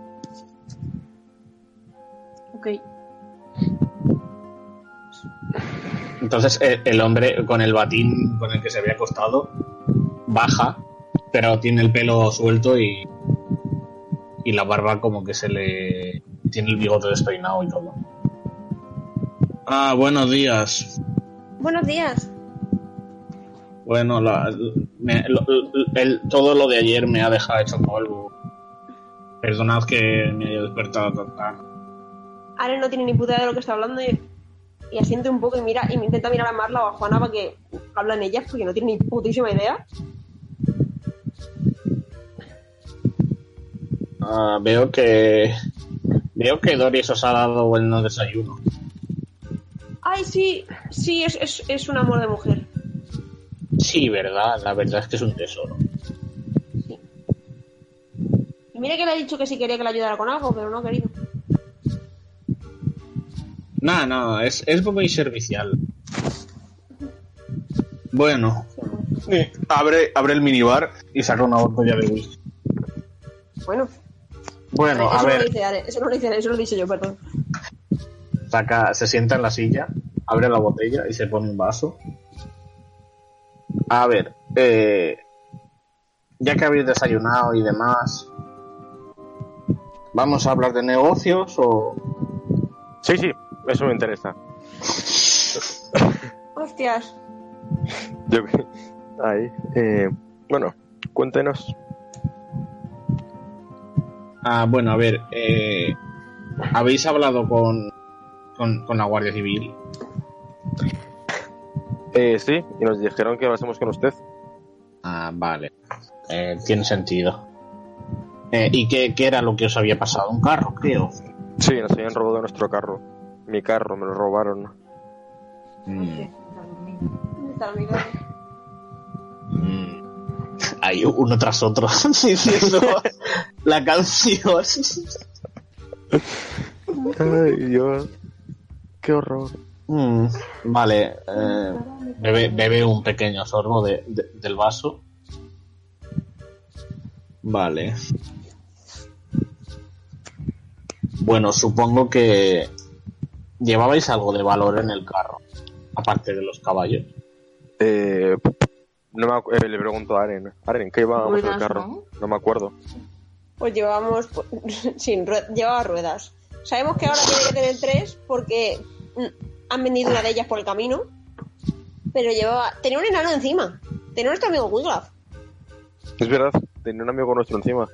Speaker 9: Ok.
Speaker 4: Entonces eh, el hombre con el batín con el que se había acostado baja, pero tiene el pelo suelto y, y la barba como que se le... Tiene el bigote despeinado y todo. Ah, buenos días.
Speaker 2: Buenos días.
Speaker 4: Bueno, la- me- lo- lo- el- todo lo de ayer me ha dejado hecho polvo. Perdonad que me haya despertado tan tarde.
Speaker 2: Aren no tiene ni puta idea de lo que está hablando y, y asiente un poco y mira y me intenta mirar a Marla o a Juana para que hablan ellas porque no tiene ni putísima idea.
Speaker 4: Ah, veo que... Veo que Doris os ha dado buenos desayuno.
Speaker 2: Ay, sí, sí, es, es, es un amor de mujer.
Speaker 4: Sí, verdad, la verdad es que es un tesoro.
Speaker 2: Y mira que le he dicho que si quería que la ayudara con algo, pero no ha querido.
Speaker 4: No, no, es, es muy servicial. Bueno. Eh, abre, abre el minibar y saca una botella de whisky.
Speaker 2: Bueno,
Speaker 4: Bueno,
Speaker 2: eso,
Speaker 4: a
Speaker 2: No lo
Speaker 4: ver,
Speaker 2: dice Aren, eso no lo dice Aren, eso lo he dicho yo, perdón.
Speaker 4: saca, se sienta en la silla, abre la botella y se pone un vaso. A ver, eh, ya que habéis desayunado y demás, ¿vamos a hablar de negocios o...?
Speaker 5: Sí, sí, eso me interesa.
Speaker 2: Hostias.
Speaker 5: Yo ahí. eh, bueno, cuéntenos.
Speaker 4: Ah, bueno, a ver, eh, ¿habéis hablado con, con, con la Guardia Civil?
Speaker 5: Eh, sí, y nos dijeron que hablásemos con usted.
Speaker 4: Ah, vale. Eh, tiene sentido. Eh, ¿Y qué, qué era lo que os había pasado? ¿Un carro, creo?
Speaker 5: Sí, nos habían robado nuestro carro. Mi carro, me lo robaron.
Speaker 4: Mm.
Speaker 2: ¿Dónde está el micro?
Speaker 4: Ahí uno tras otro diciendo la canción.
Speaker 5: Ay, Dios. Qué horror.
Speaker 4: Mm, vale, eh, bebe, bebe un pequeño sorbo de- de- del vaso. Vale. Bueno, supongo que llevabais algo de valor en el carro, aparte de los caballos.
Speaker 5: Eh, no me acu- eh, le pregunto a Aren. Aren, ¿qué llevábamos en el
Speaker 2: Ruedas,
Speaker 5: carro?
Speaker 2: ¿no?
Speaker 5: No me acuerdo.
Speaker 2: Pues llevábamos pues, sin rue- llevaba ruedas. Sabemos que ahora tiene que tener tres porque mm, han vendido una de ellas por el camino. Pero llevaba. Tenía un enano encima. Tenía nuestro amigo Wiglaf.
Speaker 5: Es verdad, tenía un amigo nuestro encima.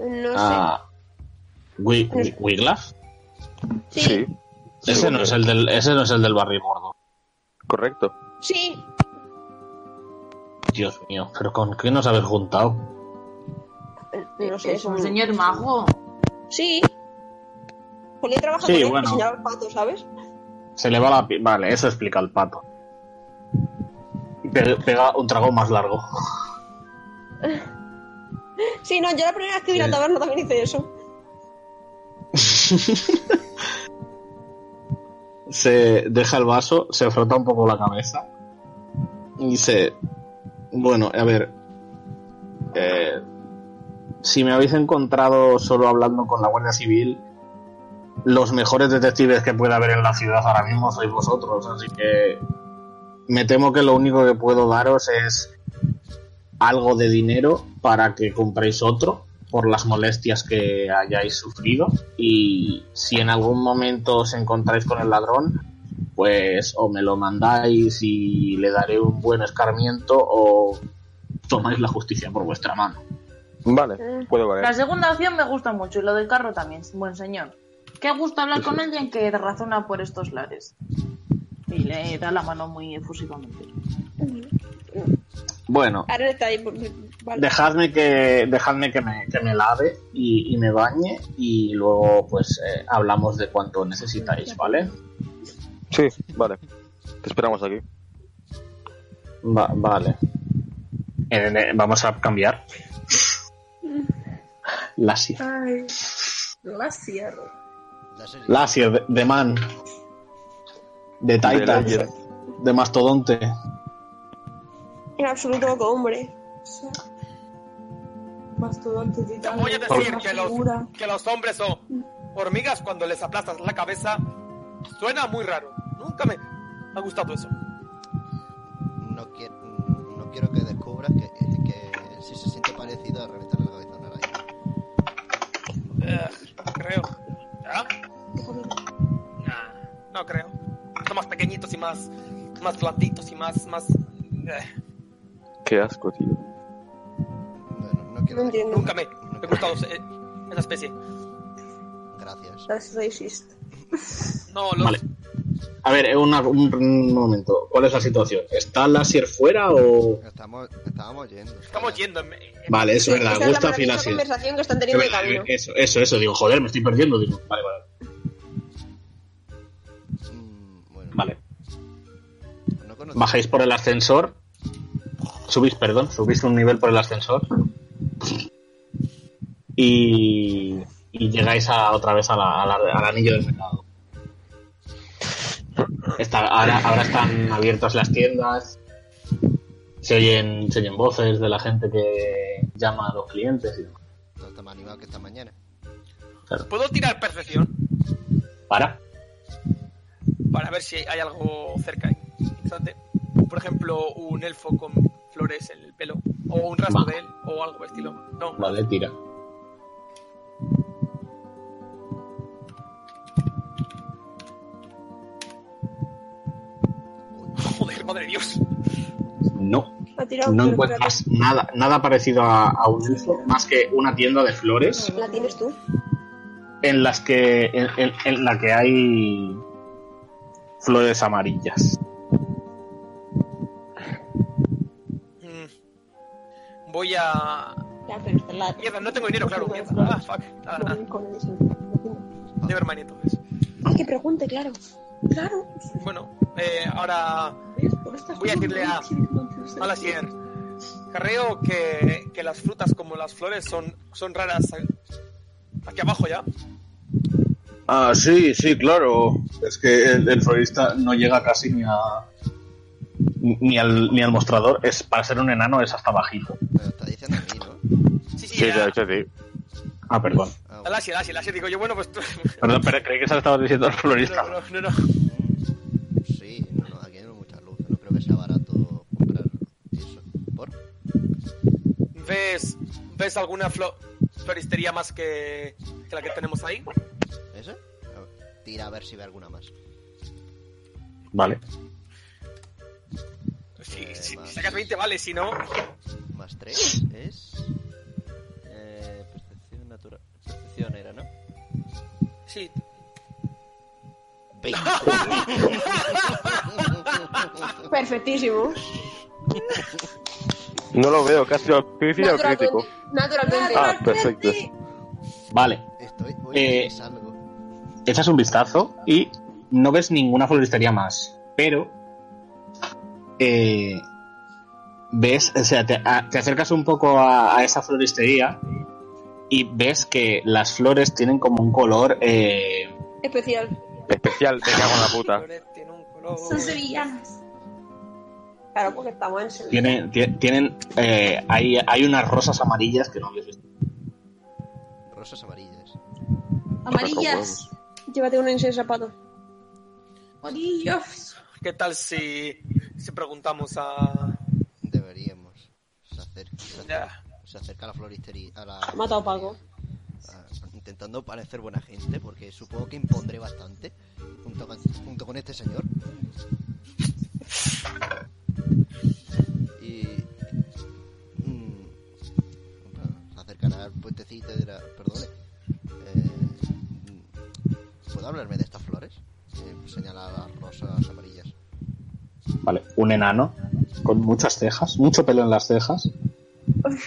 Speaker 2: No
Speaker 4: Ah, Wi- Wi- ¿Wiglaf?
Speaker 2: Sí.
Speaker 4: Ese no, es el del, ese no es el del barril gordo.
Speaker 5: Correcto.
Speaker 2: sé. Sí.
Speaker 4: Dios mío, pero ¿con qué nos habéis juntado?
Speaker 2: No sé,
Speaker 9: es un
Speaker 2: son-
Speaker 9: señor mago.
Speaker 2: Sí. Julián trabaja
Speaker 4: Sí,
Speaker 2: con él,
Speaker 4: bueno.
Speaker 2: enseñaba el pato, ¿sabes?
Speaker 4: Se le va la... pi- Vale, eso explica el pato. Y pe- pega un trago más largo.
Speaker 2: Sí, no, yo la primera vez que vi la
Speaker 4: Sí.
Speaker 2: taberna también hice eso.
Speaker 4: se deja el vaso, se frota un poco la cabeza y dice, bueno, a ver, eh, si me habéis encontrado solo hablando con la Guardia Civil, los mejores detectives que pueda haber en la ciudad ahora mismo sois vosotros, así que me temo que lo único que puedo daros es algo de dinero para que compréis otro por las molestias que hayáis sufrido y si en algún momento os encontráis con el ladrón pues o me lo mandáis y le daré un buen escarmiento o tomáis la justicia por vuestra mano.
Speaker 5: Vale,
Speaker 2: Eh,
Speaker 5: puedo
Speaker 9: La segunda opción me gusta mucho y lo del carro también, buen señor. Qué gusto hablar con alguien que razona por estos lares. Y le da la mano muy efusivamente.
Speaker 4: Bueno,
Speaker 2: Ahora está ahí. pues, Vale.
Speaker 4: dejadme que dejadme que me, que me lave y, y me bañe y luego pues eh, hablamos de cuánto necesitáis, ¿vale?
Speaker 5: Sí, vale. Te esperamos aquí.
Speaker 4: Va- vale. Eh, eh, vamos a cambiar. Lassier.
Speaker 17: Ay, la cierro.
Speaker 4: Lassier, de, de Man. De Titan.
Speaker 5: Legend.
Speaker 4: de Mastodonte.
Speaker 2: En absoluto como hombre.
Speaker 17: Mastodonte,
Speaker 1: Te
Speaker 17: titán.
Speaker 1: voy a
Speaker 17: una
Speaker 1: decir que los,
Speaker 17: figura.
Speaker 1: que los hombres son hormigas cuando les aplastas la cabeza. Suena muy raro. Nunca me ha gustado eso.
Speaker 6: No, quie- no quiero que descubras que, eh, que si se siente parecido a reventarle la cabeza a una araña.
Speaker 1: No Eh, creo. ¿Ya? Nah, no creo. Son más pequeñitos y más, más blanditos y más, más. eh,
Speaker 5: Qué asco, tío.
Speaker 2: No entiendo.
Speaker 1: Nunca me, me ha gustado eh, esa especie.
Speaker 6: Gracias.
Speaker 2: Es racist.
Speaker 1: No, los,
Speaker 4: Vale. A ver, eh, una- un, un momento. ¿Cuál es la situación? ¿Está Lassier fuera o...?
Speaker 6: Estamos, estábamos yendo.
Speaker 1: estamos yendo. en- en-
Speaker 4: Vale, eso es
Speaker 2: Esa
Speaker 4: verdad.
Speaker 2: es la
Speaker 4: Gustav y
Speaker 2: maravillosa
Speaker 4: Lassier.
Speaker 2: conversación que están teniendo en el
Speaker 4: Es verdad,
Speaker 2: camino.
Speaker 4: Eh, Eso, eso, eso. Digo, joder, me estoy perdiendo. Digo, vale, vale.
Speaker 6: Mm,
Speaker 4: Vale.
Speaker 6: pues
Speaker 4: Bajáis por el ascensor. Subís, perdón, subís un nivel por el ascensor. Y, y llegáis a, otra vez a la- a la- al anillo del mercado. Está- ahora, ahora están abiertas las tiendas. Se oyen, se oyen voces de la gente que llama a los clientes. Y demás.
Speaker 6: No está más animado este que esta mañana.
Speaker 1: ¿Puedo tirar percepción
Speaker 4: Para.
Speaker 1: para ver si hay algo cerca ahí interesante? Por ejemplo, un elfo con flores en el pelo, o un rastro
Speaker 4: Va.
Speaker 1: de él, o algo por el estilo. No,
Speaker 4: Vale, tira.
Speaker 1: joder, madre de Dios.
Speaker 4: No.
Speaker 2: Ha tirado,
Speaker 4: eh, No
Speaker 2: pero
Speaker 4: encuentras nada, nada parecido a, a un elfo, más que una tienda de flores
Speaker 2: ¿La tienes tú?
Speaker 4: en las que en, en- en la que hay flores amarillas.
Speaker 1: Mm. Voy a.
Speaker 2: Ya, pero está la.
Speaker 1: Mierda, no tengo dinero, claro. Mierda. Ah, fuck. Nada, nada.
Speaker 2: Con eso.
Speaker 1: Nevermind entonces.
Speaker 2: Es que pregunte, claro. Claro.
Speaker 1: Bueno, eh, ahora voy a decirle a, a la Sierra. Carreo que, que las frutas como las flores son, son raras. Aquí abajo ya.
Speaker 13: Ah, sí, sí, claro. Es que el, el florista no llega casi ni a...
Speaker 4: Ni al, ni al mostrador, es para ser un enano es hasta bajito.
Speaker 1: Sí, sí,
Speaker 5: Sí,
Speaker 1: a,
Speaker 5: de hecho, sí.
Speaker 4: Ah, perdón.
Speaker 1: a la Sierra, a la Sierra. Digo yo, bueno, pues tú.
Speaker 4: Perdón, pero creí que se lo estaba diciendo al florista.
Speaker 1: No, no, no.
Speaker 6: Sí, no, no, aquí no hay mucha luz. No creo que sea barato comprar eso. ¿Por?
Speaker 1: ¿Ves, ¿ves alguna flo- floristería más que, que la que tenemos ahí?
Speaker 6: ¿Ese? A ver, tira a ver si ve alguna más.
Speaker 4: Vale.
Speaker 1: Si, si sacas 20, vale, si no.
Speaker 6: Más 3 es. Eh, percepción natural. Percepción era, ¿no?
Speaker 1: Sí.
Speaker 6: 20.
Speaker 2: Perfectísimo.
Speaker 5: No lo veo, casi lo crítico.
Speaker 2: Natural
Speaker 5: crítico.
Speaker 2: twenty. Naturalmente.
Speaker 5: Ah, perfecto.
Speaker 4: Vale. Eh, echas un vistazo y no ves ninguna floristería más, pero eh, ves, o sea, te, a- te acercas un poco a, a esa floristería y ves que las flores tienen como un color eh,
Speaker 2: Especial.
Speaker 5: Especial, me cago en la puta.
Speaker 2: Son sevillanas. Claro, porque estamos en Sevilla.
Speaker 4: tienen, tie- tienen eh, hay, hay unas rosas amarillas que no habías visto.
Speaker 6: Rosas amarillas.
Speaker 2: Amarillas. Llévate uno en ese zapato.
Speaker 1: Dios. ¿Qué tal si, si preguntamos a.
Speaker 6: Deberíamos. Se acerca, se acerca, se acerca a la floristería. A la,
Speaker 2: Ha matado a Paco.
Speaker 6: a- Ah, intentando parecer buena gente, porque supongo que impondré bastante. Junto con, junto con este señor. Y. mm, bueno, se acercará al puentecito y dirá: Perdone. eh, mm, ¿Puedo hablarme de pues estas flores? Eh, señala las rosas amarillas.
Speaker 4: Vale, un enano con muchas cejas, mucho pelo en las cejas.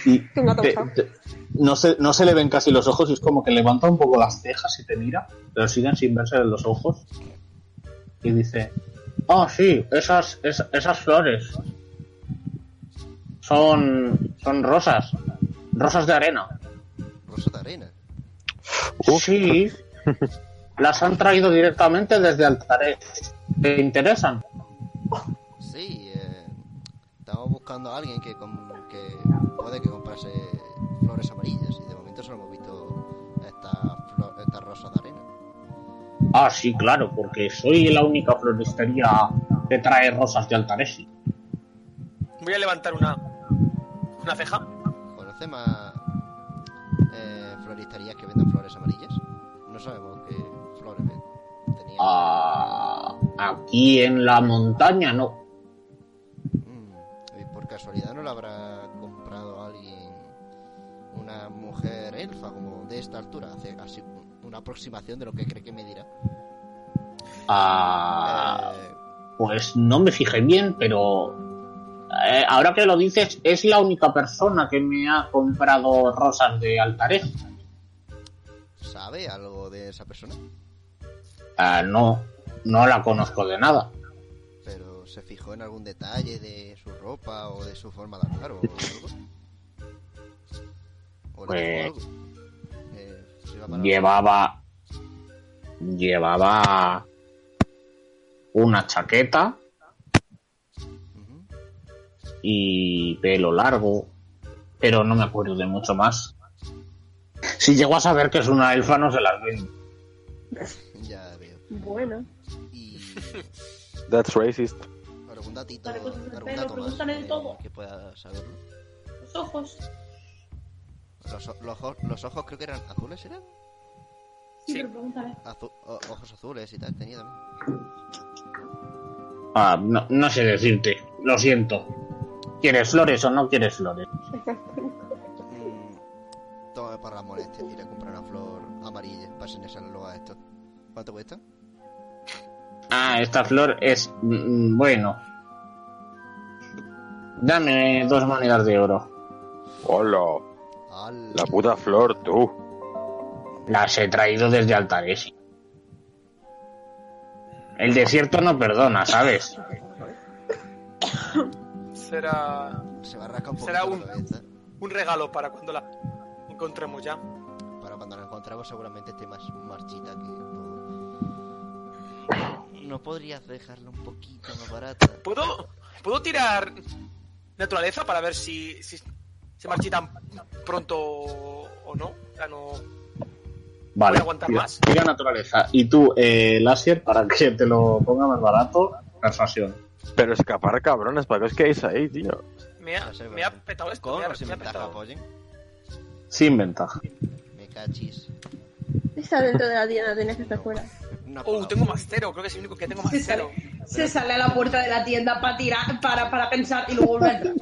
Speaker 4: Y
Speaker 13: Tengo
Speaker 4: te-
Speaker 13: tostado.
Speaker 4: te- no, se, no se le ven casi los ojos y es como que levanta un poco las cejas y te mira, pero siguen sin verse los ojos. Y dice, ah, sí, esas, es- esas flores son, son rosas, rosas de arena.
Speaker 6: Rosa de arena.
Speaker 4: Sí, las han traído directamente desde Altaré. ¿Te interesan?
Speaker 6: Sí, eh, estamos buscando a alguien que, com- que puede que comprase flores amarillas y de momento solo hemos visto estas flo- estas rosas de arena.
Speaker 4: Ah, sí, claro, porque soy la única floristería que trae rosas de Altaresi.
Speaker 1: Voy a levantar una, una ceja.
Speaker 6: ¿Conoce más eh, floristerías que vendan flores amarillas? No sabemos qué flores ven.
Speaker 4: Ah, aquí en la montaña no.
Speaker 6: Mm, Y por casualidad no la habrá comprado alguien, una mujer elfa como de esta altura, hace así una aproximación de lo que cree que me dirá.
Speaker 4: Ah,
Speaker 6: Eh,
Speaker 4: pues no me fijé bien, pero eh, ahora que lo dices, es la única persona que me ha comprado rosas de Altaresi.
Speaker 6: ¿Sabe algo de esa persona?
Speaker 4: Ah, no, no la conozco de nada.
Speaker 6: ¿Pero se fijó en algún detalle de su ropa o de su forma de hablar o algo? ¿O le dijo
Speaker 4: Pues
Speaker 6: algo? Eh, se iba para-
Speaker 4: llevaba llevaba una chaqueta y pelo largo, pero no me acuerdo de mucho más. Si llego a saber que es una elfa no se las vendo.
Speaker 6: Ya veo.
Speaker 13: Bueno.
Speaker 5: That's racist.
Speaker 6: ¿Algún datito?
Speaker 3: Vale, pues,
Speaker 6: ¿Algún
Speaker 3: pero
Speaker 6: dato más?
Speaker 3: preguntan el
Speaker 6: eh,
Speaker 3: todo.
Speaker 6: Que pueda saberlo.
Speaker 3: Los ojos.
Speaker 6: Los, o- los o- los ojos creo que eran azules, ¿eran?
Speaker 3: Sí, pero pregúntale.
Speaker 6: Azu- o- ojos azules y tal, tenía también.
Speaker 4: Ah, no, no sé decirte, lo siento. ¿Quieres flores o no quieres flores?
Speaker 6: Mm, Toma para las molestias, iré a comprar una flor amarilla para enseñárselo a esto. ¿Cuánto cuesta?
Speaker 4: Ah, esta flor es mm, bueno. Dame dos monedas de oro.
Speaker 5: Hola. La puta flor, tú.
Speaker 4: Las he traído desde Altaresi. El desierto no perdona, ¿sabes?
Speaker 1: Será.
Speaker 6: Se va a rascar un poquito
Speaker 1: Será
Speaker 6: la
Speaker 1: un,
Speaker 6: cabeza.
Speaker 1: un regalo para cuando la encontremos ya.
Speaker 6: Para cuando la encontremos seguramente esté más marchita que todo. ¿No podrías dejarla un poquito más barata?
Speaker 1: ¿Puedo, ¿puedo tirar naturaleza para ver si, si se marchitan pronto o no? Ya no.
Speaker 4: Vale.
Speaker 1: Voy a aguantar
Speaker 4: tira,
Speaker 1: más.
Speaker 4: tira naturaleza. Y tú, eh, láser, para que te lo ponga más barato, persuasión.
Speaker 5: Pero escapar, cabrones, ¿para qué os quedáis ahí, tío?
Speaker 1: Me ha, me ha petado esto. me ha, me ha petado.
Speaker 4: Sin ventaja.
Speaker 6: Me cachis.
Speaker 2: Está dentro de la tienda, tenías que estar fuera.
Speaker 1: Oh, tengo más cero. Creo que es el único que tengo más cero.
Speaker 3: Se sale a la puerta de la tienda para tirar, para, para pensar y luego vuelve a entrar.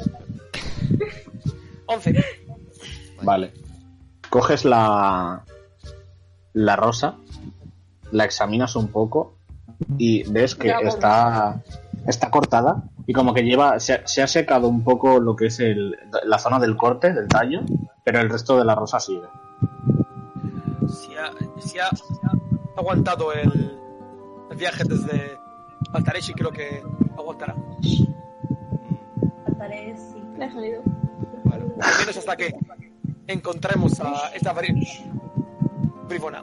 Speaker 1: Once.
Speaker 4: Vale. Coges la. La rosa. La examinas un poco. Y ves que
Speaker 18: Ya, bueno.
Speaker 4: está. Está cortada. Y como que lleva. Se, se ha secado un poco lo que es el, la zona del corte, del tallo. Pero el resto de la rosa sigue.
Speaker 1: Si ha, si ha aguantado el, el viaje desde Altareshi, creo que aguantará.
Speaker 3: Faltaré, sí.
Speaker 2: Me ha salido.
Speaker 1: Al menos hasta que encontremos a esta bri- bribona.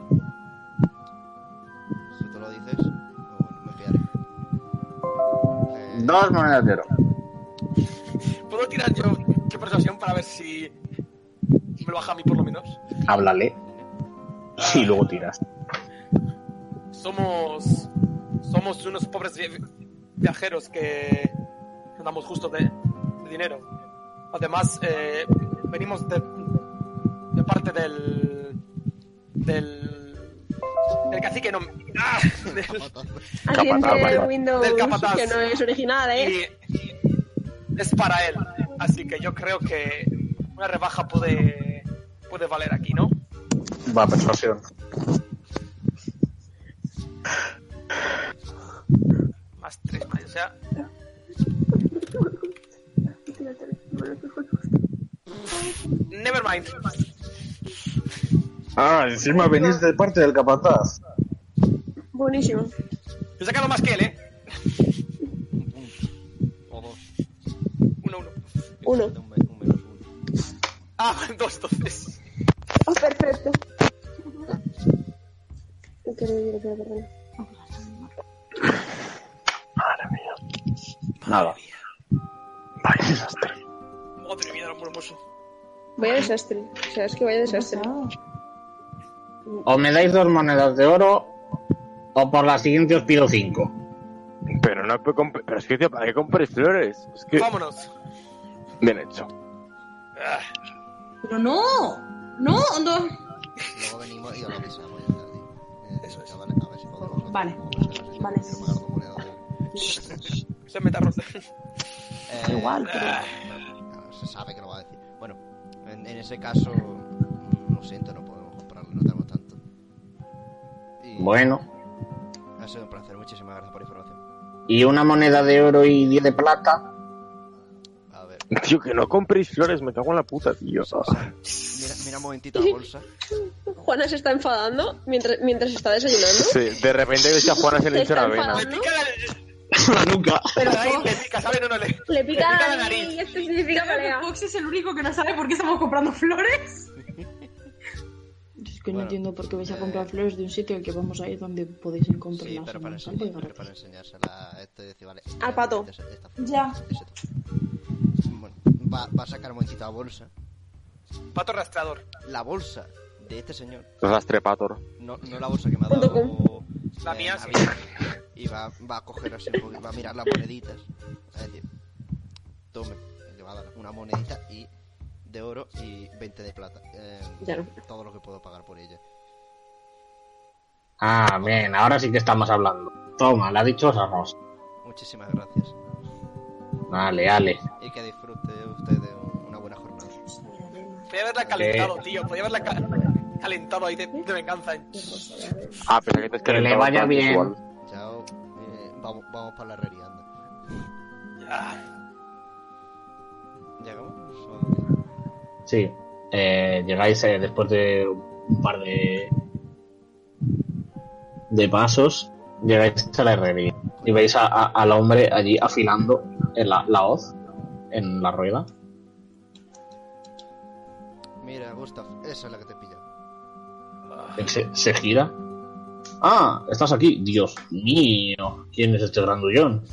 Speaker 6: Si tú lo dices, o bueno, me fiaré.
Speaker 4: Dos monedas de oro.
Speaker 1: ¿Puedo tirar yo qué persuasión para ver si me lo baja a mí por lo menos?
Speaker 4: Háblale. Y luego tiras.
Speaker 1: Somos somos unos pobres vi- viajeros que andamos justo de, de dinero. Además, eh, venimos de, de parte del del del cacique no ¡Ah! del,
Speaker 6: Eh,
Speaker 2: Asiento de Windows,
Speaker 1: del capataz.
Speaker 2: que no es original, ¿eh?
Speaker 1: Y es para él. Así que yo creo que una rebaja puede puede valer aquí, ¿no?
Speaker 4: Va, persuasión.
Speaker 1: Más tres, más, o sea,
Speaker 19: tírate. Vale, que fue-
Speaker 1: Nevermind.
Speaker 13: Ah, encima venís de parte del capataz.
Speaker 2: Buenísimo.
Speaker 1: He sacado más que él, ¿eh?
Speaker 6: O dos.
Speaker 1: Uno, uno.
Speaker 2: Uno.
Speaker 1: Ah, dos, entonces.
Speaker 2: Ah, perfecto. No quiero ir a por ahí.
Speaker 4: Nada.
Speaker 5: Vaya desastre.
Speaker 1: Madre mía, era muy hermoso.
Speaker 2: Vaya desastre. O sea, es que vaya desastre.
Speaker 4: O me dais dos monedas de oro, o por la siguiente os pido cinco.
Speaker 5: Pero no puedo comp- Pero es que, tío, ¿para qué compres flores? Es que.
Speaker 1: Vámonos.
Speaker 5: Bien hecho.
Speaker 3: Pero no. No, no.
Speaker 6: Luego venimos y os lo avisamos. ya está, tío. Eh, chavales, a ver si podemos.
Speaker 3: Vale. Vale.
Speaker 1: Se me tarro.
Speaker 6: Eh,
Speaker 3: Igual, pero-
Speaker 6: ah, Se sabe que lo va a decir. Bueno, en, en ese caso, mm, lo siento, no podemos comprarlo, no tenemos tanto. Y
Speaker 4: Bueno,
Speaker 6: Ha sido un placer, muchísimas gracias por la información.
Speaker 4: y una moneda de oro y diez de plata.
Speaker 6: A ver,
Speaker 5: Tío, que no compréis flores, me cago en la puta, tío.
Speaker 6: mira, mira un momentito la bolsa.
Speaker 2: Juana se está enfadando mientras, mientras está desayunando.
Speaker 5: Sí, de repente ves a Juana se le hincha la vena. La nuca.
Speaker 2: Pero
Speaker 1: le pica, ¿sabes? No, no, le,
Speaker 2: le
Speaker 1: pica la nariz.
Speaker 2: y esto significa pelea.
Speaker 3: Fox es el único que no sabe por qué estamos comprando flores.
Speaker 8: Es que no entiendo por qué vais a comprar flores de un sitio al que vamos a ir donde podéis encontrarlas.
Speaker 6: Sí, pero para,
Speaker 8: en un
Speaker 6: enseñar-
Speaker 8: campo y
Speaker 6: pero
Speaker 8: gratis.
Speaker 6: para enseñársela a este y decir, vale,
Speaker 2: Al pato.
Speaker 3: Ah, Ya.
Speaker 6: bueno, va, va a sacar un momentito la bolsa.
Speaker 1: Pato rastrador.
Speaker 6: La bolsa de este señor,
Speaker 5: Rastre Pator.
Speaker 6: no, no la bolsa que me ha
Speaker 2: Punto
Speaker 6: dado.
Speaker 2: com.
Speaker 1: La mía, sí.
Speaker 6: Y va, va a coger así, un poquito, va a mirar las moneditas. A decir, tome, le va a dar una monedita y de oro y 20 de plata. Eh,
Speaker 2: Claro.
Speaker 6: Todo lo que puedo pagar por ella.
Speaker 4: Ah, bien, ahora sí que estamos hablando. Toma, la dichosa rosa.
Speaker 6: Muchísimas gracias.
Speaker 4: Vale, ale.
Speaker 6: Y que disfrute usted de un- una buena jornada.
Speaker 1: Podía haberla calentado, tío. Podía haberla ca- calentado ahí de, de venganza. eh.
Speaker 5: Ah, pensé que te has
Speaker 4: Que le
Speaker 5: calentado
Speaker 4: vaya
Speaker 5: tanto,
Speaker 4: bien.
Speaker 5: igual.
Speaker 6: Chao. eh, vamos, vamos para la herrería, anda.
Speaker 1: Ah,
Speaker 6: ¿Llegamos? ¿O-
Speaker 4: Sí, eh, llegáis eh, después de un par de de pasos, llegáis a la herrería y veis a- a- al hombre allí afilando en la, la hoz en la rueda.
Speaker 6: Mira, Gustav, esa es la que te pilla.
Speaker 4: Él se, se gira. Ah, estás aquí. Dios mío, ¿quién es este grandullón?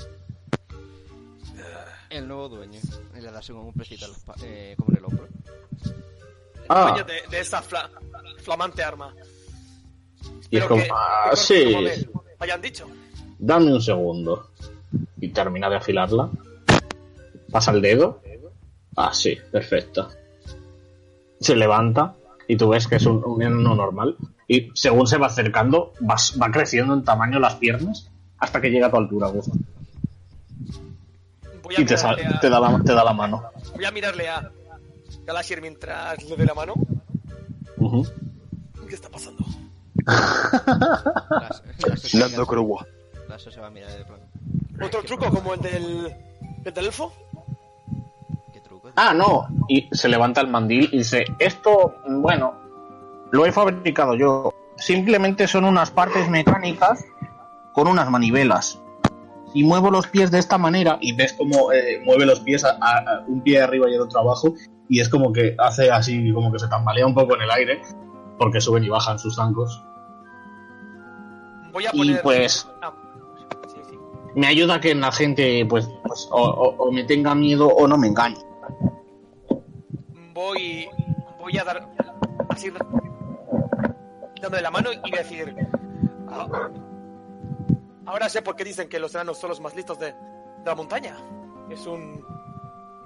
Speaker 6: El nuevo dueño. Y le das un pesito en la espa- eh, como en el hombro.
Speaker 4: Ah,
Speaker 1: Coño, de, de esa fla- flamante arma.
Speaker 4: y es como,
Speaker 1: que-
Speaker 4: ah,
Speaker 1: que corte
Speaker 4: sí,
Speaker 1: como de- Hayan dicho.
Speaker 4: dame un segundo. Y termina de afilarla. Pasa el dedo. Ah, sí, perfecto. Se levanta y tú ves que es un, un enano normal. Y según se va acercando, va, va creciendo en tamaño las piernas hasta que llega a tu altura, Gufa.
Speaker 1: Voy a,
Speaker 4: Y te, sa-
Speaker 1: mirarle a,
Speaker 4: te da la, te da la mano.
Speaker 1: voy a mirarle a Galashir mientras le doy la mano.
Speaker 4: Ujú.
Speaker 1: ¿Qué está pasando?
Speaker 6: Las- las-
Speaker 5: Nando Crua.
Speaker 6: Lasso se va a mirar de plano.
Speaker 1: ¿Otro truco como el del, el del elfo?
Speaker 6: ¿Qué truco?
Speaker 4: Ah, no. Y se levanta el mandil y dice, esto, bueno, lo he fabricado yo. Simplemente son unas partes mecánicas con unas manivelas. Y muevo los pies de esta manera y ves como eh, mueve los pies a- a- a un pie arriba y el otro abajo y es como que hace así, como que se tambalea un poco en el aire porque suben y bajan sus zancos.
Speaker 1: Voy a
Speaker 4: Y,
Speaker 1: poner.
Speaker 4: pues-
Speaker 1: Ah, sí, sí.
Speaker 4: Me ayuda que la gente pues, pues, o, o- o me tenga miedo o no me engañe.
Speaker 1: Voy, voy a dar. Así. Dándole la mano y decir. "Ah, ahora sé por qué dicen que los enanos son los más listos de, de la montaña. Es un.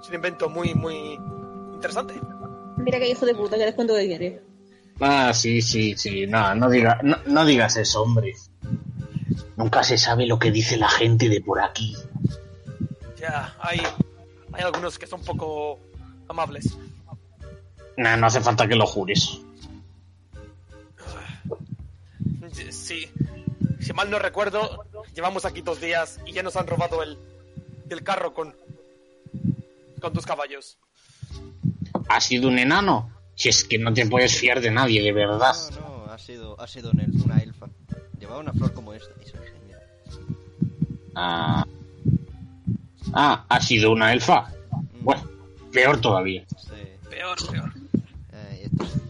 Speaker 1: Es un invento muy, muy interesante.
Speaker 2: Mira que hijo de puta, que les cuento que quiere.
Speaker 4: Ah, sí, sí, sí. No, no, diga, no, no digas eso, hombre. Nunca se sabe lo que dice la gente de por aquí.
Speaker 1: Ya, hay. Hay algunos que son poco amables.
Speaker 4: No, no hace falta que lo jures.
Speaker 1: Eh, Sí. Si mal no recuerdo, llevamos aquí dos días y ya nos han robado el, el carro con, con tus caballos.
Speaker 20: Ha sido un enano. Si es que no te puedes fiar de nadie, de verdad.
Speaker 6: No, no, ha sido, ha sido un elfo, una elfa. Llevaba una flor como esta y se lo enseñé.
Speaker 20: Ah. Ah, ha sido una elfa.
Speaker 6: Mm,
Speaker 20: Bueno, peor todavía.
Speaker 1: Peor, peor.
Speaker 6: Eh, estos elfos.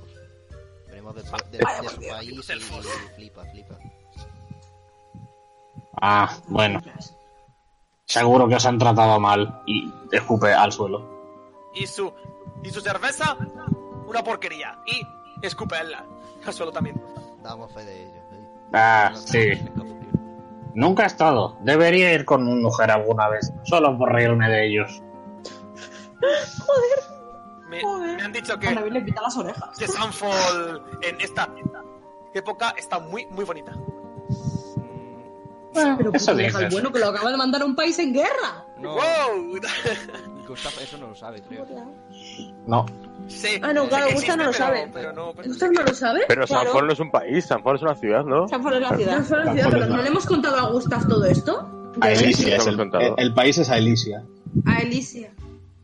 Speaker 6: Venimos de, de- de su país y, y flipa, flipa.
Speaker 20: Ah, bueno. Seguro que os han tratado mal y escupe al suelo.
Speaker 1: Y su, y su cerveza, una porquería. Y escupe a ella, al suelo también.
Speaker 6: Damos fe de ello. ¿eh?
Speaker 20: Ah, sí. Nunca he estado. Debería ir con una mujer alguna vez, solo por reírme de ellos.
Speaker 1: Me, me han dicho que,
Speaker 3: le pita las orejas.
Speaker 1: que Sanford en esta época está muy, muy bonita.
Speaker 8: pero
Speaker 20: Eso
Speaker 8: puto legal
Speaker 20: dices.
Speaker 8: bueno que lo acaba de mandar a un país en guerra.
Speaker 6: No,
Speaker 1: ¡Wow!
Speaker 6: Gustavo eso no lo sabe, creo.
Speaker 20: No.
Speaker 1: Sí.
Speaker 8: Ah, no, claro, Gusta no lo sabe.
Speaker 11: ¿Usted no lo sabe?
Speaker 5: Pero San
Speaker 11: Claro.
Speaker 5: Juan no es un país, San Juan es una ciudad, ¿no?
Speaker 11: No solo la ciudad, pero ¿no le hemos contado a Gustav todo esto?
Speaker 5: A Elysia,
Speaker 13: es el, el- el país es a Elysia.
Speaker 11: A Elicia.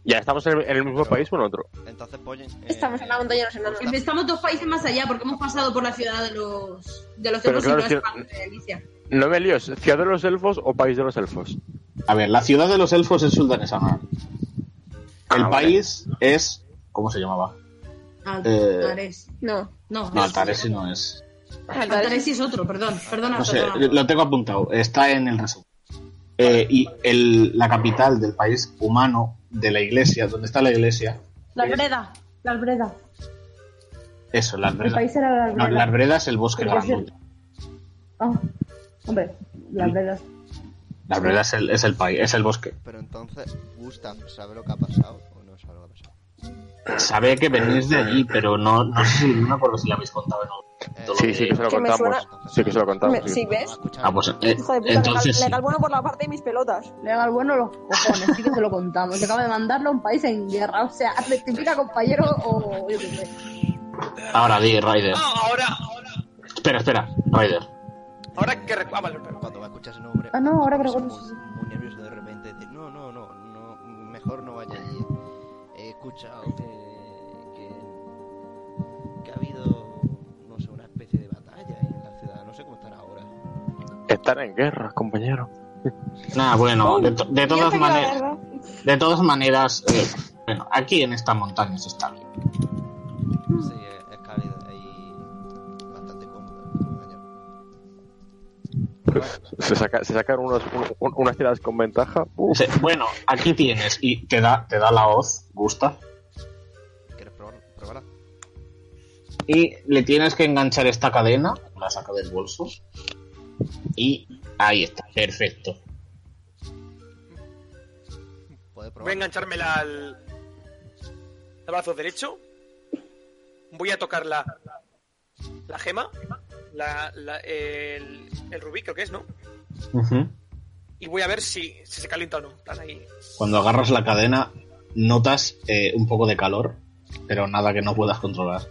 Speaker 5: ¿Ya estamos en el, en el mismo país o en otro?
Speaker 6: Entonces, Pollen, eh,
Speaker 11: Estamos en la montaña de los enanos.
Speaker 8: Estamos dos países más allá porque hemos pasado por la ciudad de los de los
Speaker 5: Pero
Speaker 8: elfos
Speaker 5: claro,
Speaker 8: y no
Speaker 5: si-
Speaker 8: es parte de Alicia.
Speaker 5: no me líos, ¿ciudad de los elfos o país de los elfos?
Speaker 4: A ver, la ciudad de los elfos es Suldanesama. El
Speaker 5: Ah, vale.
Speaker 4: país es. ¿Cómo se llamaba? Eh,
Speaker 8: Altares.
Speaker 11: No.
Speaker 8: No,
Speaker 4: No, Altares no es.
Speaker 8: Altares sí es otro, perdón. Perdona,
Speaker 4: No sé,
Speaker 8: perdona.
Speaker 4: lo tengo apuntado. Está en el resumen. Eh, y el- la capital del país humano, de la iglesia, donde está la iglesia,
Speaker 9: La Albreda. La Albreda.
Speaker 4: eso, la
Speaker 9: El
Speaker 4: Arbreda.
Speaker 9: país era la
Speaker 4: No,
Speaker 9: Albreda.
Speaker 4: la Arbreda es el bosque
Speaker 9: El bosque.
Speaker 4: grandote.
Speaker 9: Ah, hombre, la Albreda.
Speaker 4: La Arbreda es el, es el país, es el bosque.
Speaker 6: pero entonces, Gustav, ¿sabe lo que ha pasado o no sabe lo que ha pasado?
Speaker 4: Sabe que venís de allí, pero no, no sé si no me acuerdo si la habéis contado o no.
Speaker 6: Eh,
Speaker 4: Todo
Speaker 5: Sí, sí, que se lo
Speaker 2: Que me
Speaker 5: contamos.
Speaker 2: suena-
Speaker 5: Sí, que se lo contamos.
Speaker 2: Me-
Speaker 5: sí.
Speaker 2: ¿Sí ves?
Speaker 4: Ah, pues eh,
Speaker 2: Hijo de puta,
Speaker 4: entonces
Speaker 2: legal,
Speaker 4: sí.
Speaker 2: legal bueno por la parte de mis pelotas.
Speaker 8: Legal, bueno, los cojones, sí que te lo contamos. Te acaba de mandarlo a un país en guerra. O sea, rectifica, compañero, o yo qué sé.
Speaker 4: Ahora di, Ryder.
Speaker 1: Ah, ahora,
Speaker 4: Espera, espera, Ryder.
Speaker 1: ahora que recu- ah, vale, pero-
Speaker 6: Cuando va a escuchar ese nombre,
Speaker 8: Ah, no, ahora
Speaker 6: me
Speaker 8: que
Speaker 6: puse
Speaker 8: recuerdo, sí,
Speaker 6: Muy, muy nervioso de repente. de, no, no, no, no, mejor no vaya allí. He escuchado que, que, que ha habido, no sé, una especie de batalla en la ciudad. No sé cómo están ahora.
Speaker 5: Están en guerra, compañero.
Speaker 4: Nada, bueno, de, to- de todas
Speaker 2: Fíjate que la
Speaker 4: maneras,
Speaker 2: verdad-
Speaker 4: de todas maneras, eh, bueno, aquí en esta montaña se está bien.
Speaker 6: Sí, es, es cálido y bastante cómodo. no te voy a engañar.
Speaker 5: Se, saca, se sacaron unos, un- un- unas tiradas con ventaja. Uf,
Speaker 4: Dice, Bueno, aquí tienes y te da, te da la hoz, gusta,
Speaker 6: ¿Quieres probar, probarla?
Speaker 4: y le tienes que enganchar esta cadena, la saca del bolso y ahí está, perfecto.
Speaker 6: Puedes
Speaker 1: Voy a
Speaker 6: probar.
Speaker 1: enganchármela al, al brazo derecho. Voy a tocar la, la gema, la, la- el, el rubí, creo que es, ¿no?
Speaker 4: Ujú.
Speaker 1: Y voy a ver si, si se calienta o no. En plan, ahí.
Speaker 4: Cuando agarras la cadena, notas eh, un poco de calor, pero nada que no puedas controlar.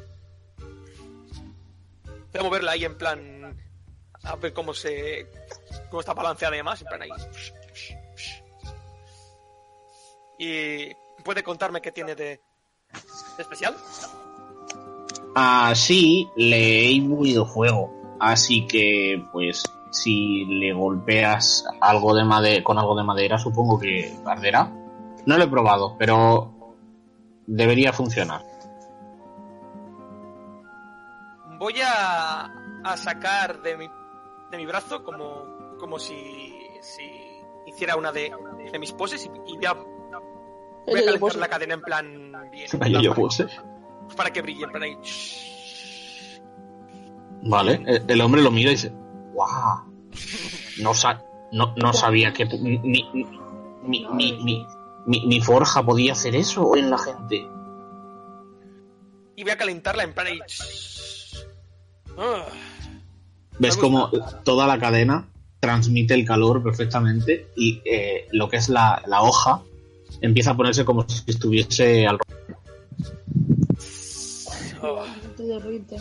Speaker 1: Voy a moverla ahí en plan. A ver cómo se. cómo está balanceada y demás. En plan ahí. Y. ¿Puede contarme qué tiene de, de especial?
Speaker 4: Así le he imbuido fuego. Así que, pues, si le golpeas algo de made- con algo de madera, supongo que arderá. No lo he probado, pero debería funcionar.
Speaker 1: Voy a, a sacar de mi, de mi brazo como, como si, si hiciera una de, de mis poses y, y voy a, voy a
Speaker 2: yo-yo
Speaker 1: calentar
Speaker 2: pose.
Speaker 1: la cadena en plan bien.
Speaker 4: La yo-yo
Speaker 1: para-
Speaker 4: pose.
Speaker 1: Para que brille, en plan ahí.
Speaker 4: Vale, eh, el hombre lo mira y dice, ¡guau! No, sa- no, no sabía que tu- mi, mi, mi, mi- mi- mi- mi forja podía hacer eso en la gente.
Speaker 1: Y voy a calentarla en plan ahí. Ah,
Speaker 4: ¿Ves como toda la cadena transmite el calor perfectamente y eh, lo que es la, la hoja empieza a ponerse como si estuviese al
Speaker 1: oh.
Speaker 8: Estoy de ruirte.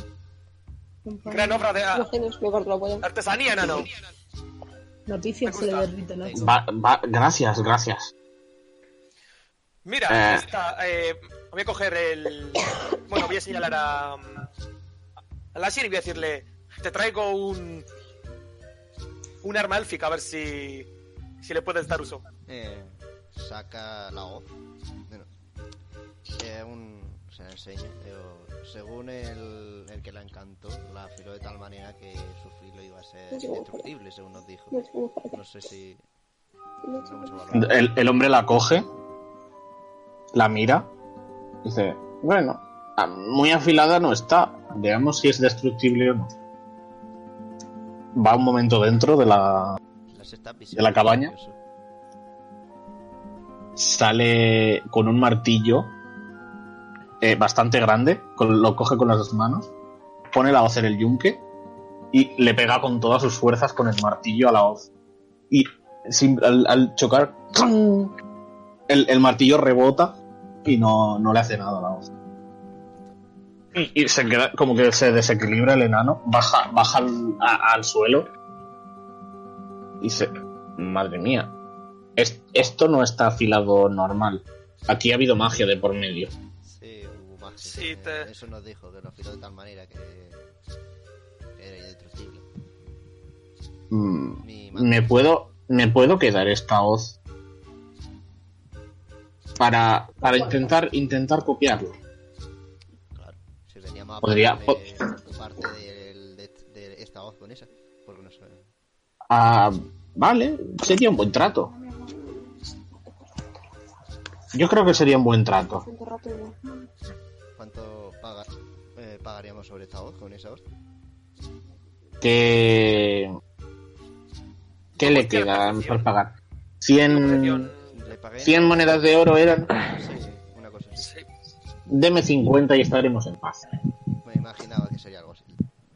Speaker 1: Gran obra de
Speaker 2: Los
Speaker 1: a-
Speaker 2: genios, me corto la polla.
Speaker 1: artesanía, nano.
Speaker 8: Noticia se le derrite la
Speaker 4: Va- va- gracias, gracias.
Speaker 1: Mira,
Speaker 21: Eh.
Speaker 1: esta, eh, voy a coger el. Bueno, voy a señalar a. A Lassie y voy a decirle: Te traigo un. Un arma élfica, a ver si. Si le puedes dar uso.
Speaker 6: Eh, saca la hoz. Bueno, eh, un- se la enseña. digo, según el, el que la encantó, la afiló de tal manera que su filo iba a ser
Speaker 2: No llegó,
Speaker 6: indestructible, según nos dijo.
Speaker 2: No llegó,
Speaker 6: No sé si.
Speaker 4: El, el hombre la coge, la mira, dice, bueno, ah, muy afilada no está, veamos si es destructible o no. Va un momento dentro de la, de la cabaña, sale con un martillo eh, bastante grande, con- lo coge con las dos manos, pone la hoz en el yunque y le pega con todas sus fuerzas con el martillo a la hoz. Y sin- al, al chocar, ¡tran! el, el martillo rebota y no, no le hace nada a la hoz. Y, y se queda, como que se desequilibra el enano, baja, baja al, a- al suelo y se... Madre mía, es- esto no está afilado normal. Aquí ha habido magia de por medio.
Speaker 6: Sí, hubo magia.
Speaker 1: Sí,
Speaker 6: eh,
Speaker 1: te-
Speaker 6: Eso nos dijo, que lo afiló de tal manera que. Era indestructible.
Speaker 4: Mm,
Speaker 6: Ni más.
Speaker 4: me puedo me puedo quedar esta hoz para, para intentar intentar copiarlo
Speaker 6: Si venía más
Speaker 4: Podría-
Speaker 6: parte, de, parte del- de, de esta hoz con esa. Porque no sé.
Speaker 4: Ah, vale sería un buen trato yo creo que sería un buen trato
Speaker 6: ¿Cuánto paga- eh, pagaríamos sobre esta hoz con esa hoz?
Speaker 4: que qué le quedan por pagar Mm. 100
Speaker 6: Le pagué.
Speaker 4: 100 monedas de oro eran
Speaker 6: Sí, una cosa así.
Speaker 4: deme 50 y estaremos en paz
Speaker 6: Me imaginaba que sería algo así.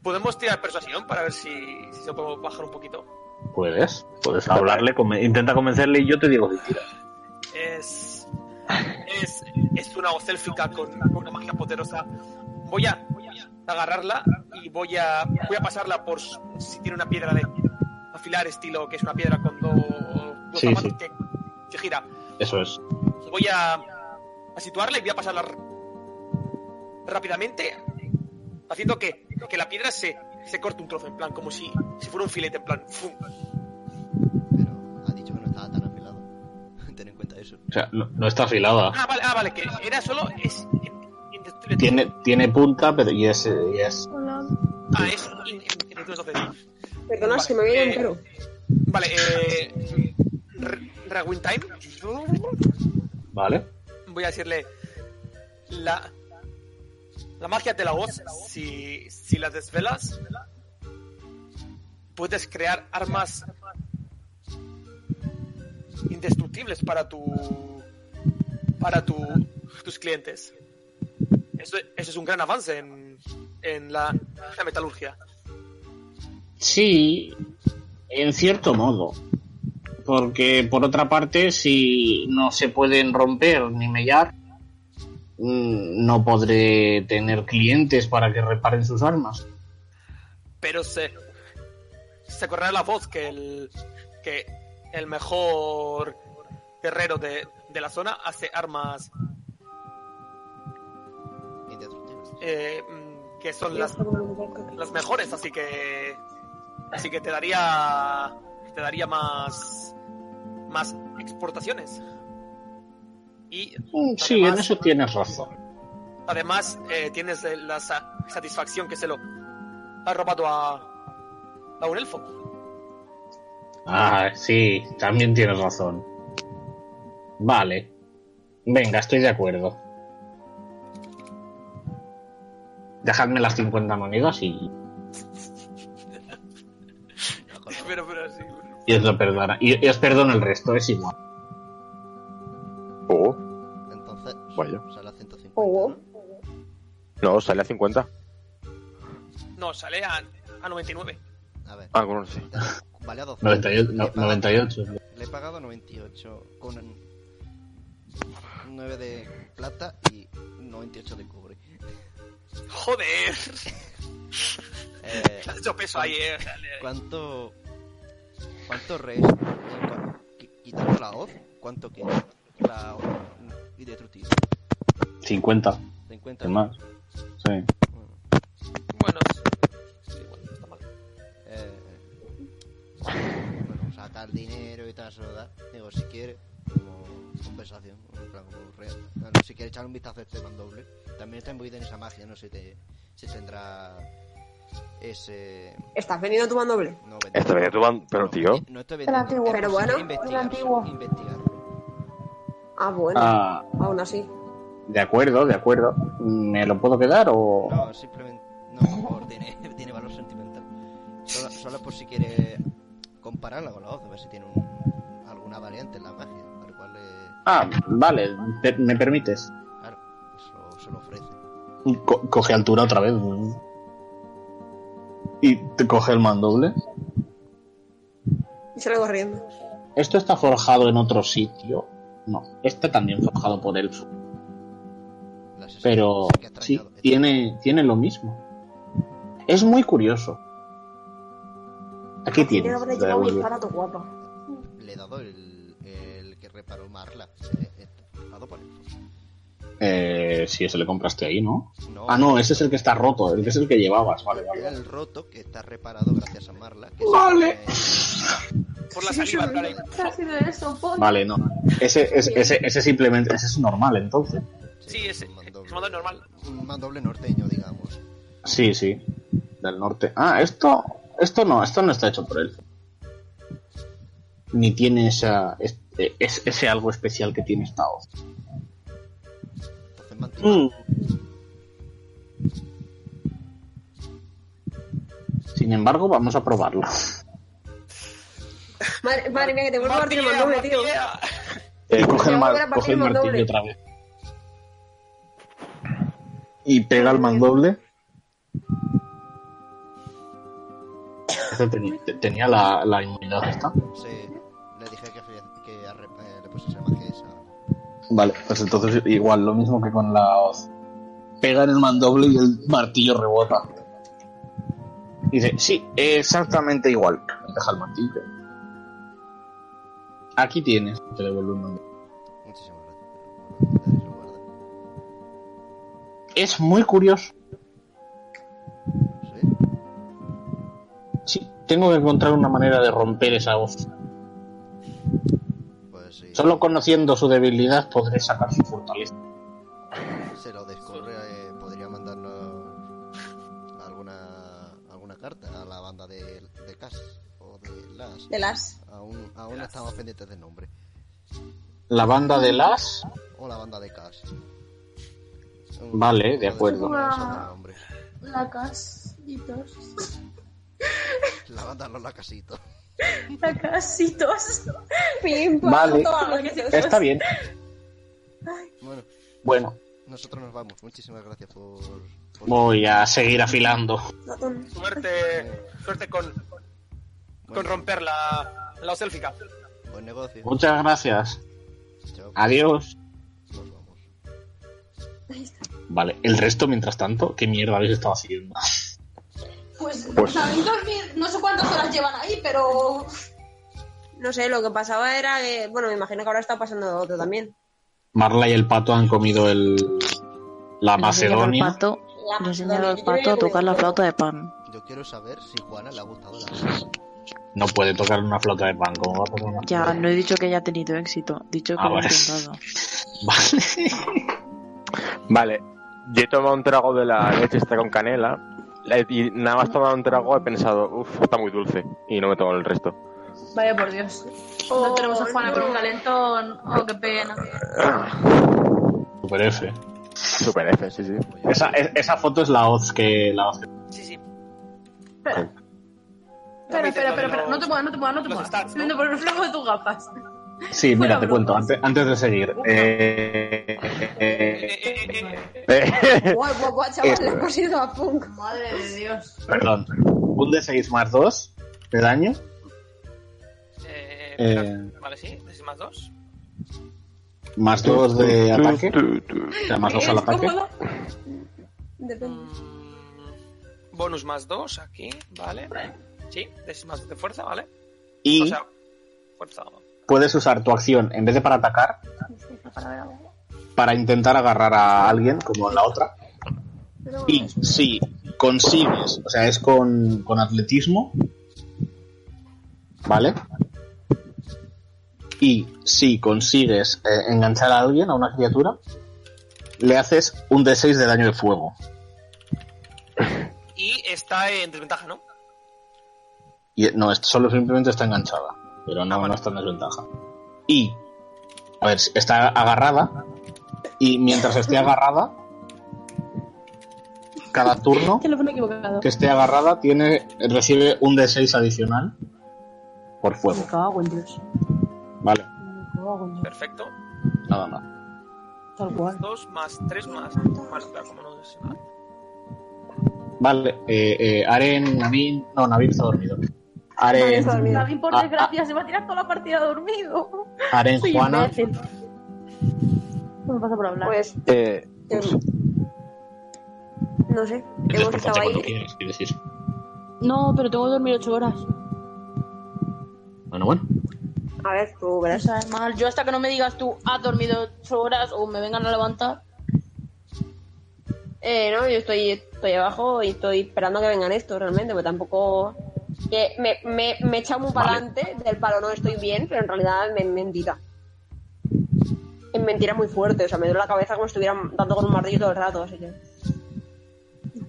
Speaker 1: ¿Podemos tirar persuasión para ver si, si se puede bajar un poquito?
Speaker 4: puedes puedes hablarle conven- intenta convencerle y yo te digo
Speaker 1: Es. Es, es una hoz élfica con, con una magia poderosa. Voy a, voy a agarrarla y voy a, voy a pasarla por s- si tiene una piedra de afilar estilo, que es una piedra con do- dos
Speaker 4: Sí,
Speaker 1: zapatos
Speaker 4: sí.
Speaker 1: Que, que gira.
Speaker 4: eso es
Speaker 1: Voy a, a situarla y voy a pasarla r- rápidamente, haciendo que, que la piedra se, se corte un trozo, en plan, como si, si fuera un filete, en plan. ¡fum!
Speaker 6: Ha dicho que no estaba tan afilado. Ten en cuenta eso.
Speaker 4: o sea no, no está afilada
Speaker 1: Ah, vale, ah, vale, que era solo. Es,
Speaker 4: tiene tiene punta pero y es, y es
Speaker 1: ah, es. in- in- entonces,
Speaker 2: Perdona, se me
Speaker 4: Eh,
Speaker 2: viene entero.
Speaker 1: Vale, eh. R- Ragwin Time.
Speaker 4: vale
Speaker 1: Voy a decirle. La. La magia de la voz, si, si la desvelas, puedes crear armas indestructibles para tu para tu, tus clientes. Eso, eso es un gran avance en, en la, la metalurgia.
Speaker 4: Sí, en cierto modo. Porque por otra parte, si no se pueden romper ni mellar, mm, no podré tener clientes para que reparen sus armas.
Speaker 1: pero se, se correrá la voz que el, que el mejor guerrero de, de la zona hace armas eh, mm, que son las, las mejores, así que así que te daría te daría más más exportaciones. Y
Speaker 4: Mm, Sí, en eso tienes razón.
Speaker 1: Además, eh, tienes eh, la sa- satisfacción que se lo ha robado a, a un elfo.
Speaker 4: Ah, sí, también tienes razón. Vale. Venga, estoy de acuerdo. Dejadme las 50 monedas y,
Speaker 1: Pero, pero sí.
Speaker 4: y os lo perdona. Y, y os perdono el resto, es igual.
Speaker 5: Oh,
Speaker 6: Entonces,
Speaker 5: vaya.
Speaker 6: sale a 150.
Speaker 5: No, sale a 50.
Speaker 1: No, sale a, a 99.
Speaker 6: A ver,
Speaker 5: Ah, con 11.
Speaker 6: vale a 12.
Speaker 4: 98,
Speaker 6: Le he pagado-
Speaker 4: 98.
Speaker 6: Le he pagado 98 con 9 de plata y 98 de cobre.
Speaker 1: Joder.
Speaker 6: Eh,
Speaker 1: Le has hecho peso ahí, eh.
Speaker 6: ¿Cuánto. ¿Cuánto resta? eh, cua- qui- Quitando la hoz, ¿cuánto queda? La, y destructivo.
Speaker 4: 50.
Speaker 6: 50.
Speaker 4: Es más. Sí.
Speaker 1: Bueno, sí, bueno, no está mal.
Speaker 6: Eh, bueno, sacar dinero y tal, se lo da. Digo, si quiere, como compensación, en plan, como real. Ah, no, si quiere echar un vistazo a este mandoble, también está imbuido en esa magia, no sé si, te, si tendrá ese...
Speaker 2: ¿Estás vendiendo tu mandoble?
Speaker 6: No,
Speaker 5: Esta vez tú van- Pero tío,
Speaker 6: no estoy
Speaker 2: El antiguo.
Speaker 6: vendiendo,
Speaker 2: Pero
Speaker 6: es
Speaker 2: bueno,
Speaker 6: investigar,
Speaker 2: el antiguo.
Speaker 6: investigar.
Speaker 2: Ah, bueno.
Speaker 4: Ah.
Speaker 2: Aún así.
Speaker 4: De acuerdo, de acuerdo. ¿Me lo puedo quedar o.?
Speaker 6: No, simplemente no por- tiene, tiene valor sentimental. Solo, solo por si quiere compararla con la voz, a ver si tiene un- alguna variante en la magia, al cual le,
Speaker 4: Ah, vale, te- me permites.
Speaker 6: claro, se lo, se lo ofrece.
Speaker 4: Co- coge altura otra vez. Y te coge el mandoble.
Speaker 2: Y sale corriendo.
Speaker 4: Esto está forjado en otro sitio. No, está también forjado por elfo. Pero sí,
Speaker 6: este
Speaker 4: tiene, tiene lo mismo. Es muy curioso. Aquí
Speaker 3: Tiene que
Speaker 4: tienes.
Speaker 3: haberle
Speaker 4: te
Speaker 3: llegado un
Speaker 4: devuelve.
Speaker 3: disparato guapo.
Speaker 6: Le he dado el, el que reparó Marla. eh, eh, dado por él.
Speaker 4: Eh, sí, ese le compraste ahí, ¿no?
Speaker 6: No.
Speaker 4: Ah, no, ese es el que está roto, el que es el que llevabas, vale, vale.
Speaker 6: Era el roto que está reparado gracias a Marla. que se
Speaker 4: Vale.
Speaker 1: Por la saliva, vale.
Speaker 8: ¿Qué ha sido eso, Paul?
Speaker 4: Vale, no. Ese, ese, ese, ese simplemente, ese es normal entonces.
Speaker 1: Sí, ese. Es mando normal.
Speaker 6: Un mandoble norteño, digamos.
Speaker 4: Sí, sí. Del norte. Ah, esto. Esto no, esto no está hecho por él. Ni tiene esa. es- e, es- ese algo especial que tiene esta voz. Mm. Sin embargo, vamos a probarlo.
Speaker 2: Madre, madre mía, que te vuelvo a partir el mandoble, tío.
Speaker 4: Y Eh, coge el,
Speaker 2: Vamos a
Speaker 4: mar-
Speaker 2: volver a
Speaker 4: coge
Speaker 2: partir
Speaker 4: el
Speaker 2: el mandoble.
Speaker 4: martillo otra vez. Y pega el mandoble. Tenía, tenía la, la inmunidad esta.
Speaker 6: Sí, le dije que, fui- que arre- eh, le pusiese magia esa.
Speaker 4: Vale, pues entonces igual, lo mismo que con la hoz. Pega en el mandoble y el martillo rebota. Dice, sí, exactamente igual. Deja el martillo. Aquí tienes. Te devuelvo el mandoble.
Speaker 6: Muchísimas gracias.
Speaker 4: Es muy curioso.
Speaker 6: Sí.
Speaker 4: Sí, tengo que encontrar una manera de romper esa voz.
Speaker 6: Pues sí,
Speaker 4: Solo conociendo su debilidad podré sacar su fortaleza.
Speaker 6: se lo descubre, eh, podría mandarnos alguna alguna carta a la banda de, de Cas o de Las.
Speaker 2: De Las.
Speaker 6: Aún, aún estamos pendientes del nombre.
Speaker 4: La banda de las.
Speaker 6: O la banda de Cas.
Speaker 4: Vale, de acuerdo.
Speaker 6: La,
Speaker 3: Lacasitos.
Speaker 6: la banda de los lacasitos.
Speaker 3: Lacasitos.
Speaker 2: Pim,
Speaker 3: pam,
Speaker 4: Vale,
Speaker 3: pues, todo lo que se usa.
Speaker 4: está bien.
Speaker 6: Bueno,
Speaker 4: Bueno,
Speaker 6: nosotros nos vamos. Muchísimas gracias por. por-
Speaker 4: voy a seguir afilando.
Speaker 1: Suerte, suerte con, con romper la, la hoz élfica.
Speaker 6: Buen negocio.
Speaker 4: Muchas gracias.
Speaker 6: Chao.
Speaker 4: Adiós. Vale, el resto, mientras tanto, ¿qué mierda habéis estado haciendo?
Speaker 22: Pues,
Speaker 4: Pues-
Speaker 22: sabéis dormir, no sé cuántas horas llevan ahí, pero.
Speaker 2: No sé, lo que pasaba era que. Bueno, me imagino que ahora está pasando otro también.
Speaker 4: Marla y el pato han comido el. La macedonia.
Speaker 23: pato, le he enseñado al pato a tocar la flauta de pan.
Speaker 6: Yo quiero saber si Juana le ha gustado la.
Speaker 4: No puede tocar una flota de pan. ¿Cómo va a tocar una
Speaker 23: Ya, no he dicho que haya tenido éxito, he dicho que
Speaker 4: Ah,
Speaker 23: lo he
Speaker 4: vale.
Speaker 23: intentado.
Speaker 5: Vale, yo he tomado un trago de la leche esta con canela la- y nada más tomado un trago he pensado, uff, está muy dulce y no me tomo el resto.
Speaker 8: Vaya por Dios. no tenemos a Juana con un calentón. Oh, qué pena.
Speaker 4: Super F.
Speaker 5: Super F, sí, sí.
Speaker 4: Esa, es- esa foto es la hoz que. La hoz.
Speaker 1: Sí, sí.
Speaker 8: Espera. Espera, espera, espera, espera. No te muevas, no te muevas, no te muevas. Estoy viendo por el reflejo de tus gafas.
Speaker 4: Sí, mira, te cuento, ante- antes, de seguir. eh, eh, eh,
Speaker 2: Guau, guau, guau, chaval,
Speaker 4: Esto.
Speaker 2: le hemos ido a punk.
Speaker 8: Madre de Dios.
Speaker 4: perdón. Un de 6 más 2 de daño.
Speaker 1: Eh,
Speaker 4: Eh.
Speaker 1: Vale, sí, es más dos.
Speaker 4: Más 2 de ataque. O sea, más 2 al ataque.
Speaker 2: Depende.
Speaker 1: Mm, Bonus más dos aquí, vale. Sí, es más dos de fuerza, vale.
Speaker 4: Y-
Speaker 1: O sea, fuerza.
Speaker 4: Puedes usar tu acción en vez de para atacar, para intentar agarrar a alguien, como en la otra. Y si consigues, o sea, es con, con atletismo, ¿vale? Y si consigues eh, enganchar a alguien, a una criatura, le haces un D6 de daño de fuego.
Speaker 1: Y está en desventaja, ¿no?
Speaker 4: Y, no, es- solo simplemente está enganchada, pero no, no está en desventaja. Y, a ver, está agarrada, y mientras esté agarrada, cada turno
Speaker 3: Teléfono equivocado.
Speaker 4: que esté agarrada tiene recibe un D6 adicional por fuego.
Speaker 3: Me cago en Dios.
Speaker 4: Vale,
Speaker 3: Me cago en Dios.
Speaker 1: Perfecto.
Speaker 4: nada más.
Speaker 3: Tal cual.
Speaker 1: 2 más 3 más. Más, claro, como no sé.
Speaker 4: Vale, eh, eh, Aren, Navin. No, Navin está dormido. Aren,
Speaker 24: David, por desgracia, se va a tirar toda la partida dormido.
Speaker 4: Aren,
Speaker 24: Soy
Speaker 4: Juana.
Speaker 24: imbécil. No me pasa por hablar. Pues,
Speaker 5: Eh,
Speaker 2: No sé. Hemos estado
Speaker 4: Despertate cuando
Speaker 2: ahí.
Speaker 4: quieras, quiero decir.
Speaker 3: No, pero tengo que dormir ocho horas.
Speaker 4: Bueno, bueno.
Speaker 2: A ver, tú
Speaker 3: No
Speaker 2: verás.
Speaker 3: sabes mal. Yo hasta que no me digas tú, has dormido ocho horas o me vengan a levantar.
Speaker 2: Eh, no, yo estoy, estoy abajo y estoy esperando que vengan estos realmente, porque tampoco. Que me, me, me he echado muy para adelante del palo, no estoy bien, pero en realidad me, mentira. Es mentira muy fuerte, o sea, me duele la cabeza como si estuvieran dando con un martillo todo el rato, así que.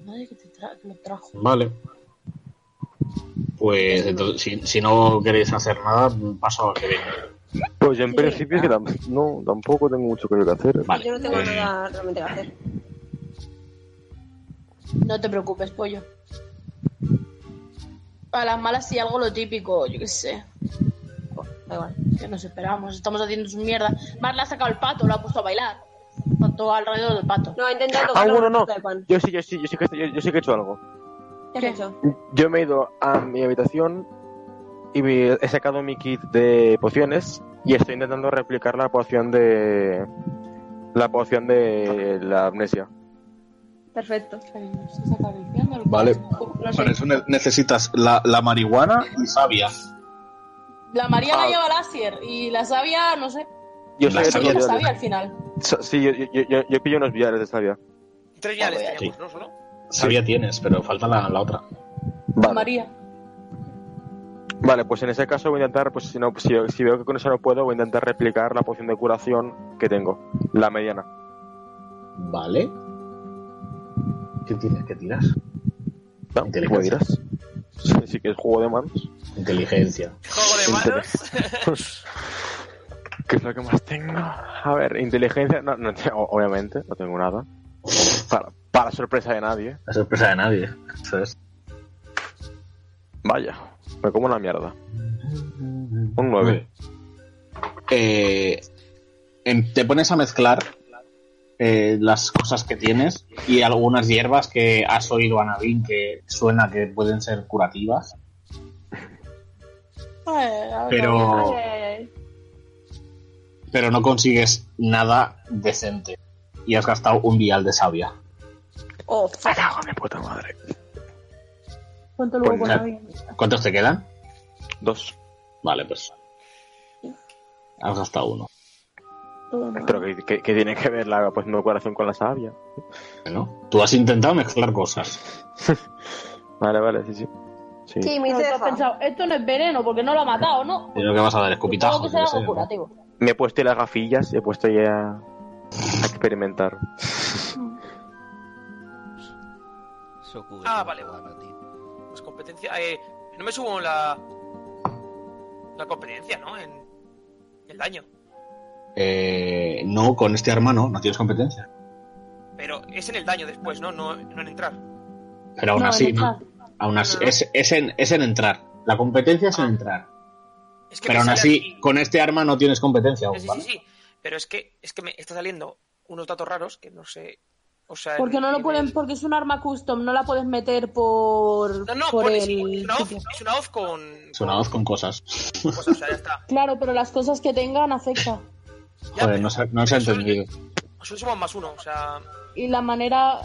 Speaker 3: Madre que te tra- que me trajo.
Speaker 4: Vale. Pues entonces, si, si no queréis hacer nada, paso a que venga.
Speaker 5: pues yo en principio es que tam- no, tampoco tengo mucho que hacer.
Speaker 2: Yo no tengo nada realmente que hacer.
Speaker 3: No te preocupes, pollo. A las malas si algo lo típico, yo qué sé. Oh,
Speaker 2: Da igual.
Speaker 3: Que nos esperamos, estamos haciendo su mierda. Más la ha sacado el pato, lo ha puesto a bailar. Pato alrededor del pato.
Speaker 2: No, he intentado
Speaker 5: Ah, bueno, no. Yo sí, yo sí, yo sí que, yo, yo sí que he hecho algo.
Speaker 2: ¿Qué has hecho?
Speaker 5: Yo me he ido a mi habitación y me- he sacado mi kit de pociones y estoy intentando replicar la poción de. La poción de la amnesia.
Speaker 2: Perfecto.
Speaker 13: Vale. Para eso ne- necesitas la, la marihuana y savia.
Speaker 3: La Mariana
Speaker 5: Ah.
Speaker 3: lleva láser y la sabia, no sé.
Speaker 5: Yo sé que
Speaker 3: Creo que la
Speaker 5: tengo
Speaker 3: sabia al
Speaker 5: viales.
Speaker 3: final.
Speaker 5: Sa- Sí, yo, yo, yo- yo pillo unos viales de sabia.
Speaker 1: Tres ya les teníamos, ¿no? Solo.
Speaker 4: Sabia tienes, pero falta la, la otra.
Speaker 5: Vale.
Speaker 3: María.
Speaker 5: Vale, pues en ese caso voy a intentar, pues si, no, si, si veo que con eso no puedo, voy a intentar replicar la poción de curación que tengo, la mediana.
Speaker 4: Vale. ¿Qué tienes que tirar?
Speaker 5: No, ¿Cómo dirás? Pues, Sí, sí que es juego de manos.
Speaker 4: Inteligencia.
Speaker 5: ¿Juego de manos? pues, ¿Qué es lo que más tengo? A ver, inteligencia. No, no tengo- obviamente, no tengo nada. Para, para sorpresa de nadie.
Speaker 4: La sorpresa de nadie. Eso es.
Speaker 5: Vaya, me como una mierda. Un 9.
Speaker 4: Eh, em- te pones a mezclar eh, las cosas que tienes y algunas hierbas que has oído a Navin que suena que pueden ser curativas. Pero- pero no consigues nada decente. Y has gastado un vial de savia.
Speaker 2: Oh,
Speaker 5: mi puta madre.
Speaker 3: ¿Cuánto
Speaker 4: luego Pues, con la ¿Cuántos te quedan?
Speaker 5: Dos.
Speaker 4: Vale, pues. Has gastado uno.
Speaker 5: Pero que, que- que tiene que ver la pues, no curación con la savia.
Speaker 4: ¿no? Tú has intentado mezclar cosas.
Speaker 5: Vale, vale, sí, sí. Sí.
Speaker 2: mi
Speaker 3: no, has pensado, esto no es veneno porque no lo ha matado, ¿no?
Speaker 4: Y lo que vas a dar
Speaker 3: Tengo
Speaker 4: escupitajos.
Speaker 3: que
Speaker 4: yo
Speaker 3: ser
Speaker 4: qué sé,
Speaker 3: algo
Speaker 4: ¿no?
Speaker 3: curativo.
Speaker 5: Me he puesto las gafillas y he puesto ya a experimentar.
Speaker 1: Ah, vale, vale. Pues competencia. Eh, no me subo la. La competencia, ¿no? En. El daño.
Speaker 4: Eh, no, con este arma no, no tienes competencia.
Speaker 1: Pero es en el daño después, ¿no? No, no en entrar.
Speaker 4: Pero aún
Speaker 1: No,
Speaker 4: así,
Speaker 1: en entrar.
Speaker 4: aún así es, es en, es en entrar. La competencia es en entrar.
Speaker 1: Es Ah. que me
Speaker 4: pero aún
Speaker 1: sale
Speaker 4: así,
Speaker 1: aquí-
Speaker 4: con este arma no tienes competencia aún,
Speaker 1: Sí, sí,
Speaker 4: ¿vale?
Speaker 1: sí. Pero es que, es que me está saliendo unos datos raros que no sé. O sea.
Speaker 3: Porque no lo pueden, porque es un arma custom, no la puedes meter por,
Speaker 1: No, no,
Speaker 3: por
Speaker 1: pone-
Speaker 3: el
Speaker 1: es una off,
Speaker 3: sitio.
Speaker 1: es una off con.
Speaker 4: Sonados con cosas.
Speaker 1: O sea, ya está.
Speaker 3: Claro, pero las cosas que tengan afecta.
Speaker 4: Joder, no se, no se ha entendido.
Speaker 1: Solo somos más uno, o sea.
Speaker 3: Y la manera.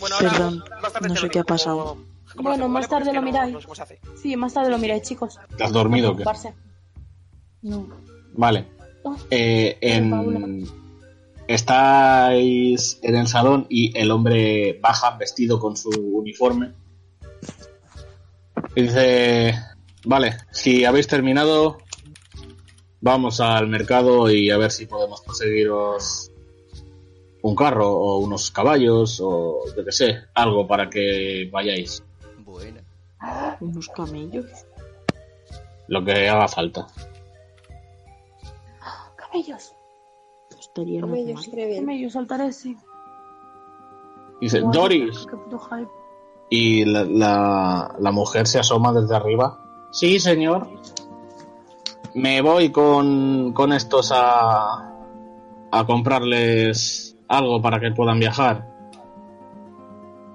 Speaker 1: Bueno, ahora.
Speaker 3: Perdón,
Speaker 1: Más tarde
Speaker 3: no
Speaker 1: te
Speaker 3: sé
Speaker 1: lo
Speaker 3: qué ha
Speaker 1: digo,
Speaker 3: pasado.
Speaker 1: como- como
Speaker 3: Bueno,
Speaker 1: hacemos,
Speaker 3: más
Speaker 1: ¿vale? Porque
Speaker 3: tarde lo
Speaker 1: es que
Speaker 3: miráis.
Speaker 1: No, no sé cómo se hace.
Speaker 3: Sí, más tarde lo miráis, chicos.
Speaker 4: ¿Te has dormido o qué?
Speaker 3: Preocuparse. No.
Speaker 4: Vale. Eh, en, Estáis en el salón y el hombre baja vestido con su uniforme. Y dice, vale, si habéis terminado, vamos al mercado y a ver si podemos conseguiros un carro o unos caballos o yo que sé, algo para que vayáis.
Speaker 6: Buena.
Speaker 8: Unos camellos.
Speaker 4: Lo que haga falta.
Speaker 3: Camellos.
Speaker 8: Estaría
Speaker 3: Camellos,
Speaker 8: normal.
Speaker 3: creo bien. Camellos, saltaré, sí.
Speaker 4: Dice,
Speaker 3: Guau,
Speaker 4: Doris.
Speaker 3: Qué puto hype.
Speaker 4: Y la, la- la mujer se asoma desde arriba. Sí, señor. Me voy con, con estos a, a comprarles algo para que puedan viajar.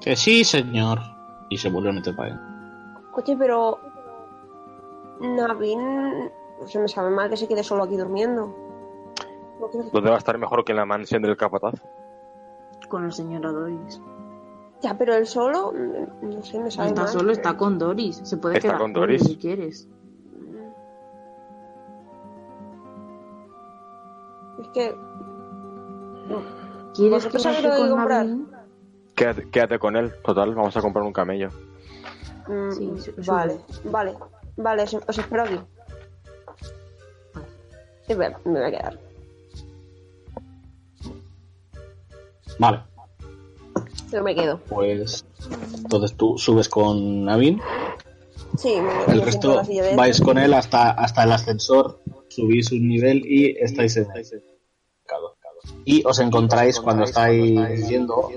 Speaker 4: Que sí, señor. Y se vuelve a meter para allá.
Speaker 25: Oye, pero. Navin. Se me sabe mal que se quede solo aquí durmiendo. No creo que-
Speaker 5: Donde va a estar mejor que en la mansión del capataz.
Speaker 8: Con la señora Doris.
Speaker 25: Ya, pero él solo. mm, No sé, me
Speaker 8: No
Speaker 25: sabe
Speaker 8: está
Speaker 25: mal.
Speaker 8: solo, está con Doris. Se puede
Speaker 5: Está
Speaker 8: quedar
Speaker 5: con Doris.
Speaker 8: si quieres.
Speaker 25: Es que.
Speaker 8: ¿Quieres que
Speaker 25: ¿Vosotros sabéis lo
Speaker 8: baje
Speaker 25: de
Speaker 8: con
Speaker 25: comprar?
Speaker 8: Navin?
Speaker 5: Quédate, quédate con él, total, vamos a comprar un camello.
Speaker 25: Mm,
Speaker 8: Sí, su-
Speaker 25: vale, vale, vale, os, os espero aquí. Sí, me, me voy a quedar.
Speaker 4: Vale,
Speaker 25: Yo me quedo.
Speaker 4: pues entonces tú subes con Navin.
Speaker 25: Sí, me quedo.
Speaker 4: El
Speaker 25: me siento en
Speaker 4: resto
Speaker 25: la silla de
Speaker 4: vais
Speaker 25: estas.
Speaker 4: con él hasta, hasta el ascensor, subís un nivel y estáis en el mercado. Y os encontráis cuando estáis yendo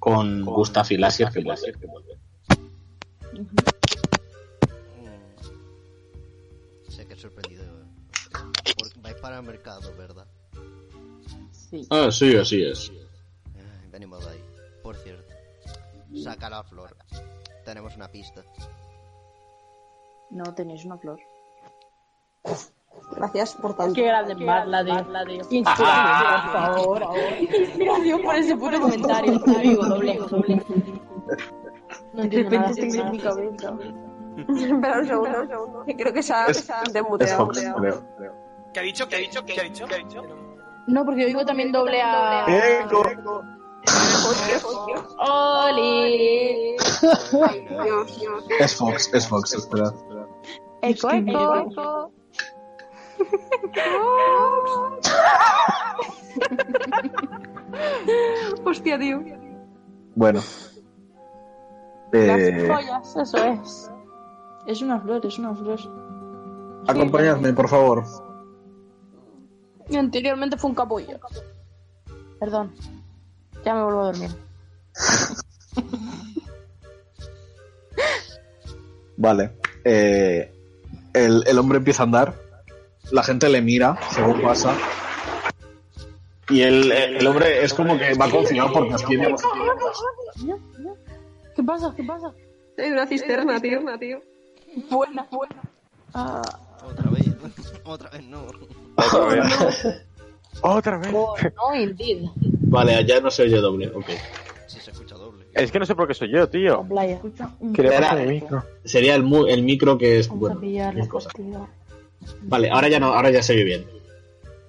Speaker 4: con Gustaf y Lassier, que vuelve.
Speaker 6: Mm. Sé que he sorprendido. eh. Por- Vais para el mercado, ¿verdad?
Speaker 8: Sí.
Speaker 4: Ah, sí, así es.
Speaker 6: Ay, Venimos de ahí. Por cierto, saca la flor. Tenemos una pista.
Speaker 8: No tenéis una flor.
Speaker 25: Gracias por tanto.
Speaker 8: Qué grande, Mar, la de-
Speaker 25: Ah.
Speaker 8: por favor. Inspiración por ese puto comentario. Amigo, doble, doble. No entiendo
Speaker 25: repente
Speaker 8: nada.
Speaker 25: estoy
Speaker 8: nada.
Speaker 25: en mi cabeza. Espera un segundo, un segundo. que Creo que se ha,
Speaker 5: Es-
Speaker 25: se ha desmuteado.
Speaker 1: ¿Qué ha dicho? ¿Qué ha dicho? ¿Qué ha dicho? ¿Qué ha dicho?
Speaker 8: No, porque oigo también doble a... ¡Oli!
Speaker 25: Dios, Dios.
Speaker 4: Es Fox, es Fox, espera.
Speaker 8: ¡Eco, eco, eco!
Speaker 25: Hostia, tío.
Speaker 4: Bueno. Eh,
Speaker 8: Joyas, eso es. Es una flor, es una flor.
Speaker 13: acompañadme, por favor.
Speaker 8: Y anteriormente fue un capullo. Perdón. Ya me vuelvo a dormir.
Speaker 13: Vale. Eh, el, el hombre empieza a andar. La gente le mira según pasa.
Speaker 4: Y el, el hombre es como que va confiado porque os tiene.
Speaker 8: ¿Qué pasa? ¿Qué pasa?
Speaker 25: Es una cisterna, tío. tío.
Speaker 8: Buena, buena. Ah,
Speaker 6: Otra vez. Otra vez no.
Speaker 5: Otra vez. Otra vez.
Speaker 8: no, indeed.
Speaker 4: Vale, allá no se oye doble, ok.
Speaker 6: Si se escucha doble.
Speaker 5: Es que no sé por qué soy yo, tío.
Speaker 8: Playa.
Speaker 5: Quería
Speaker 4: Espera.
Speaker 5: pasar mi micro.
Speaker 4: Sería el, mu- el micro que es.
Speaker 8: Vamos a
Speaker 4: Bueno,
Speaker 8: pillar la
Speaker 4: mil cosas.
Speaker 8: partida.
Speaker 4: Vale, ahora ya no, ahora ya se oye bien.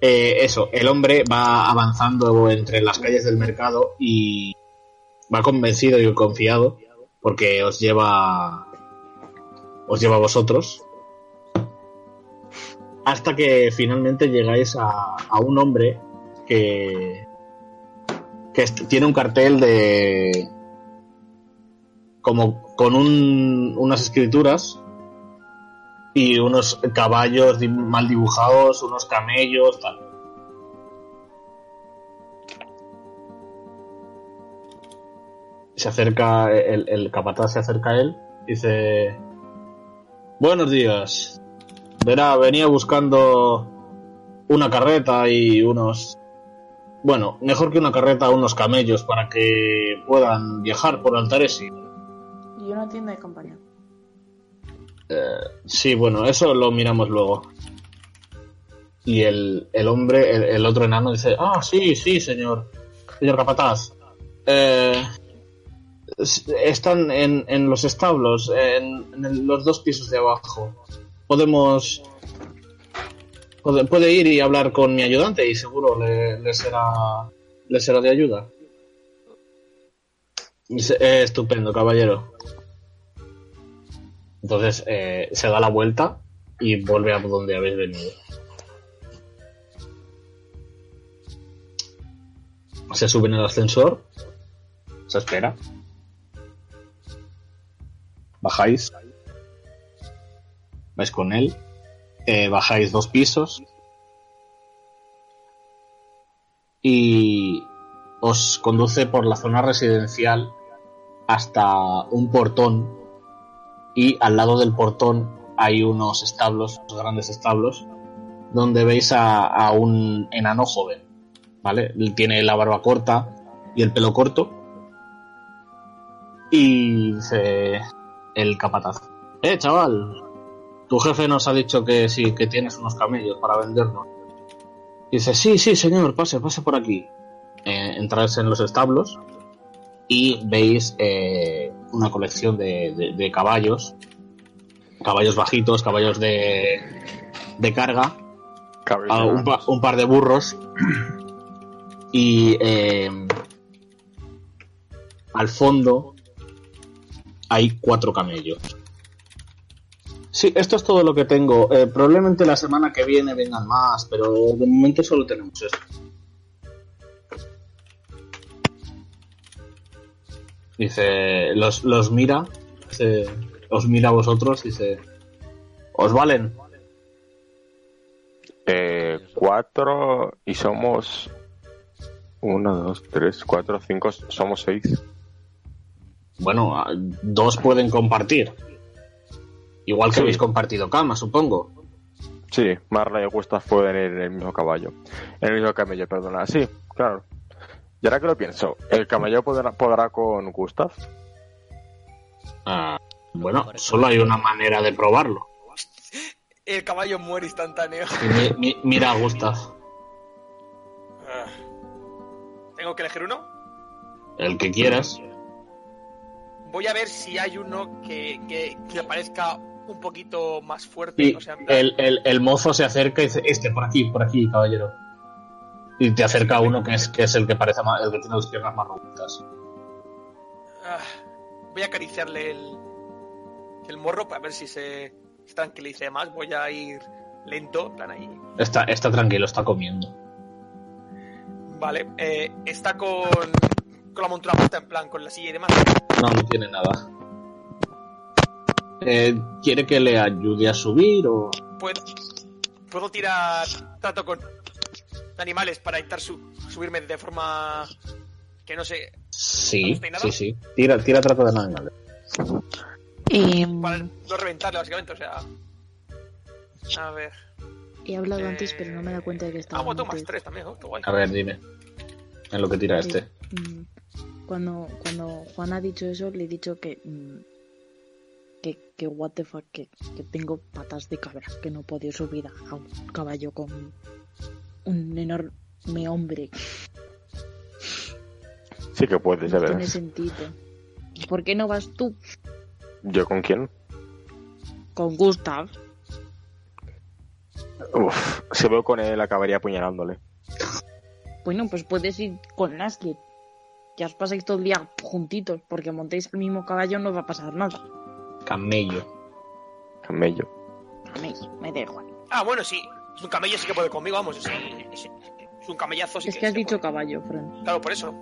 Speaker 4: Eh, eso, el hombre va avanzando entre las calles del mercado y va convencido y confiado porque os lleva os lleva a vosotros hasta que finalmente llegáis a, a un hombre que que est- tiene un cartel de como con un- unas escrituras y unos caballos di- mal dibujados, unos camellos, tal. Se acerca, e, el, el capataz se acerca a él y dice: Buenos días. Verá, venía buscando una carreta y unos. Bueno, mejor que una carreta, unos camellos para que puedan viajar por Altaresi.
Speaker 8: Y una tienda de campaña.
Speaker 4: Eh, sí, bueno, eso lo miramos luego. Y el, el hombre, el, el otro enano, dice, ah, sí, sí, señor. Señor Capataz. Eh, es- están en, en los establos, en, en el- los dos pisos de abajo. Podemos... Puede, puede ir y hablar con mi ayudante y seguro le, le será ¿Le será de ayuda? Dice, "Eh, estupendo, caballero. Entonces eh, se da la vuelta y vuelve a donde habéis venido. Se sube en el ascensor. Se espera.
Speaker 26: Bajáis.
Speaker 4: Vais con él. eh, bajáis dos pisos. Y os conduce por la zona residencial hasta un portón. Y al lado del portón hay unos establos, unos grandes establos, donde veis a, a un enano joven. ¿Vale? Él Tiene la barba corta y el pelo corto. Y dice el capataz. Eh, chaval, tu jefe nos ha dicho que sí, que tienes unos camellos para vendernos. Dice, sí, sí, señor, pase, pase por aquí. Eh, entráis en los establos y veis eh, una colección de, de- de caballos. Caballos bajitos, caballos de, de carga. Ah, un, pa- un par de burros. Y eh, al fondo hay cuatro camellos. Sí, esto es todo lo que tengo. Eh, probablemente la semana que viene vengan más, pero de momento solo tenemos esto. Dice, los, los mira, dice, os mira a vosotros, dice, os valen.
Speaker 5: Eh, cuatro y somos. Uno, dos, tres, cuatro, cinco, somos seis.
Speaker 4: Bueno, a- dos pueden compartir. Igual que
Speaker 5: Sí.
Speaker 4: habéis compartido cama, supongo.
Speaker 5: Sí, Marla y Augusta fueron en el mismo caballo. En el mismo camello, perdona. Sí, claro. Y ahora que lo pienso, ¿el camello podrá, podrá con Gustav?
Speaker 4: Ah, bueno, solo hay una manera de probarlo.
Speaker 1: El caballo muere instantáneo.
Speaker 4: Y mi- mi- mira a Gustav,
Speaker 1: Ah. ¿Tengo que elegir uno?
Speaker 4: el que quieras.
Speaker 1: Voy a ver si hay uno que, que, que parezca un poquito más fuerte.
Speaker 4: Y
Speaker 1: o sea, en plan-
Speaker 4: el, el- el mozo se acerca y dice, este, por aquí, por aquí, caballero. Y te acerca uno que es, que es el que parece más, el que tiene las piernas más robustas.
Speaker 1: Ah, voy a acariciarle el, el morro para ver si se, se tranquiliza más. Voy a ir lento, en plan ahí.
Speaker 4: Está, está tranquilo, está comiendo.
Speaker 1: Vale, eh, está con, con la montura puesta, en plan, con la silla y demás.
Speaker 4: No, no tiene nada. Eh, ¿Quiere que le ayude a subir o...?
Speaker 1: ¿Puedo, puedo tirar trato con animales para intentar su- subirme de forma que no sé.
Speaker 4: Sí, sí, sí. Tira, tira trato de animales.
Speaker 8: Y,
Speaker 1: No reventarle, básicamente, o sea. A ver. eh,
Speaker 8: he hablado antes, pero no me da cuenta de que
Speaker 1: Ah,
Speaker 8: estaba.
Speaker 1: bueno, tú más
Speaker 8: muteado.
Speaker 1: tres también, ¿no? Qué guay.
Speaker 4: A ver, dime. En lo que tira
Speaker 8: Sí.
Speaker 4: este.
Speaker 8: Mm, Cuando, cuando Juan ha dicho eso, le he dicho que. mm, que, que what the fuck, que, que tengo patas de cabra, que no he podido subir a un caballo con un enorme hombre.
Speaker 5: Sí que ¿eh? puedes, ya
Speaker 8: No tiene
Speaker 5: verás.
Speaker 8: sentido. ¿Por qué no vas tú
Speaker 5: ¿Yo con quién?
Speaker 8: con Gustav?
Speaker 5: Uf, se veo con él, acabaría apuñalándole.
Speaker 8: Bueno, pues puedes ir con Nasli. Ya os pasáis todo el día juntitos, porque montéis el mismo caballo, no va a pasar nada.
Speaker 4: Camello.
Speaker 5: Camello.
Speaker 8: A mí me da igual.
Speaker 1: Ah, bueno, sí. Es un camello, sí que puede conmigo, vamos. Es, es- es un camellazo, sí
Speaker 8: Es
Speaker 1: que.
Speaker 8: que has
Speaker 1: sí
Speaker 8: dicho caballo, Fran.
Speaker 1: puede. Claro, por eso.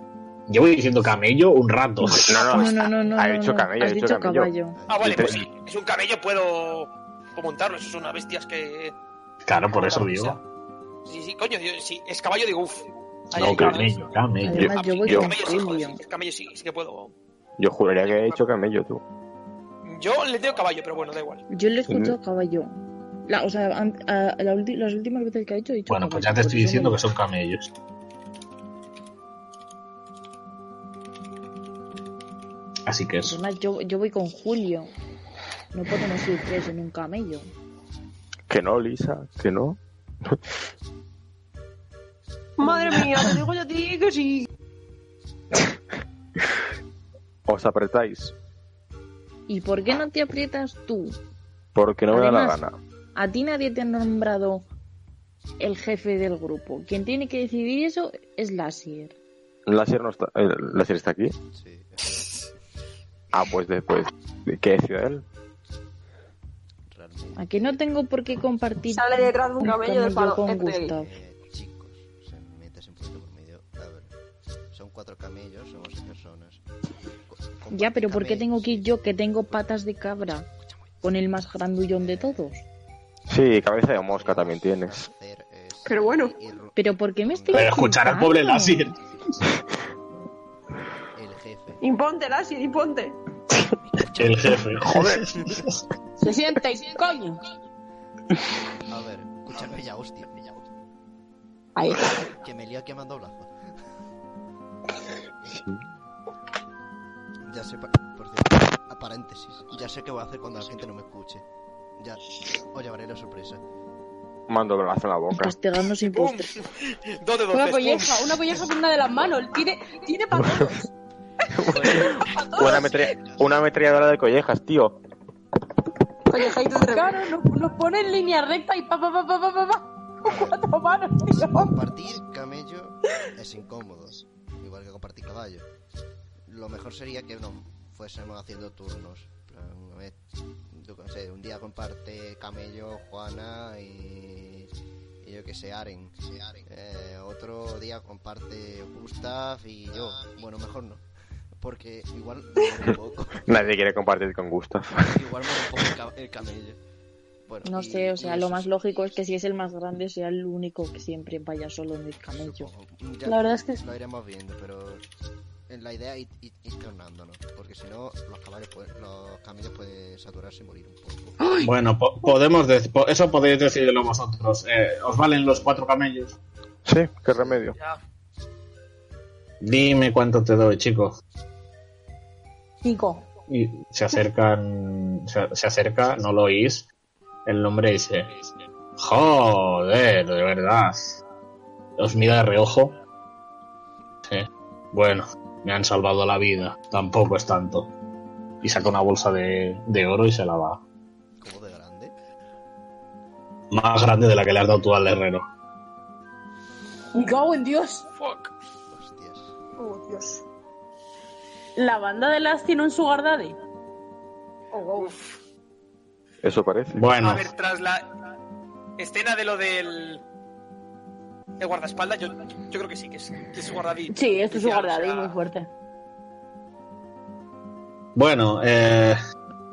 Speaker 4: Llevo diciendo camello un rato.
Speaker 5: No,
Speaker 8: No, no, no, no.
Speaker 5: ha
Speaker 8: no,
Speaker 5: dicho
Speaker 8: no.
Speaker 5: camello,
Speaker 8: Has
Speaker 5: ha
Speaker 8: dicho
Speaker 5: dicho
Speaker 8: caballo.
Speaker 5: camello.
Speaker 1: Ah, vale,
Speaker 5: Te-
Speaker 1: pues sí. Es un camello, puedo, puedo montarlo. Esas son unas bestias que.
Speaker 4: Claro, por eso
Speaker 1: O
Speaker 4: digo.
Speaker 1: sea, Sí, sí, coño, yo, sí. Es caballo, digo, uff.
Speaker 4: No, camello, camello.
Speaker 8: Además, Ah, yo voy
Speaker 5: yo-
Speaker 8: con
Speaker 1: camello, sí, joder,
Speaker 8: Julio.
Speaker 1: sí, es camello sí, sí que puedo.
Speaker 5: Yo juraría que he dicho camello, tú.
Speaker 1: Yo le tengo caballo, pero bueno, da igual.
Speaker 8: Yo le he escuchado caballo. La, o sea, an- a- la ulti- las últimas veces que ha dicho, he dicho
Speaker 4: Bueno, pues ya te
Speaker 8: caballo, por
Speaker 4: estoy
Speaker 8: eso
Speaker 4: diciendo
Speaker 8: me-
Speaker 4: que son camellos. Así que eso.
Speaker 8: Además, yo, yo voy con Julio. No podemos ir tres en un camello.
Speaker 5: Que no, Lisa, que no.
Speaker 2: Madre mía, te digo yo a ti que sí.
Speaker 5: Os apretáis.
Speaker 8: ¿Y por qué no te aprietas tú?
Speaker 5: Porque no me da la
Speaker 8: Además-
Speaker 5: gana.
Speaker 8: A ti nadie te ha nombrado el jefe del grupo. Quien tiene que decidir eso es Lassier.
Speaker 5: Láser no está. eh, ¿Láser está aquí? Ah, pues después. ¿Qué es él?
Speaker 8: Aquí no tengo por qué compartir.
Speaker 27: Sale detrás de un camello del
Speaker 8: yo
Speaker 27: palo,
Speaker 8: con
Speaker 27: entre él.
Speaker 8: Gustav.
Speaker 6: eh, Son cuatro camellos, somos seis personas.
Speaker 8: Ya, pero ¿por qué tengo que ir yo que tengo patas de cabra con el más grandullón de todos?
Speaker 5: Sí, cabeza de mosca también tienes.
Speaker 2: Pero bueno.
Speaker 8: Pero ¿por qué me estoy
Speaker 5: Pero escuchar al pobre Lassiter.
Speaker 8: insultando?
Speaker 2: Imponte, Lassie, imponte.
Speaker 4: El jefe, joder.
Speaker 8: Se siente y coño.
Speaker 6: A ver, escuchadme ya, hostia, ya, hostia.
Speaker 8: Ahí.
Speaker 6: Que me lía quemando blazo. Ya sé, pa- por cierto, a paréntesis. Ya sé qué voy a hacer cuando la gente no me escuche. Ya, os llevaré la sorpresa.
Speaker 5: Mando brazo en la boca.
Speaker 8: Castigando sin postre.
Speaker 1: Dos de
Speaker 8: Una
Speaker 1: dos.
Speaker 8: colleja, una colleja por una de las manos. Él Tiene, tiene para todos.
Speaker 5: Una, metre- una ametralladora de collejas, tío.
Speaker 8: Claro, nos, nos pone en línea recta y pa pa pa pa pa pa. pa. Con Cuatro manos, tío.
Speaker 6: Pues, Compartir camello es incómodo, igual que compartir caballo. Lo mejor sería que nos fuésemos haciendo turnos. En plan, Una vez, yo qué sé, un día comparte camello, Juana y, y yo que sé, Aren. Eh, otro día comparte Gustav y yo. Bueno, mejor no. Porque igual muere un poco,
Speaker 5: Nadie quiere compartir con gusto.
Speaker 6: igual muere un poco el, ca- el camello. Bueno,
Speaker 8: No
Speaker 6: y-
Speaker 8: sé, o sea,
Speaker 6: y
Speaker 8: lo
Speaker 6: eso
Speaker 8: más
Speaker 6: sí.
Speaker 8: lógico es que si es el más grande sea el único que siempre vaya solo en el camello.
Speaker 6: Ya
Speaker 8: La verdad es que
Speaker 6: Lo iremos viendo, pero en la idea es ir, ir tornándonos, porque si no, los, caballos pueden- los camellos pueden saturarse y morir un poco.
Speaker 4: Bueno, po- podemos dec- po- eso podéis decidirlo vosotros. Eh, ¿Os valen los cuatro camellos?
Speaker 5: Sí, qué remedio.
Speaker 4: Dime cuánto te doy, chico.
Speaker 8: Cinco.
Speaker 4: Y se acercan, se, se acerca, no lo oís. El hombre dice, joder, de verdad. Os mira de reojo. Sí. Bueno, me han salvado la vida, tampoco es tanto. Y saca una bolsa de, de oro y se la va.
Speaker 6: ¿Cómo de grande?
Speaker 4: Más grande de la que le has dado tú al herrero.
Speaker 8: Me cago en Dios.
Speaker 1: Fuck.
Speaker 2: Oh, Dios.
Speaker 8: La banda de las tiene un sugar daddy.
Speaker 5: Eso parece.
Speaker 1: A ver, tras la escena de lo del. El guardaespaldas, yo, yo creo que sí, que es, que es guardadí.
Speaker 3: Sí, esto es un
Speaker 1: Oficial,
Speaker 3: guardadí
Speaker 1: o sea,
Speaker 3: muy fuerte.
Speaker 4: Bueno, eh,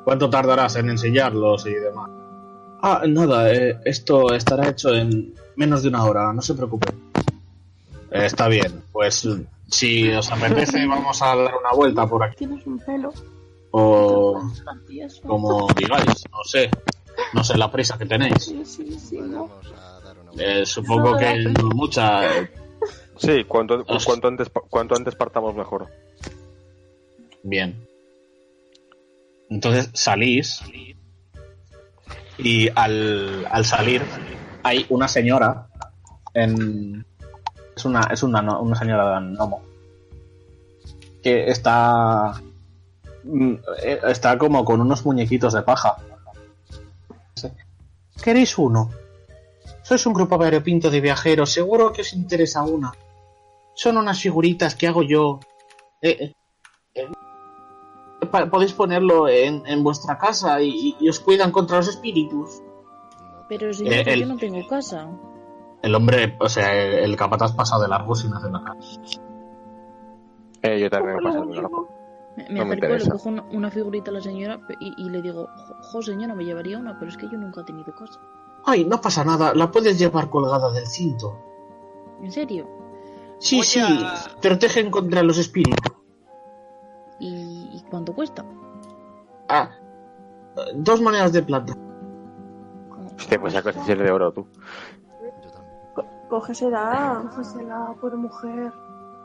Speaker 4: ¿cuánto tardarás en enseñarlos y demás? Ah, nada, eh, esto estará hecho en menos de una hora, no se preocupen. Eh, está bien, pues si os apetece vamos a dar una vuelta por aquí.
Speaker 8: Tienes un pelo.
Speaker 4: O como digáis, no sé. No sé la prisa que tenéis.
Speaker 8: sí, sí.
Speaker 4: Eh, supongo que no mucha. eh,
Speaker 5: Sí, cuanto, cuanto, antes, pa- cuanto antes partamos mejor.
Speaker 4: Bien. Entonces salís y al, al salir hay una señora en... Es una, es una, no- una señora gnomo que está... mm, eh, Está como con unos muñequitos de paja. ¿Queréis uno? Sois un grupo variopinto de viajeros, seguro que os interesa una. Son unas figuritas que hago yo. Eh, eh, eh, pa- podéis ponerlo en, en vuestra casa y, y os cuidan contra los espíritus.
Speaker 8: Pero si
Speaker 4: Eh,
Speaker 8: no, que
Speaker 4: el-
Speaker 8: yo no tengo casa.
Speaker 4: El hombre, o sea, el, el capataz pasa de largo sin hacer la cara.
Speaker 5: Eh, yo también me paso de largo.
Speaker 8: Me,
Speaker 5: No me
Speaker 8: me acerco, le
Speaker 5: interesa.
Speaker 8: cojo una, una figurita a la señora y, y le digo, "Jo- jo, señora, me llevaría una, pero es que yo nunca he tenido casa.
Speaker 4: Ay, no pasa nada, la puedes llevar colgada del cinto.
Speaker 8: ¿En serio?
Speaker 4: Sí, sí, protegen contra los espíritus.
Speaker 8: ¿Y, y cuánto cuesta?
Speaker 4: Ah, eh, dos monedas de plata.
Speaker 5: Hostia, pues sacas el de oro tú.
Speaker 8: Cógesela.
Speaker 28: Cógesela, pobre mujer.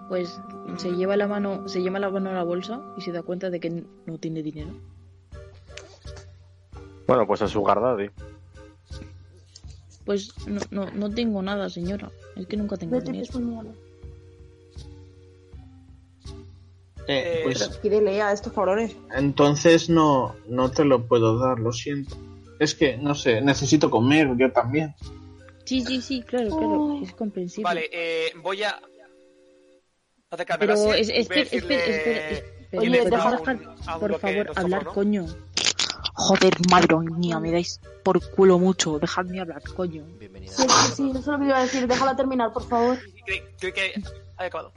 Speaker 8: Pues se lleva la mano, se lleva la mano a la bolsa y se da cuenta de que n- no tiene dinero.
Speaker 5: Bueno, pues a su guardadí.
Speaker 8: Pues no, no, no tengo nada, señora. Es que nunca tengo
Speaker 28: Vete,
Speaker 8: dinero.
Speaker 28: que mierda.
Speaker 4: Eh, pues
Speaker 2: Pídele a estos cabrones.
Speaker 4: entonces no, no te lo puedo dar, lo siento. Es que, no sé, necesito comer yo también.
Speaker 8: Sí, sí, sí, claro, claro. Es comprensible.
Speaker 1: Vale, eh, voy a. Acercarme a
Speaker 8: Pero
Speaker 1: la silla
Speaker 8: es-
Speaker 1: y
Speaker 8: espera,
Speaker 1: voy a decirle-
Speaker 8: espera, espera, espera.
Speaker 1: y
Speaker 8: Oye,
Speaker 1: le
Speaker 8: dejad,
Speaker 1: da un-
Speaker 8: dejar-
Speaker 1: a un
Speaker 8: por
Speaker 1: bloque
Speaker 8: favor,
Speaker 1: nuestro
Speaker 8: hablar,
Speaker 1: foro, ¿no?
Speaker 8: coño. Joder, madre mía, me dais por culo mucho. Dejadme hablar, coño.
Speaker 3: Sí, sí, sí, eso es lo que iba a decir. Déjala terminar, por favor.
Speaker 1: Creo que había acabado.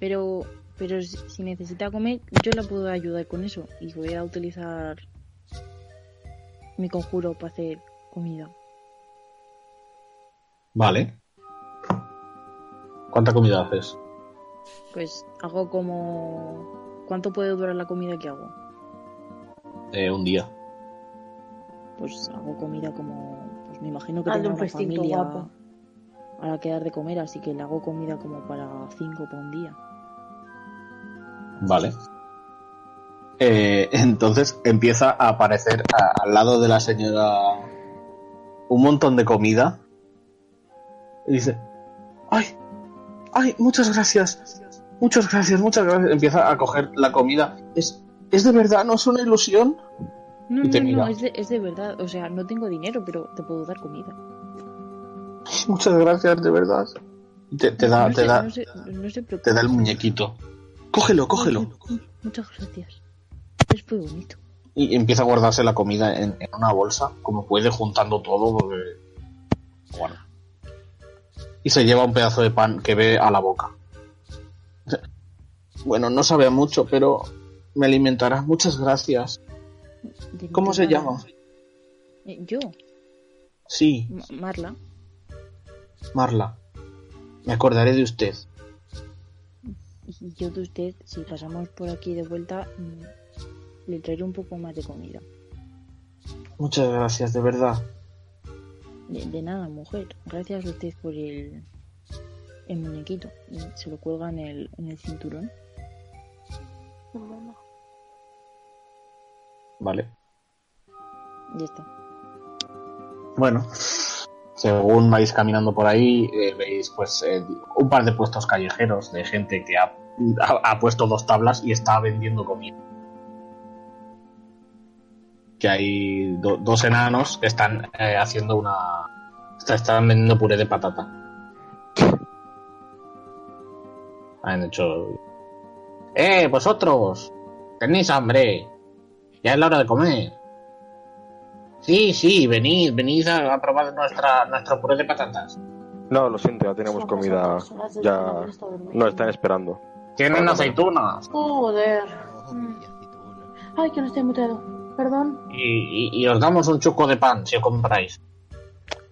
Speaker 8: Pero, pero si si necesita comer, yo la puedo ayudar con eso. Y voy a utilizar mi conjuro para hacer comida.
Speaker 4: Vale. ¿Cuánta comida haces?
Speaker 8: Pues hago como... ¿Cuánto puede durar la comida que hago?
Speaker 4: Eh, un día.
Speaker 8: Pues hago comida como... Pues me imagino que
Speaker 3: Hazle
Speaker 8: tengo
Speaker 3: un
Speaker 8: una
Speaker 3: festito
Speaker 8: familia
Speaker 3: guapo.
Speaker 8: a la que dar de comer, así que le hago comida como para cinco para un día.
Speaker 4: Vale. Eh, entonces empieza a aparecer a- al lado de la señora un montón de comida. Y dice, ¡ay! ¡Ay! Muchas gracias. Muchas gracias, muchas gracias. Empieza a coger la comida. Es, es de verdad, no es una ilusión.
Speaker 8: No,
Speaker 4: Y te
Speaker 8: no, no,
Speaker 4: mira.
Speaker 8: es de, es de verdad. O sea, no tengo dinero, pero te puedo dar comida.
Speaker 4: Muchas gracias, de verdad. Y Te, te da,
Speaker 8: no,
Speaker 4: te
Speaker 8: se,
Speaker 4: da,
Speaker 8: no se- no se preocupe.
Speaker 4: te da el muñequito. Cógelo, cógelo.
Speaker 8: Muchas gracias. Es muy bonito.
Speaker 4: y empieza a guardarse la comida en, en una bolsa, como puede, juntando todo, porque- Bueno. Y se lleva un pedazo de pan que ve a la boca. Bueno, no sabe a mucho, pero me alimentará. Muchas gracias.
Speaker 8: De
Speaker 4: ¿Cómo se
Speaker 8: nada.
Speaker 4: llama?
Speaker 8: Eh, Yo,
Speaker 4: Sí,
Speaker 8: Ma- Marla.
Speaker 4: Marla. Me acordaré de usted.
Speaker 8: Y yo de usted, si pasamos por aquí de vuelta, mm, le traeré un poco más de comida.
Speaker 4: Muchas gracias, de verdad.
Speaker 8: De, de nada, mujer. Gracias a usted por el, el muñequito. Y Se lo cuelga en el, en el cinturón.
Speaker 4: Vale.
Speaker 8: Ya está.
Speaker 4: Bueno, según vais caminando por ahí, eh, veis pues eh, un par de puestos callejeros de gente que ha, ha- ha puesto dos tablas y está vendiendo comida. Que hay do- dos enanos que están eh, haciendo una... está- Están vendiendo puré de patata. Han hecho... ¡Eh, vosotros! ¡Tenéis hambre! Ya es la hora de comer. Sí, sí, venid, venid a, a probar nuestra, nuestro puré de patatas.
Speaker 5: No, lo siento, ya tenemos comida.
Speaker 9: pues,
Speaker 5: Ya nos están esperando.
Speaker 4: Tienen aceitunas.
Speaker 9: Joder. Mm. Ay, que no estoy muteado. Perdón.
Speaker 4: Y, y- y os damos un chuco de pan si os compráis.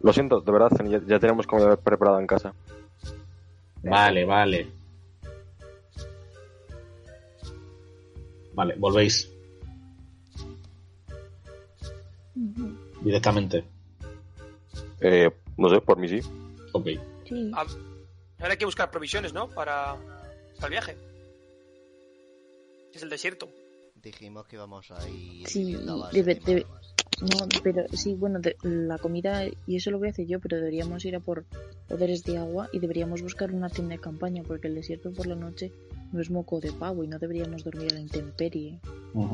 Speaker 5: Lo siento, de verdad, ya, ya tenemos comida preparada en casa.
Speaker 4: Vale, vale. Vale, volvéis directamente.
Speaker 5: Eh, no sé, por mí sí.
Speaker 4: Ok.
Speaker 1: Ah, Ahora hay que buscar provisiones, ¿no? Para, para el viaje. Es el desierto.
Speaker 10: Dijimos que íbamos a ir.
Speaker 8: Sí,
Speaker 10: siguiendo a base
Speaker 8: debe-
Speaker 10: de
Speaker 8: debe- No, pero sí, bueno, de- la comida, y eso lo voy a hacer yo, pero deberíamos ir a por poderes de agua y deberíamos buscar una tienda de campaña, porque el desierto por la noche no es moco de pavo y no deberíamos dormir a la intemperie.
Speaker 4: Ujú.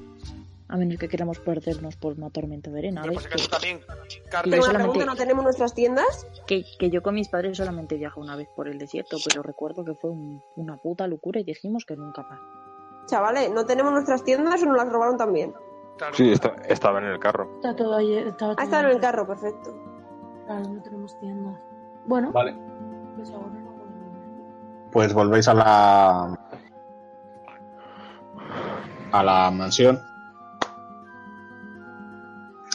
Speaker 8: A menos que queramos perdernos por una tormenta de arena.
Speaker 1: pues,
Speaker 8: ¿veis? Que-
Speaker 1: También,
Speaker 8: que
Speaker 1: Carmen,
Speaker 8: yo
Speaker 1: una
Speaker 8: solamente-
Speaker 1: pregunta,
Speaker 2: ¿No tenemos nuestras tiendas?
Speaker 8: que, que yo con mis padres solamente viajo una vez por el desierto, pero recuerdo que fue un- una puta locura y dijimos que nunca más.
Speaker 2: Chavales, ¿no tenemos nuestras tiendas o nos las robaron también?
Speaker 5: Sí, está- estaba en el carro.
Speaker 9: Está todo ahí. Estaba
Speaker 2: Ah,
Speaker 9: todo
Speaker 2: está en el carro, perfecto.
Speaker 8: ah,
Speaker 9: Claro, no tenemos tiendas. Bueno.
Speaker 4: Vale.
Speaker 9: Pues ahora no.
Speaker 4: Pues volvéis a la. a la mansión.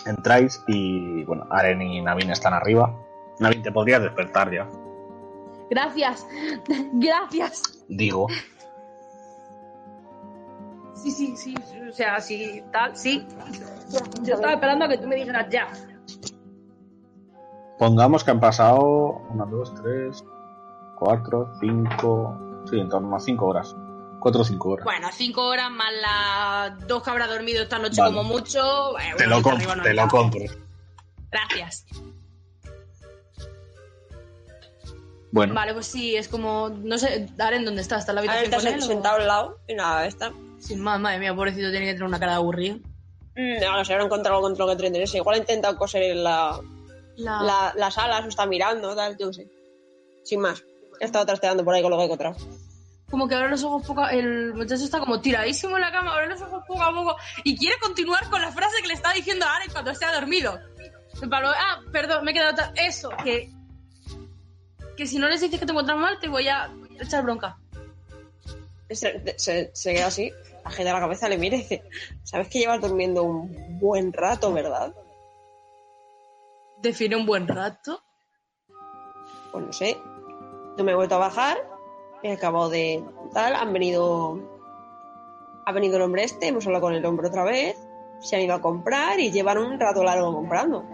Speaker 4: Entráis y. bueno, Aren y Navin están arriba. Navin, te podrías despertar ya,
Speaker 3: Gracias. Gracias.
Speaker 4: digo.
Speaker 3: Sí, sí, sí. O sea, sí, tal, sí. Yo estaba esperando a que tú me dijeras ya.
Speaker 4: Pongamos que han pasado 1, 2, 3, 4, 5, sí, en torno a 5 horas. 4 o 5 horas.
Speaker 29: Bueno, cinco horas más las dos que habrá dormido esta noche
Speaker 4: Vale.
Speaker 29: como mucho. eh,
Speaker 4: te
Speaker 29: una
Speaker 4: lo,
Speaker 29: horita
Speaker 4: com-
Speaker 29: arriba no
Speaker 4: te lo
Speaker 29: está.
Speaker 4: compro.
Speaker 29: Gracias.
Speaker 4: Bueno,
Speaker 29: Vale, pues sí, es como. No sé, Aren, ¿dónde está? ¿Está en la
Speaker 25: Aren
Speaker 29: habitación?
Speaker 25: está
Speaker 29: con él,
Speaker 25: sentado
Speaker 29: o-
Speaker 25: al lado y nada, está.
Speaker 29: Sí, ma- madre mía, pobrecito, tiene que tener una cara de aburrido.
Speaker 3: Mm.
Speaker 25: No, no sé, habrá encontrado algo contra lo que te interese. Igual ha intentado coser la,
Speaker 29: La-
Speaker 3: Ah.
Speaker 25: la- las alas o está mirando, tal, yo qué sé. Sin más. He estado trasteando por ahí con lo que he encontrado.
Speaker 3: como que abre los ojos poco. El muchacho está como tiradísimo en la cama, abre los ojos poco a poco y quiere continuar con la frase que le está diciendo a Aaron cuando se ha dormido. En plan, ah, perdón, me he quedado. tan- Eso, que. Que si no les dices que te encuentras mal, te voy a echar bronca.
Speaker 2: Se, se- se queda así, agita la cabeza, le mira y dice, ¿sabes que llevas durmiendo un buen rato, verdad?
Speaker 3: Define un buen rato.
Speaker 2: Pues no sé. Yo me he vuelto a bajar, he acabado de tal, han venido... Ha venido el hombre este, hemos hablado con el hombre otra vez, se han ido a comprar y llevan un rato largo comprando.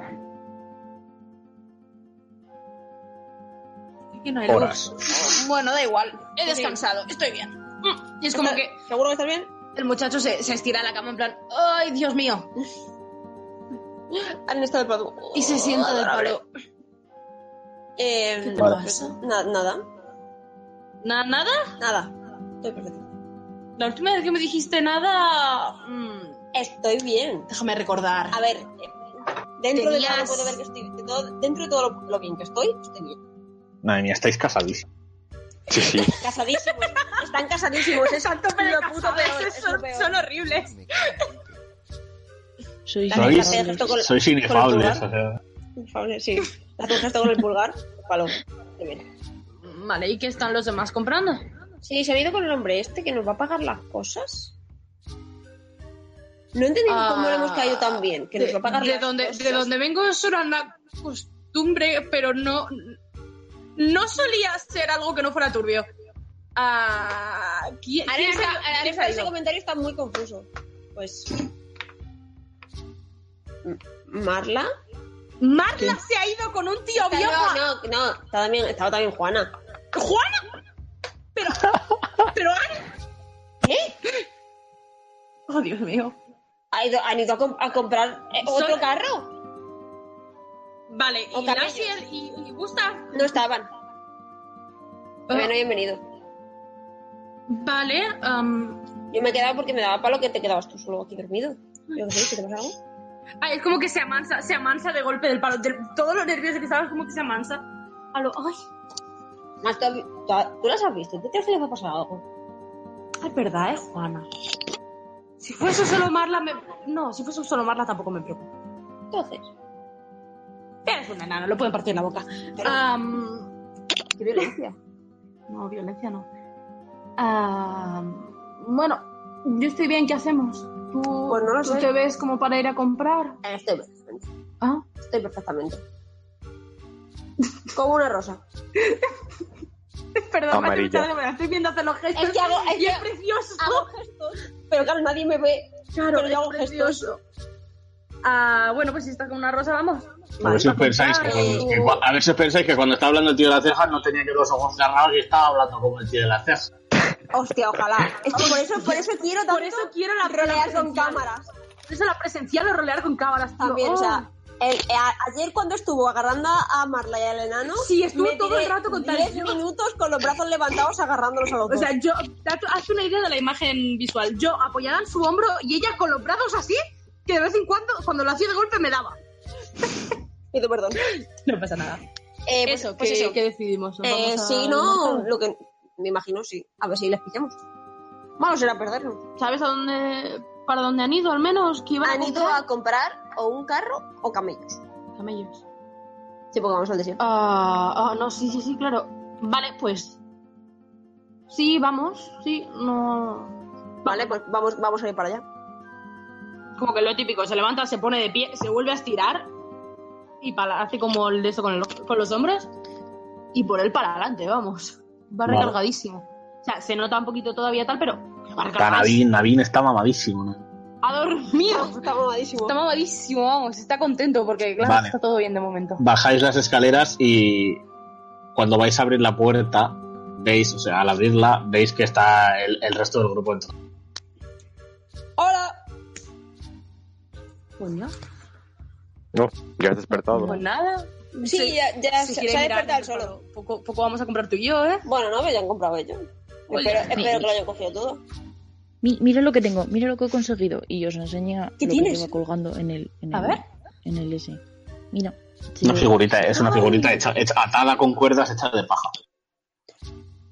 Speaker 3: Que no hay
Speaker 4: Horas.
Speaker 3: luz. Bueno, da igual. He descansado. Estoy bien. Mm, Y es como que...
Speaker 2: ¿Seguro que estás bien?
Speaker 3: El muchacho se, se estira a la cama en plan... ¡Ay, Dios mío!
Speaker 2: Han estado de palo.
Speaker 3: Y se sienta de palo.
Speaker 2: Eh,
Speaker 3: ¿Qué te Vale. pasa?
Speaker 2: na- nada,
Speaker 3: ¿Na- ¿Nada?
Speaker 2: nada. Estoy perfecto.
Speaker 3: La última vez que me dijiste nada... mm,
Speaker 2: Estoy bien.
Speaker 3: déjame recordar.
Speaker 2: A ver, eh, dentro de todo
Speaker 3: Tenías-
Speaker 2: puedo ver que estoy. de todo- dentro de todo lo, lo bien que estoy, estoy bien.
Speaker 4: Madre mía, estáis casadísimos.
Speaker 5: Sí, sí.
Speaker 2: Casadísimos. Están casadísimos. Es lo puto peor. Es lo peor.
Speaker 3: Son horribles.
Speaker 2: La
Speaker 4: Sois,
Speaker 2: gente hace esto con-
Speaker 4: sois
Speaker 2: con el
Speaker 4: inefables. O
Speaker 2: pulgar.
Speaker 4: sea,
Speaker 2: Inefables, sí. Hace un gesto con el pulgar. Palo. De bien.
Speaker 3: Vale, ¿y qué están los demás comprando?
Speaker 2: Sí, se ha ido con el hombre este que nos va a pagar las cosas. No he entendido cómo le hemos caído tan bien. Que nos va a pagar
Speaker 3: de
Speaker 2: las
Speaker 3: donde,
Speaker 2: cosas.
Speaker 3: de donde vengo es una costumbre, pero no. No solía ser algo que no fuera turbio. Ah, ¿quién,
Speaker 2: Ahora
Speaker 3: quién
Speaker 2: ese-
Speaker 3: se-
Speaker 2: ahora
Speaker 3: quién se ha
Speaker 2: ese
Speaker 3: ido?
Speaker 2: comentario está muy confuso. Pues. Marla.
Speaker 3: Marla se ha ido con un tío
Speaker 2: Está-
Speaker 3: viejo.
Speaker 2: No, no, no, estaba también, estaba también Juana.
Speaker 3: ¡Juana! Pero. Pero Ana.
Speaker 2: ¿Qué?
Speaker 3: Oh, Dios mío.
Speaker 2: Ha ido, han ido a, com- a comprar eh, otro
Speaker 3: Son-
Speaker 2: carro.
Speaker 3: Vale,
Speaker 2: O
Speaker 3: y
Speaker 2: camellos.
Speaker 3: Lassiel y, y Gustav.
Speaker 2: No estaban.
Speaker 3: Ah.
Speaker 2: Todavía no habían venido.
Speaker 3: Vale, um, am,
Speaker 2: Yo me he quedado porque me daba palo que te quedabas tú solo aquí dormido. Yo qué sé, ¿qué te pasa algo?
Speaker 3: Ay, ah, es como que se amansa, se amansa de golpe del palo. De- todo lo nervioso que estabas, como que se amansa. A lo, ay,
Speaker 2: Más tú, tú las has visto, ¿tú crees que les va a pasar algo?
Speaker 3: Es verdad, es Juana. Si fuese solo Marla, me... No, si fuese solo Marla tampoco me preocupa.
Speaker 2: Entonces,
Speaker 3: Eres una enana, lo pueden partir la boca. Am, ¿Qué violencia? No, violencia no. Am, bueno, yo estoy bien, ¿qué hacemos? ¿Tú,
Speaker 2: Pues no lo
Speaker 3: tú
Speaker 2: sé.
Speaker 3: te ves como para ir a comprar?
Speaker 2: estoy perfectamente.
Speaker 3: ¿Ah?
Speaker 2: Estoy perfectamente. Como una rosa.
Speaker 3: Perdón, Maite,
Speaker 5: Amarilla.
Speaker 3: me está- me estoy viendo hacer los gestos.
Speaker 2: Es que hago- es
Speaker 3: y
Speaker 2: que
Speaker 3: es precioso.
Speaker 2: Hago gestos, Oh. pero claro, nadie me ve.
Speaker 3: Claro,
Speaker 2: pero yo hago
Speaker 3: es precioso.
Speaker 2: gestos.
Speaker 3: Ah, bueno, pues si estás con una rosa, vamos.
Speaker 4: a, ver si os pensáis que cuando, que cua- a ver si os pensáis que cuando está hablando el tío de las cejas no tenía que los ojos cerrados y estaba hablando como el tío de las cejas.
Speaker 2: Hostia, ojalá. Es que por eso, por eso quiero tanto
Speaker 3: Por eso quiero la
Speaker 2: rolear
Speaker 3: presencial.
Speaker 2: con cámaras.
Speaker 3: Por eso la presencial o rolear con cámaras, tío.
Speaker 2: También,
Speaker 3: Oh.
Speaker 2: o sea, el- eh, a- ayer cuando estuvo agarrando a Marla y al enano,
Speaker 3: Sí, estuvo
Speaker 2: me
Speaker 3: todo el
Speaker 2: tiré
Speaker 3: rato con tal-
Speaker 2: 10 minutos con los brazos levantados agarrándolos a los
Speaker 3: Oh. O
Speaker 2: dos.
Speaker 3: sea, yo, dato- hazte una idea de la imagen visual. Yo apoyada en su hombro y ella con los brazos así, que de vez en cuando, cuando lo hacía de golpe, me daba.
Speaker 2: Pido perdón.
Speaker 3: No pasa nada.
Speaker 2: Eh, pues,
Speaker 3: eso,
Speaker 2: pues
Speaker 3: que,
Speaker 2: eso.
Speaker 3: que decidimos. ¿Nos
Speaker 2: Eh,
Speaker 3: vamos a
Speaker 2: sí, no,
Speaker 3: Manhattan?
Speaker 2: lo que me imagino sí. A ver si les pillamos. Vamos a ir a perdernos.
Speaker 13: ¿Sabes a dónde, para dónde han ido al menos? Que iban
Speaker 2: Han
Speaker 13: a
Speaker 2: ido
Speaker 13: comprar
Speaker 2: a comprar o un carro o camellos.
Speaker 13: camellos.
Speaker 2: Sí, porque vamos al desierto.
Speaker 13: Ah, ah, no, sí, sí, sí, claro. Vale, pues. Sí, vamos, sí, no.
Speaker 2: Vale, pues vamos, vamos a ir para allá.
Speaker 13: Como que lo típico, se levanta, se pone de pie, se vuelve a estirar y para, hace como el de eso con, el- con los hombros y por él para adelante, vamos. Va
Speaker 4: Vale.
Speaker 13: recargadísimo. O sea, se nota un poquito todavía tal, pero va
Speaker 4: Está
Speaker 13: recargadísimo.
Speaker 4: Navin, Navin está mamadísimo. ¿no?
Speaker 13: ¡A dormir!
Speaker 2: Está mamadísimo.
Speaker 13: Está mamadísimo, vamos. Está contento porque, claro,
Speaker 4: Vale.
Speaker 13: está todo bien de momento.
Speaker 4: Bajáis las escaleras y cuando vais a abrir la puerta, veis, o sea, al abrirla, veis que está el, el resto del grupo dentro.
Speaker 2: ¡Hola!
Speaker 13: Bueno,
Speaker 5: No, ya has despertado.
Speaker 13: pues nada.
Speaker 2: Sí, ya, ya
Speaker 13: si
Speaker 2: se,
Speaker 13: quieres
Speaker 2: se ha
Speaker 13: mirar,
Speaker 2: despertado el solo.
Speaker 13: Poco, poco vamos a comprar tú y yo, ¿eh?
Speaker 2: Bueno, no, pero ya han comprado ellos.
Speaker 13: Oye,
Speaker 2: Espero,
Speaker 13: mi-
Speaker 2: espero que lo hayan cogido todo.
Speaker 8: Mi- mira lo que tengo, mira lo que he conseguido. Y os enseña
Speaker 2: ¿Qué
Speaker 8: lo
Speaker 2: tienes?
Speaker 8: que lleva colgando en el, en
Speaker 13: A
Speaker 8: el,
Speaker 13: ver.
Speaker 8: en el S. Mira.
Speaker 4: Una figurita, es una figurita hecha, hecha- atada con cuerdas hecha de paja.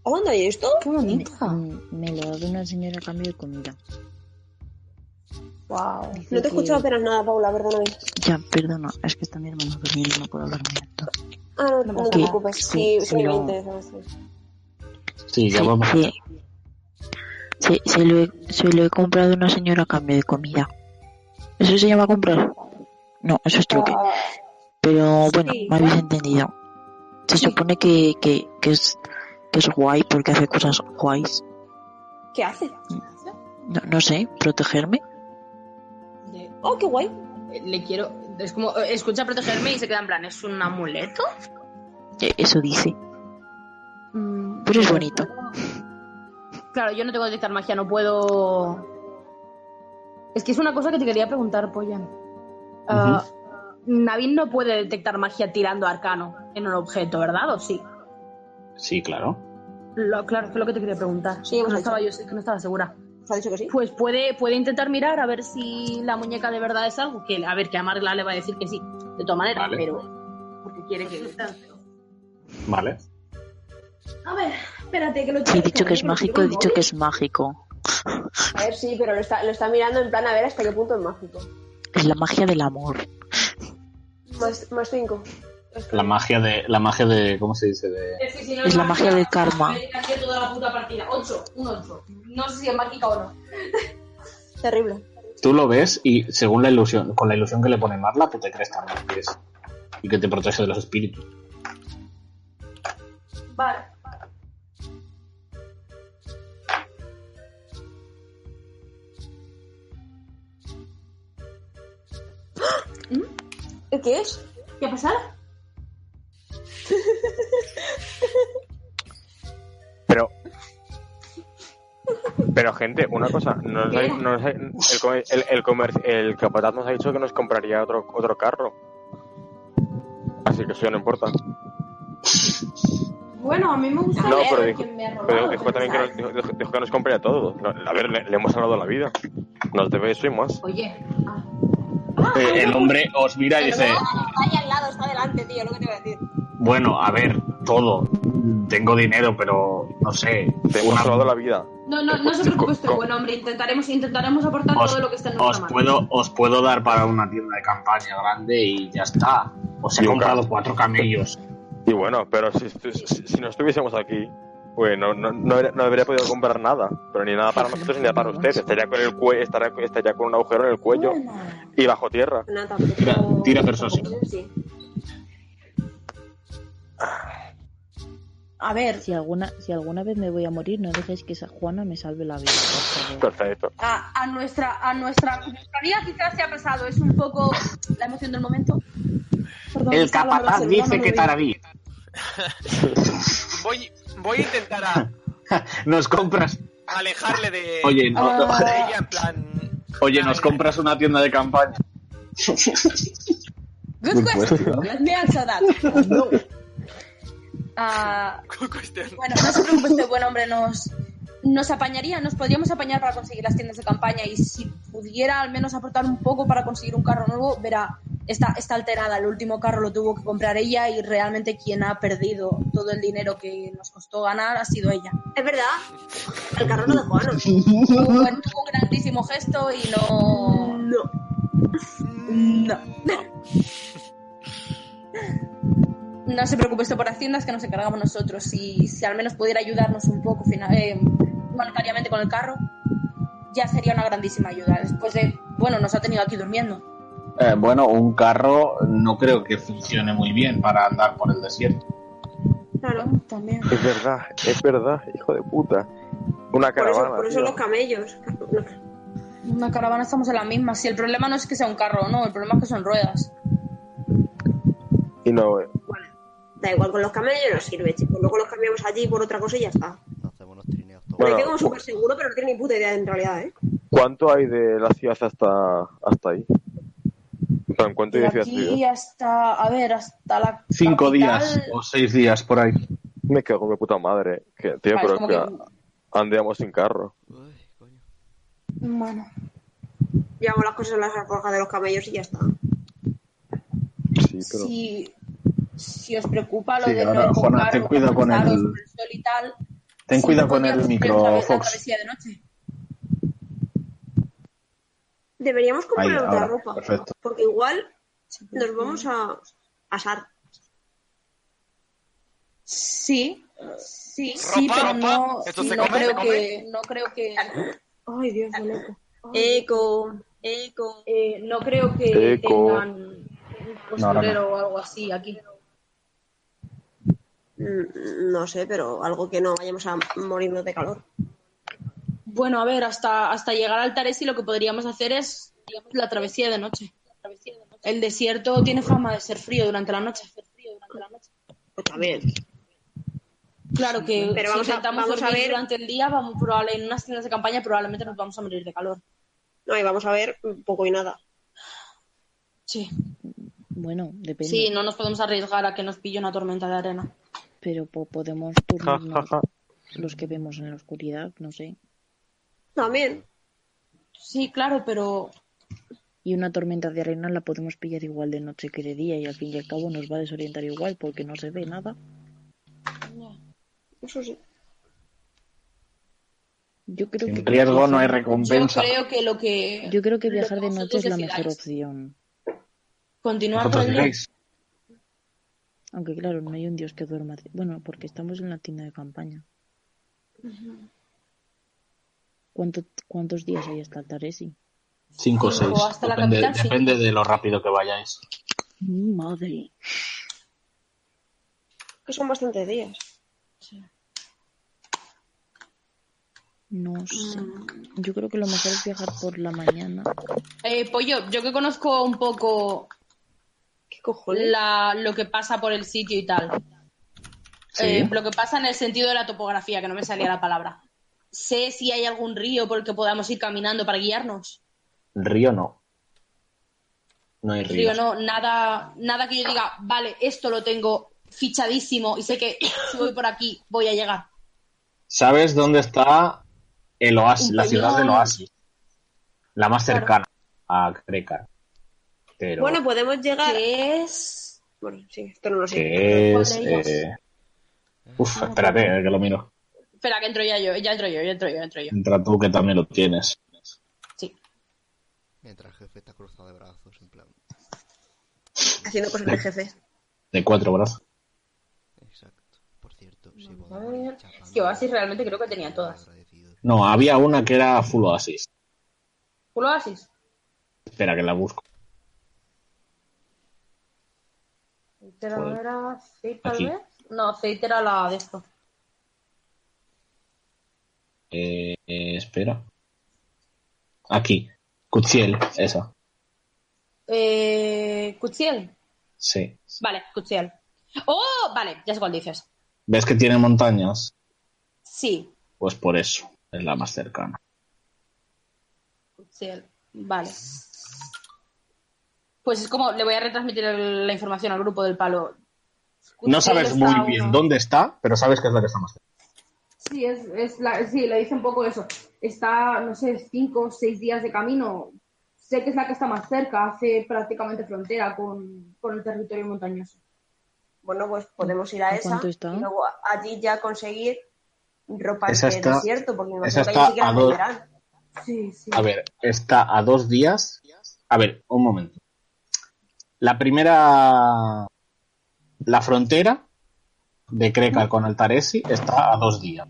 Speaker 2: ¿Cómo andáis esto?
Speaker 8: Qué bonita. Me, me lo vino a enseñar a cambio de comida.
Speaker 2: Wow. No te he escuchado apenas nada, Paula, perdóname.
Speaker 8: Ya, perdona, es que está mi hermano durmiendo y no puedo hablar muy alto.
Speaker 2: Ah, no, no
Speaker 8: pasa
Speaker 2: te
Speaker 8: nada.
Speaker 2: preocupes.
Speaker 8: Sí,
Speaker 2: Sí,
Speaker 8: sí,
Speaker 2: sí,
Speaker 8: no.
Speaker 2: me interesa.
Speaker 4: Sí, ya vamos.
Speaker 8: Sí. Sí, se lo, he, se lo he comprado a una señora a cambio de comida. ¿Eso se llama comprar? No, eso es truque.
Speaker 2: Ah,
Speaker 8: Pero bueno,
Speaker 2: sí.
Speaker 8: me habéis entendido. Se supone que, que, que, es, que es guay porque hace cosas guays.
Speaker 2: ¿Qué hace?
Speaker 8: No, no sé, protegerme.
Speaker 2: Oh, qué guay.
Speaker 30: Eh, Le quiero. Es como, eh, escucha protegerme y se queda en plan, ¿es un amuleto?
Speaker 8: E- Eso dice.
Speaker 2: Mm.
Speaker 8: Pero es bonito.
Speaker 30: Claro, yo no tengo detectar magia, no puedo. Es que es una cosa que te quería preguntar, Pollan. Ah, Navin no puede detectar magia tirando arcano en un objeto, ¿verdad? ¿O sí?
Speaker 4: Sí, claro.
Speaker 30: Lo- claro, es lo que te quería preguntar.
Speaker 2: Sí, hemos
Speaker 30: no
Speaker 2: hecho.
Speaker 30: estaba yo, que no estaba segura.
Speaker 2: ¿Has dicho que sí?
Speaker 30: Pues puede, puede intentar mirar a ver si la muñeca de verdad es algo. Que, a ver, que a Marla le va a decir que sí, de todas maneras,
Speaker 4: Vale.
Speaker 30: pero. Porque quiere que.
Speaker 4: Vale.
Speaker 3: A ver, espérate, que lo
Speaker 8: Si he dicho
Speaker 2: ¿eh?
Speaker 8: que es mágico, he dicho que es mágico.
Speaker 2: A ver, sí, pero lo está, lo está mirando en plan a ver hasta qué punto es mágico.
Speaker 8: Es la magia del amor.
Speaker 2: Más, más cinco.
Speaker 4: La magia de, la magia de, ¿cómo se dice? De...
Speaker 30: Es, que si no
Speaker 8: Es la magia del karma.
Speaker 30: me dedicaría toda la puta partida. 8, un 8. No sé si es mágica o no.
Speaker 2: Terrible.
Speaker 4: Tú lo ves y según la ilusión, con la ilusión que le pone Marla, tú te crees también que es. Y que te protege de los espíritus.
Speaker 3: Vale.
Speaker 2: ¿Qué es?
Speaker 30: ¿Qué ha pasado?
Speaker 5: Pero. Pero, gente, una cosa. no nos ha- no nos ha- el, comer- el, el, comer- el capataz nos ha dicho que nos compraría otro, otro carro. Así que eso ya no importa.
Speaker 3: Bueno, a mí me gusta
Speaker 5: No,
Speaker 3: ver
Speaker 5: pero dijo,
Speaker 3: quién me ha robado,
Speaker 5: pero dijo
Speaker 3: pero
Speaker 5: también que
Speaker 3: ¿sabes?
Speaker 5: nos, dijo- dijo- dijo que nos compre a todos. No, a ver, le, le hemos salvado la vida. Nos debe eso y más.
Speaker 30: Oye. ah.
Speaker 4: Eh, el hombre os mira y
Speaker 2: Pero
Speaker 4: dice,
Speaker 2: no, está ahí al lado, está adelante, tío, lo que te voy a decir.
Speaker 4: bueno, a ver, todo. Tengo dinero, pero no sé.
Speaker 5: Te hemos salvado la vida.
Speaker 30: No, no, no se preocupe usted, buen hombre. Intentaremos, intentaremos aportar todo lo que esté en
Speaker 4: Os
Speaker 30: nuestra mano.
Speaker 4: puedo, os puedo dar para una tienda de campaña grande y ya está. Os he
Speaker 5: Y un
Speaker 4: comprado
Speaker 5: ca-
Speaker 4: cuatro camellos.
Speaker 5: Y bueno, pero si, estu- si, si no estuviésemos aquí, pues no, no, no, habría- no habría podido comprar nada. Pero ni nada para nosotros ni nada para ustedes. Estaría con el cuello, estaría, estaría con un agujero en el cuello y bajo tierra.
Speaker 2: No, tampoco.
Speaker 4: Tira, tira persuasión.
Speaker 2: Sí.
Speaker 8: A ver. Si alguna, si alguna vez me voy a morir, no dejéis que esa Juana me salve la vida. por favor.
Speaker 5: Perfecto.
Speaker 3: a, a nuestra a nuestra nuestra vida quizás sea pesado es un poco la emoción del momento Perdón,
Speaker 1: El
Speaker 3: es que hablo de
Speaker 1: capataz
Speaker 3: Barcelona,
Speaker 1: dice
Speaker 3: no
Speaker 1: que
Speaker 3: de-
Speaker 1: taradí. voy, voy a intentar a-
Speaker 4: Nos compras.
Speaker 1: a alejarle de,
Speaker 4: Oye, no, no.
Speaker 1: de
Speaker 3: Ah,
Speaker 1: ella, en plan,
Speaker 4: Oye, nos compras una tienda de campaña.
Speaker 3: Good question.
Speaker 4: Pues,
Speaker 3: Let me answer that. Ah, bueno, no se preocupe, este buen hombre nos, nos apañaría, nos podríamos apañar para conseguir las tiendas de campaña y si pudiera al menos aportar un poco para conseguir un carro nuevo, verá, está, está alterada. El último carro lo tuvo que comprar ella y realmente quien ha perdido todo el dinero que nos costó ganar ha sido ella.
Speaker 2: Es verdad, el carro no de Juan.
Speaker 3: Tuvo, un- tuvo un grandísimo gesto y no.
Speaker 2: No.
Speaker 3: No. No se preocupe, esto por Haciendas que nos encargamos nosotros. Y si al menos pudiera ayudarnos un poco fina- eh, monetariamente con el carro, ya sería una grandísima ayuda. Después de, bueno, nos ha tenido aquí durmiendo.
Speaker 13: Eh, bueno, un carro no creo que funcione muy bien para andar por el desierto.
Speaker 2: Claro.
Speaker 3: También.
Speaker 5: Es verdad, es verdad, hijo de puta. Una
Speaker 2: Por eso,
Speaker 5: caravana.
Speaker 2: por eso
Speaker 5: tío.
Speaker 2: los camellos.
Speaker 3: Una caravana estamos en la misma. Si el problema no es que sea un carro o no, el problema es que son ruedas.
Speaker 5: Y no, eh,
Speaker 2: Da igual, con los camellos no sirve, chicos. Luego los cambiamos allí por otra cosa y ya está. Me
Speaker 5: Bueno,
Speaker 2: quedo como súper seguro, pero no tiene ni puta idea en realidad, ¿eh?
Speaker 5: ¿cuánto hay de la ciudad hasta, hasta ahí? En plan, ¿Cuánto hay de ciudad?
Speaker 3: Aquí hasta, a ver, hasta la.
Speaker 13: Cinco
Speaker 3: capital-
Speaker 13: días o seis días por ahí.
Speaker 5: Me cago en mi puta madre. Que, tío,
Speaker 3: Vale,
Speaker 5: pero
Speaker 3: como
Speaker 5: que
Speaker 3: que-
Speaker 5: andeamos sin carro.
Speaker 3: Bueno.
Speaker 2: Llevamos las cosas en las alforjas de los camellos y ya está.
Speaker 5: Sí,
Speaker 13: pero...
Speaker 3: si, si os preocupa lo
Speaker 13: Sí,
Speaker 3: de
Speaker 13: ahora,
Speaker 3: no
Speaker 13: Juana,
Speaker 3: comprar
Speaker 13: ten
Speaker 3: o
Speaker 13: cuidado con
Speaker 3: gastaros
Speaker 13: el-
Speaker 3: por sol y tal,
Speaker 4: Ten
Speaker 13: Sí,
Speaker 4: cuidado
Speaker 13: no
Speaker 4: con el
Speaker 13: podíamos pensar
Speaker 4: micro,
Speaker 13: en La
Speaker 4: Fox.
Speaker 13: travesía de noche.
Speaker 2: Deberíamos comprar
Speaker 4: Ahí,
Speaker 2: otra
Speaker 4: ahora,
Speaker 2: ropa.
Speaker 4: perfecto.
Speaker 2: Porque igual nos vamos a asar.
Speaker 3: Sí, sí,
Speaker 2: ¿Ropa,
Speaker 3: sí, pero
Speaker 2: ropa?
Speaker 3: no,
Speaker 2: ¿Esto
Speaker 3: sí,
Speaker 2: se
Speaker 3: no
Speaker 2: come, se
Speaker 3: creo
Speaker 2: come?
Speaker 3: que, no creo que, ay Dios, lo loco.
Speaker 2: Eco, eco.
Speaker 3: eh, no creo que
Speaker 5: Eco.
Speaker 3: tengan un costurero
Speaker 5: No,
Speaker 3: o algo así aquí.
Speaker 2: Mm, No sé, pero algo que no vayamos a morirnos de calor.
Speaker 3: Bueno, a ver, hasta, hasta llegar al Taresi lo que podríamos hacer es digamos, la travesía de noche. El desierto tiene fama de ser frío durante la noche.
Speaker 2: Pues También.
Speaker 3: Claro que
Speaker 2: Pero
Speaker 3: si
Speaker 2: vamos a-
Speaker 3: intentamos
Speaker 2: vamos a
Speaker 3: dormir
Speaker 2: ver-
Speaker 3: durante el día, vamos probable, en unas tiendas de campaña probablemente nos vamos a morir de calor.
Speaker 2: No, y vamos a ver poco y nada.
Speaker 3: Sí.
Speaker 8: Bueno, depende.
Speaker 3: Sí, no nos podemos arriesgar a que nos pille una tormenta de arena.
Speaker 8: Pero po- podemos
Speaker 5: Ja, ja,
Speaker 8: turnarnos
Speaker 5: ja.
Speaker 8: los que vemos en la oscuridad, no sé.
Speaker 2: También.
Speaker 3: Sí, claro, pero
Speaker 8: Y una tormenta de arena la podemos pillar igual de noche que de día y al fin y al cabo nos va a desorientar igual porque no se ve nada.
Speaker 2: Eso sí.
Speaker 8: Yo creo
Speaker 4: Sin
Speaker 8: que
Speaker 4: riesgo no hay
Speaker 8: viajar-
Speaker 4: recompensa.
Speaker 3: que lo que...
Speaker 8: Yo creo que
Speaker 3: lo que
Speaker 8: viajar de
Speaker 3: vosotros
Speaker 8: noche es la
Speaker 3: decidáis.
Speaker 8: mejor opción.
Speaker 3: continuar por
Speaker 4: Vosotros
Speaker 3: el día.
Speaker 4: diréis.
Speaker 8: Aunque claro, no hay un dios que duerma. Bueno, porque estamos en la tienda de campaña. ¿Cuánto, ¿Cuántos días hay hasta el Taresi?
Speaker 4: 5 o 6.
Speaker 3: Cinco, hasta la
Speaker 4: Depende,
Speaker 3: capital, sí.
Speaker 4: depende de lo rápido que vayáis.
Speaker 8: Mi madre.
Speaker 2: Que son bastantes días.
Speaker 8: No sé. Yo creo que lo mejor es viajar por la mañana.
Speaker 3: Eh, pollo, yo que conozco un poco la, lo que pasa por el sitio y tal.
Speaker 8: Sí.
Speaker 3: Eh, lo que pasa en el sentido de la topografía, que no me salía la palabra. Sé si hay algún río por el que podamos ir caminando para guiarnos.
Speaker 4: Río no. No hay
Speaker 3: Río
Speaker 4: río.
Speaker 3: no, nada, nada que yo diga, vale, esto lo tengo fichadísimo y sé que si voy por aquí voy a llegar.
Speaker 4: ¿Sabes dónde está el oasis, la ciudad del
Speaker 3: Peñón.
Speaker 4: oasis? La más cercana a Crecar. Pero
Speaker 2: Bueno, podemos llegar.
Speaker 3: ¿Qué es?
Speaker 2: Bueno, sí, esto no lo sé.
Speaker 4: que
Speaker 2: ¿Cuál
Speaker 4: es...
Speaker 2: de Ah, ellas?
Speaker 4: eh, Uf, espérate, eh, que lo miro.
Speaker 3: Espera, que entro ya yo, ya entro yo, ya entro yo, ya entro yo.
Speaker 4: Entra tú que también lo tienes.
Speaker 6: Mientras el jefe está cruzado de brazos, en plan.
Speaker 2: Haciendo cosas de jefe.
Speaker 4: De cuatro brazos.
Speaker 6: Exacto. Por cierto, si
Speaker 3: Es que Oasis realmente creo que tenía todas.
Speaker 4: No, había una que era full oasis.
Speaker 3: ¿Tú lo haces?
Speaker 4: Espera que la busco.
Speaker 3: Cetera
Speaker 4: Joder.
Speaker 3: era Ceit, tal
Speaker 4: Aquí.
Speaker 3: vez. No, Ceit era la de esto.
Speaker 4: Eh, eh, espera. Aquí. Cutsiel, esa.
Speaker 3: Eh, Cutsiel.
Speaker 4: Sí.
Speaker 3: Vale, Cutsiel. ¡Oh! Vale, ya sé cuál dices.
Speaker 4: ¿Ves que tiene montañas?
Speaker 3: Sí,
Speaker 4: Pues por eso. Es la más cercana.
Speaker 3: Cutsiel. Vale. Pues es como, le voy a retransmitir el- la información al grupo del palo.
Speaker 4: No
Speaker 3: Cutsiel
Speaker 4: sabes
Speaker 3: está
Speaker 4: muy
Speaker 3: a
Speaker 4: bien
Speaker 3: unos-
Speaker 4: dónde está, pero sabes que es la que está más cerca.
Speaker 3: Sí, es, es la- sí, le dice un poco eso. Está, no sé, cinco o seis días de camino. Sé que es la que está más cerca, hace prácticamente frontera con, con el territorio montañoso.
Speaker 2: Bueno, pues podemos ir a
Speaker 3: ¿A
Speaker 2: esa.
Speaker 3: cuánto está?
Speaker 2: Y luego a- allí ya conseguir ropa
Speaker 4: Esa
Speaker 2: de
Speaker 4: está-
Speaker 2: desierto, porque me
Speaker 4: esa
Speaker 2: imagino que
Speaker 4: está
Speaker 2: allí sí que
Speaker 4: a
Speaker 2: la
Speaker 4: dos-
Speaker 2: venderán.
Speaker 3: Sí, sí.
Speaker 4: A ver, está a dos días. A ver, un momento. La primera. La frontera de Creca con el Taresi está a dos días.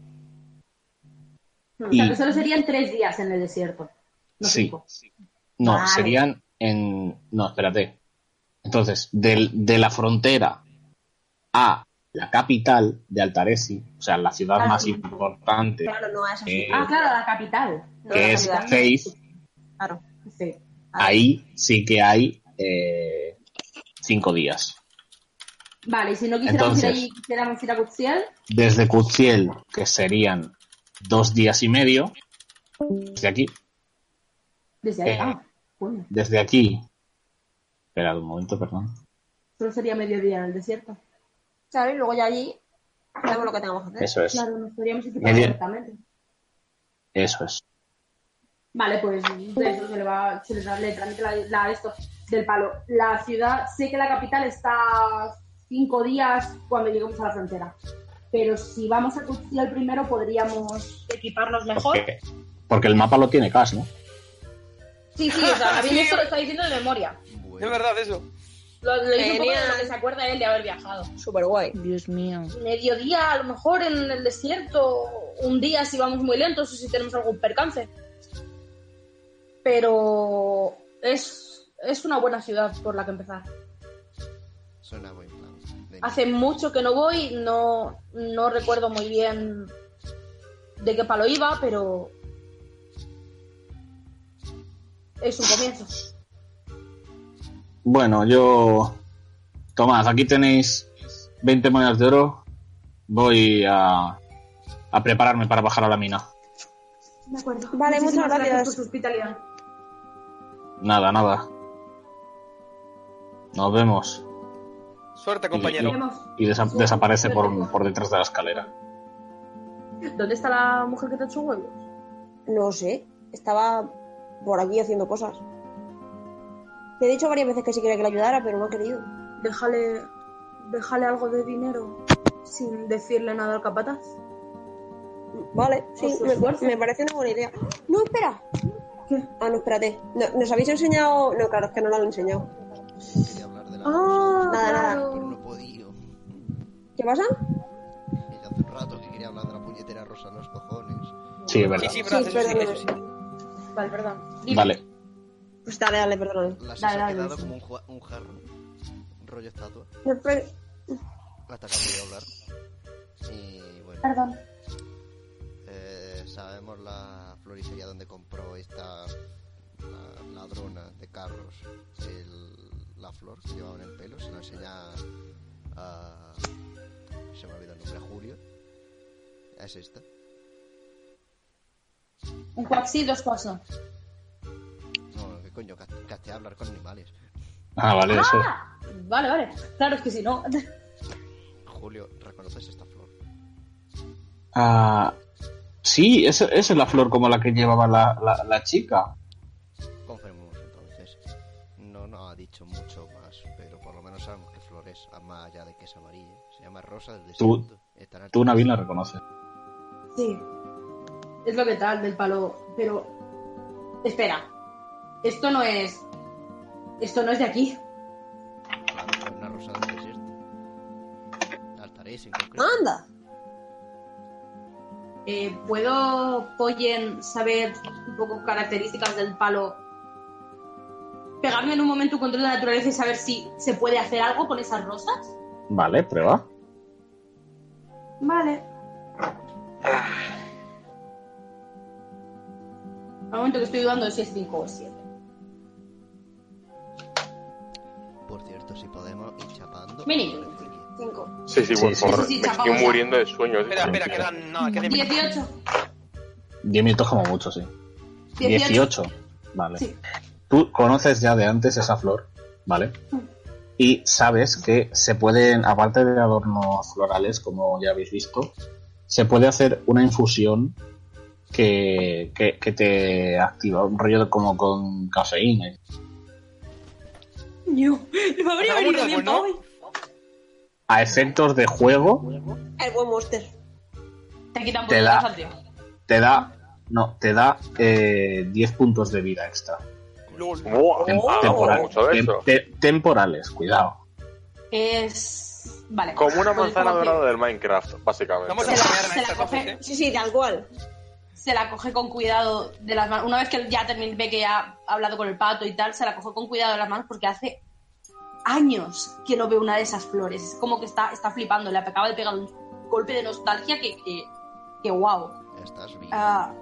Speaker 3: O sea,
Speaker 4: Y-
Speaker 3: que solo serían tres días en el desierto. No
Speaker 4: sí.
Speaker 3: cinco.
Speaker 4: No,
Speaker 3: Vale.
Speaker 4: serían en. No, espérate. Entonces, del- de la frontera a la capital de Altaresi, o sea, la ciudad
Speaker 3: Claro,
Speaker 4: más
Speaker 3: Ah, sí.
Speaker 4: importante, que,
Speaker 3: Ah, claro, la capital. No,
Speaker 4: que
Speaker 3: la Ah.
Speaker 4: es
Speaker 3: capital.
Speaker 4: Faith,
Speaker 3: Claro, sí.
Speaker 4: ahí sí que hay eh, cinco días.
Speaker 3: Vale, y si no quisiéramos ir
Speaker 4: Entonces-
Speaker 3: allí, quisiéramos ir a Cuxiel,
Speaker 4: Desde Cuziel, que serían dos días y medio, desde aquí,
Speaker 3: desde ahí.
Speaker 4: Eh.
Speaker 3: Ah, coño.
Speaker 4: desde aquí. Esperad un momento, perdón.
Speaker 3: Solo sería mediodía en el desierto.
Speaker 2: Claro, y luego ya allí hacemos lo que tengamos que hacer.
Speaker 4: Eso es.
Speaker 3: Claro, nos podríamos ir
Speaker 4: Medio-
Speaker 3: perfectamente.
Speaker 4: Eso es.
Speaker 3: Vale, pues de eso se le va, se le da, le tramite la, la- esto del palo. La ciudad, sé que la capital está cinco días cuando lleguemos a la frontera. Pero si vamos a Tutsi al primero, podríamos equiparnos mejor.
Speaker 4: Porque, porque el mapa lo tiene Cash, ¿no?
Speaker 3: Sí, sí, o sea, a mí eso lo está diciendo de memoria.
Speaker 1: Es verdad eso.
Speaker 3: Lo, lo hizo un poco de
Speaker 2: Genial.
Speaker 3: lo que se acuerda él de haber viajado.
Speaker 2: Súper guay.
Speaker 8: Dios mío.
Speaker 3: Mediodía, a lo mejor en el desierto, un día si vamos muy lentos o si tenemos algún percance. Pero es, es una buena ciudad por la que empezar.
Speaker 6: Suena buen plan. Ven.
Speaker 3: Hace mucho que no voy, no, no recuerdo muy bien de qué palo iba, pero es un comienzo.
Speaker 4: Bueno, yo. Tomás, aquí tenéis 20 monedas de oro. Voy a, a prepararme para bajar a la mina.
Speaker 3: De acuerdo.
Speaker 31: Vale,
Speaker 3: Muchísimas
Speaker 31: muchas gracias.
Speaker 3: por su hospitalidad.
Speaker 4: Nada, nada. Nos vemos.
Speaker 1: Suerte,
Speaker 4: compañero.
Speaker 3: Nos
Speaker 4: Y desa- desaparece por, por detrás de la escalera.
Speaker 3: ¿Dónde está la mujer que te ha hecho huevos?
Speaker 2: No sé. Estaba por aquí haciendo cosas. Le he dicho varias veces que si quería que le ayudara, pero no ha querido.
Speaker 31: Déjale, déjale algo de dinero sin decirle nada al capataz.
Speaker 2: Vale, sí, me, me parece una buena idea. No, espera. Ah, no, espérate. No, ¿Nos habéis enseñado...? No, claro, es que no lo han enseñado.
Speaker 31: Ah,
Speaker 2: Nada,
Speaker 31: claro.
Speaker 2: nada. ¿Qué pasa?
Speaker 6: Hace un rato que quería hablar de la puñetera rosa en los cojones.
Speaker 4: Sí, es verdad. Sí, sí,
Speaker 2: verdad, Sí, eso sí, perdón, eso
Speaker 3: Vale, perdón.
Speaker 4: Vale.
Speaker 2: Pues dale, dale, perdón.
Speaker 6: La
Speaker 2: Dale,
Speaker 6: se ha
Speaker 2: dale,
Speaker 6: quedado
Speaker 2: sí.
Speaker 6: como un, jua- un jarro. Un rollo estatua.
Speaker 2: No, espera.
Speaker 6: Hasta que ha podido hablar. Y bueno.
Speaker 3: Perdón.
Speaker 6: Eh, sabemos la floristería donde compró esta la- ladrona de carros el- la flor que llevaba en el pelo. Se la enseña a. Se me ha olvidado el nombre, a Julio. Es esta.
Speaker 3: Un cuac sí, dos cuac no.
Speaker 6: No, ¿qué coño? Cas- Castea hablar con animales.
Speaker 4: Ah, vale, eso.
Speaker 3: Vale, vale. Claro, es que si no.
Speaker 6: Julio, ¿reconoces esta flor?
Speaker 4: Ah, sí, esa, esa es la flor como la que llevaba la, la- la chica.
Speaker 6: Confirmemos entonces. No nos ha dicho mucho más, pero por lo menos sabemos que flor es, ah, más allá de que es amarilla. Se llama rosa del
Speaker 4: Tú,
Speaker 6: desierto. Está en
Speaker 4: tú Nabil, la reconoces.
Speaker 3: Sí. Es lo que tal del palo. Pero. Espera. Esto no es. Esto no es de aquí.
Speaker 6: Claro, una rosa del desierto. Altarés en concreto.
Speaker 2: ¡Anda!
Speaker 3: Eh, ¿Puedo, Poyen, saber un poco características del palo? Pegarme en un momento contra la naturaleza y saber si se puede hacer algo con esas rosas.
Speaker 4: Vale, prueba.
Speaker 3: Vale. Ah. Al momento que estoy dudando de si es 5 o 7.
Speaker 6: Por cierto, si podemos ir chapando.
Speaker 3: Mínimo.
Speaker 2: 5.
Speaker 5: Sí, sí, por
Speaker 4: Sí, sí,
Speaker 5: favor.
Speaker 4: sí, sí,
Speaker 5: me
Speaker 3: chapamos
Speaker 5: estoy
Speaker 3: ya.
Speaker 5: muriendo de sueño.
Speaker 1: Espera, espera, quedan. No, quedan
Speaker 3: 18.
Speaker 4: 10 minutos como mucho, sí.
Speaker 3: 18.
Speaker 4: 18. Vale.
Speaker 3: Sí.
Speaker 4: Tú conoces ya de antes esa flor, ¿vale? Y sabes que se pueden, aparte de adornos florales, como ya habéis visto, se puede hacer una infusión que, que, que te activa, un rollo como con cafeína.
Speaker 3: Yo. Me habría
Speaker 1: Hagamos
Speaker 3: venido
Speaker 1: algo,
Speaker 3: bien
Speaker 1: ¿no?
Speaker 3: para hoy.
Speaker 4: A efectos de juego,
Speaker 2: El buen monster.
Speaker 3: Te quitan
Speaker 4: Te da-
Speaker 3: por tío.
Speaker 4: te da, no, te da eh, 10 puntos de vida extra. Tem-
Speaker 5: Ah,
Speaker 4: temporal- tem- te- temporales, cuidado.
Speaker 3: Es. Vale.
Speaker 5: Como una
Speaker 3: Pues
Speaker 5: manzana
Speaker 3: como que
Speaker 5: dorada del Minecraft, básicamente.
Speaker 1: Vamos a
Speaker 3: Se la,
Speaker 1: enseñarla
Speaker 3: se la
Speaker 1: esta
Speaker 3: coge,
Speaker 2: Sí, sí, tal cual.
Speaker 3: se la coge con cuidado de las manos. Una vez que ya termine, ve que ya ha hablado con el pato y tal, se la coge con cuidado de las manos porque hace años que no ve una de esas flores. Es como que está, está flipando. Le acaba de pegar un golpe de nostalgia que, que, que wow.
Speaker 6: Estás bien.
Speaker 3: Ah.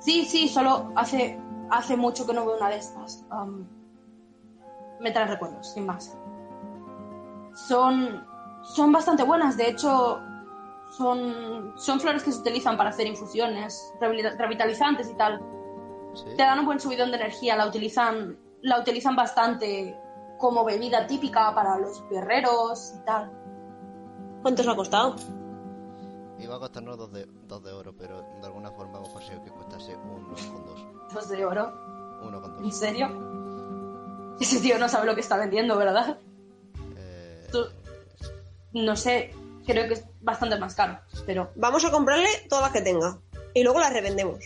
Speaker 3: sí, sí, solo hace, hace mucho que no veo una de estas. Am, me trae recuerdos, sin más. Son, son bastante buenas, de hecho, son, son flores que se utilizan para hacer infusiones, revita- revitalizantes y tal. Te dan un buen subidón de energía, la utilizan, la utilizan bastante como bebida típica para los guerreros y tal.
Speaker 2: ¿Cuánto os ha costado?
Speaker 6: Iba a costarnos dos de, dos de oro, pero de alguna forma hemos conseguido que costase uno con dos.
Speaker 3: Dos de oro.
Speaker 6: Uno con dos.
Speaker 3: ¿En serio?
Speaker 6: Eh,
Speaker 3: Ese tío no sabe lo que está vendiendo, ¿verdad? Tú- No sé, creo que es bastante más caro. Pero
Speaker 2: Vamos a comprarle todas las que tenga. Y luego las revendemos.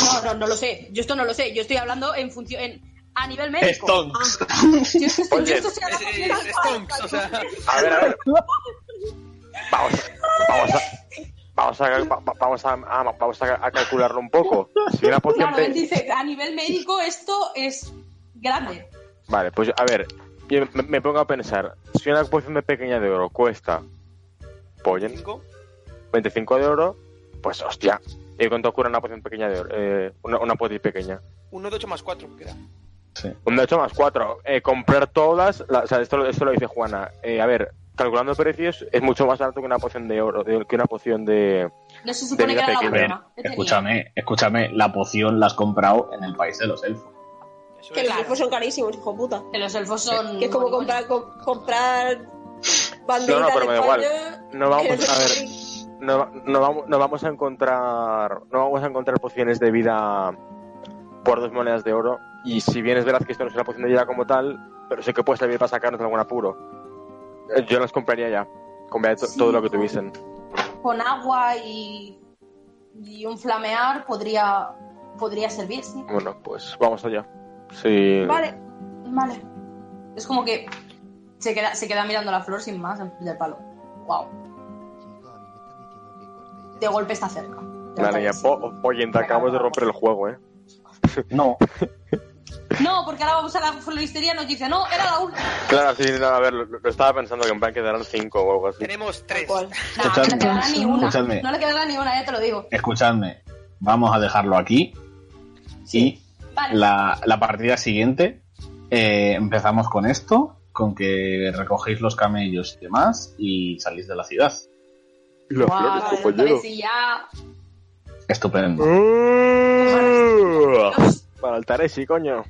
Speaker 3: no, no, no lo sé. Yo esto no lo sé. Yo estoy hablando en función. En, a nivel médico.
Speaker 2: Ah,
Speaker 1: Stonks.
Speaker 3: Yo esto- yo
Speaker 5: Oye,
Speaker 3: esto estoy hablando a nivel
Speaker 1: Stonks, o sea.
Speaker 5: a ver, a ver. Vamos, vamos a. Vamos a, va- va- vamos, a, a- vamos a, a calcularlo un poco. Si una poción
Speaker 3: Claro,
Speaker 5: te-
Speaker 3: él dice, a nivel médico esto es grande.
Speaker 5: Vale, pues a ver, yo me, me pongo a pensar, si una poción de pequeña de oro cuesta, pollen, 25 de oro, pues hostia, ¿y cuánto cura una poción pequeña de oro? Eh, una, una poción pequeña.
Speaker 1: Uno de 8 más 4 queda.
Speaker 5: Un 8 más 4, comprar todas, la- o sea, esto, lo- esto lo dice Juana, Eh, a ver, calculando precios es mucho más alto que una poción de oro, de- que una poción de...
Speaker 3: No se
Speaker 5: de
Speaker 3: supone que
Speaker 5: vida
Speaker 3: era la
Speaker 5: pequeña.
Speaker 3: broma. Es de
Speaker 13: Escúchame, escúchame, la poción la has comprado en el país de los elfos.
Speaker 2: que los elfos son carísimos, hijo puta.
Speaker 3: Que los elfos son.
Speaker 2: Que es como comprar, com- comprar
Speaker 5: No,
Speaker 2: banderitas
Speaker 5: no, pero
Speaker 2: de
Speaker 5: me da igual.
Speaker 2: España.
Speaker 5: No vamos
Speaker 2: Pero-
Speaker 5: a ver. No, va- no vamos, no vamos a encontrar no vamos a encontrar pociones de vida por dos monedas de oro y si bien es verdad que esto no es una poción de vida como tal pero sé que puede servir para sacarnos de algún apuro Eh, yo las compraría ya compraría to-
Speaker 3: Sí,
Speaker 5: todo lo que tuviesen
Speaker 3: Con agua y. y un flamear podría. podría servir, sí.
Speaker 5: bueno pues vamos allá sí
Speaker 3: Vale, vale. Es como que. Se queda, se queda mirando la flor sin más en- del palo. Wow. De golpe está cerca.
Speaker 5: la niña po- oye te acabamos de romper el juego eh
Speaker 13: no
Speaker 3: No, porque ahora vamos a la floristería y nos dice, no, era la última.
Speaker 5: claro sí no, a ver lo, lo estaba pensando que en plan quedarán cinco o algo así
Speaker 1: tenemos tres
Speaker 3: No, no le quedará ni una.
Speaker 13: Escuchadme.
Speaker 3: No le quedará ni una, ya te lo digo.
Speaker 13: Escuchadme, vamos a dejarlo aquí. Y
Speaker 3: Vale.
Speaker 13: la, la partida siguiente eh, empezamos con esto, con que recogéis los camellos y demás y salís de la ciudad.
Speaker 5: Las
Speaker 3: Guau,
Speaker 5: flores,
Speaker 3: vale,
Speaker 5: compañero.
Speaker 3: entonces ya-
Speaker 13: Estupendo.
Speaker 5: para el Taresi, coño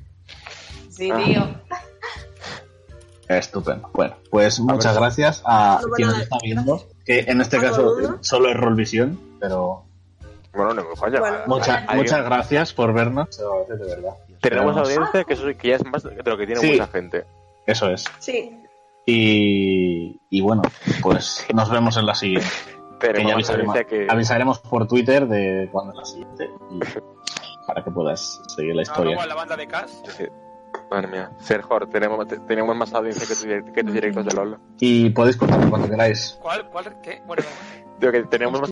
Speaker 3: Sí,
Speaker 13: Ah.
Speaker 3: tío.
Speaker 13: Estupendo. Bueno, pues muchas gracias a
Speaker 3: No, bueno,
Speaker 13: quien nos está viendo, que en este
Speaker 3: ¿A
Speaker 13: caso
Speaker 3: todo el mundo?
Speaker 13: solo es Rollvisión, pero...
Speaker 5: Bueno, no me falla. Bueno.
Speaker 13: Mucha-
Speaker 5: Alguien-
Speaker 13: muchas gracias por vernos. Se lo agradece de verdad.
Speaker 5: tenemos
Speaker 13: Esperamos-
Speaker 5: audiencia que eso que ya es más de lo que tiene
Speaker 13: Sí.
Speaker 5: mucha gente
Speaker 13: Eso es.
Speaker 2: Sí.
Speaker 13: Y, y bueno, pues nos vemos en la siguiente.
Speaker 5: Tenemos
Speaker 13: Que ya avisaremos,
Speaker 5: audiencia que-
Speaker 13: avisaremos por Twitter de cuándo es la siguiente y para que puedas seguir la historia.
Speaker 1: la banda de Cass.
Speaker 5: Sí. Madre mía, Sergor, tenemos, te- tenemos más audiencia que tus direct- que tus directos de LOL.
Speaker 13: Y podéis contarme cuando queráis.
Speaker 1: ¿Cuál? ¿Cuál? ¿Qué? Bueno,
Speaker 5: Digo que tenemos más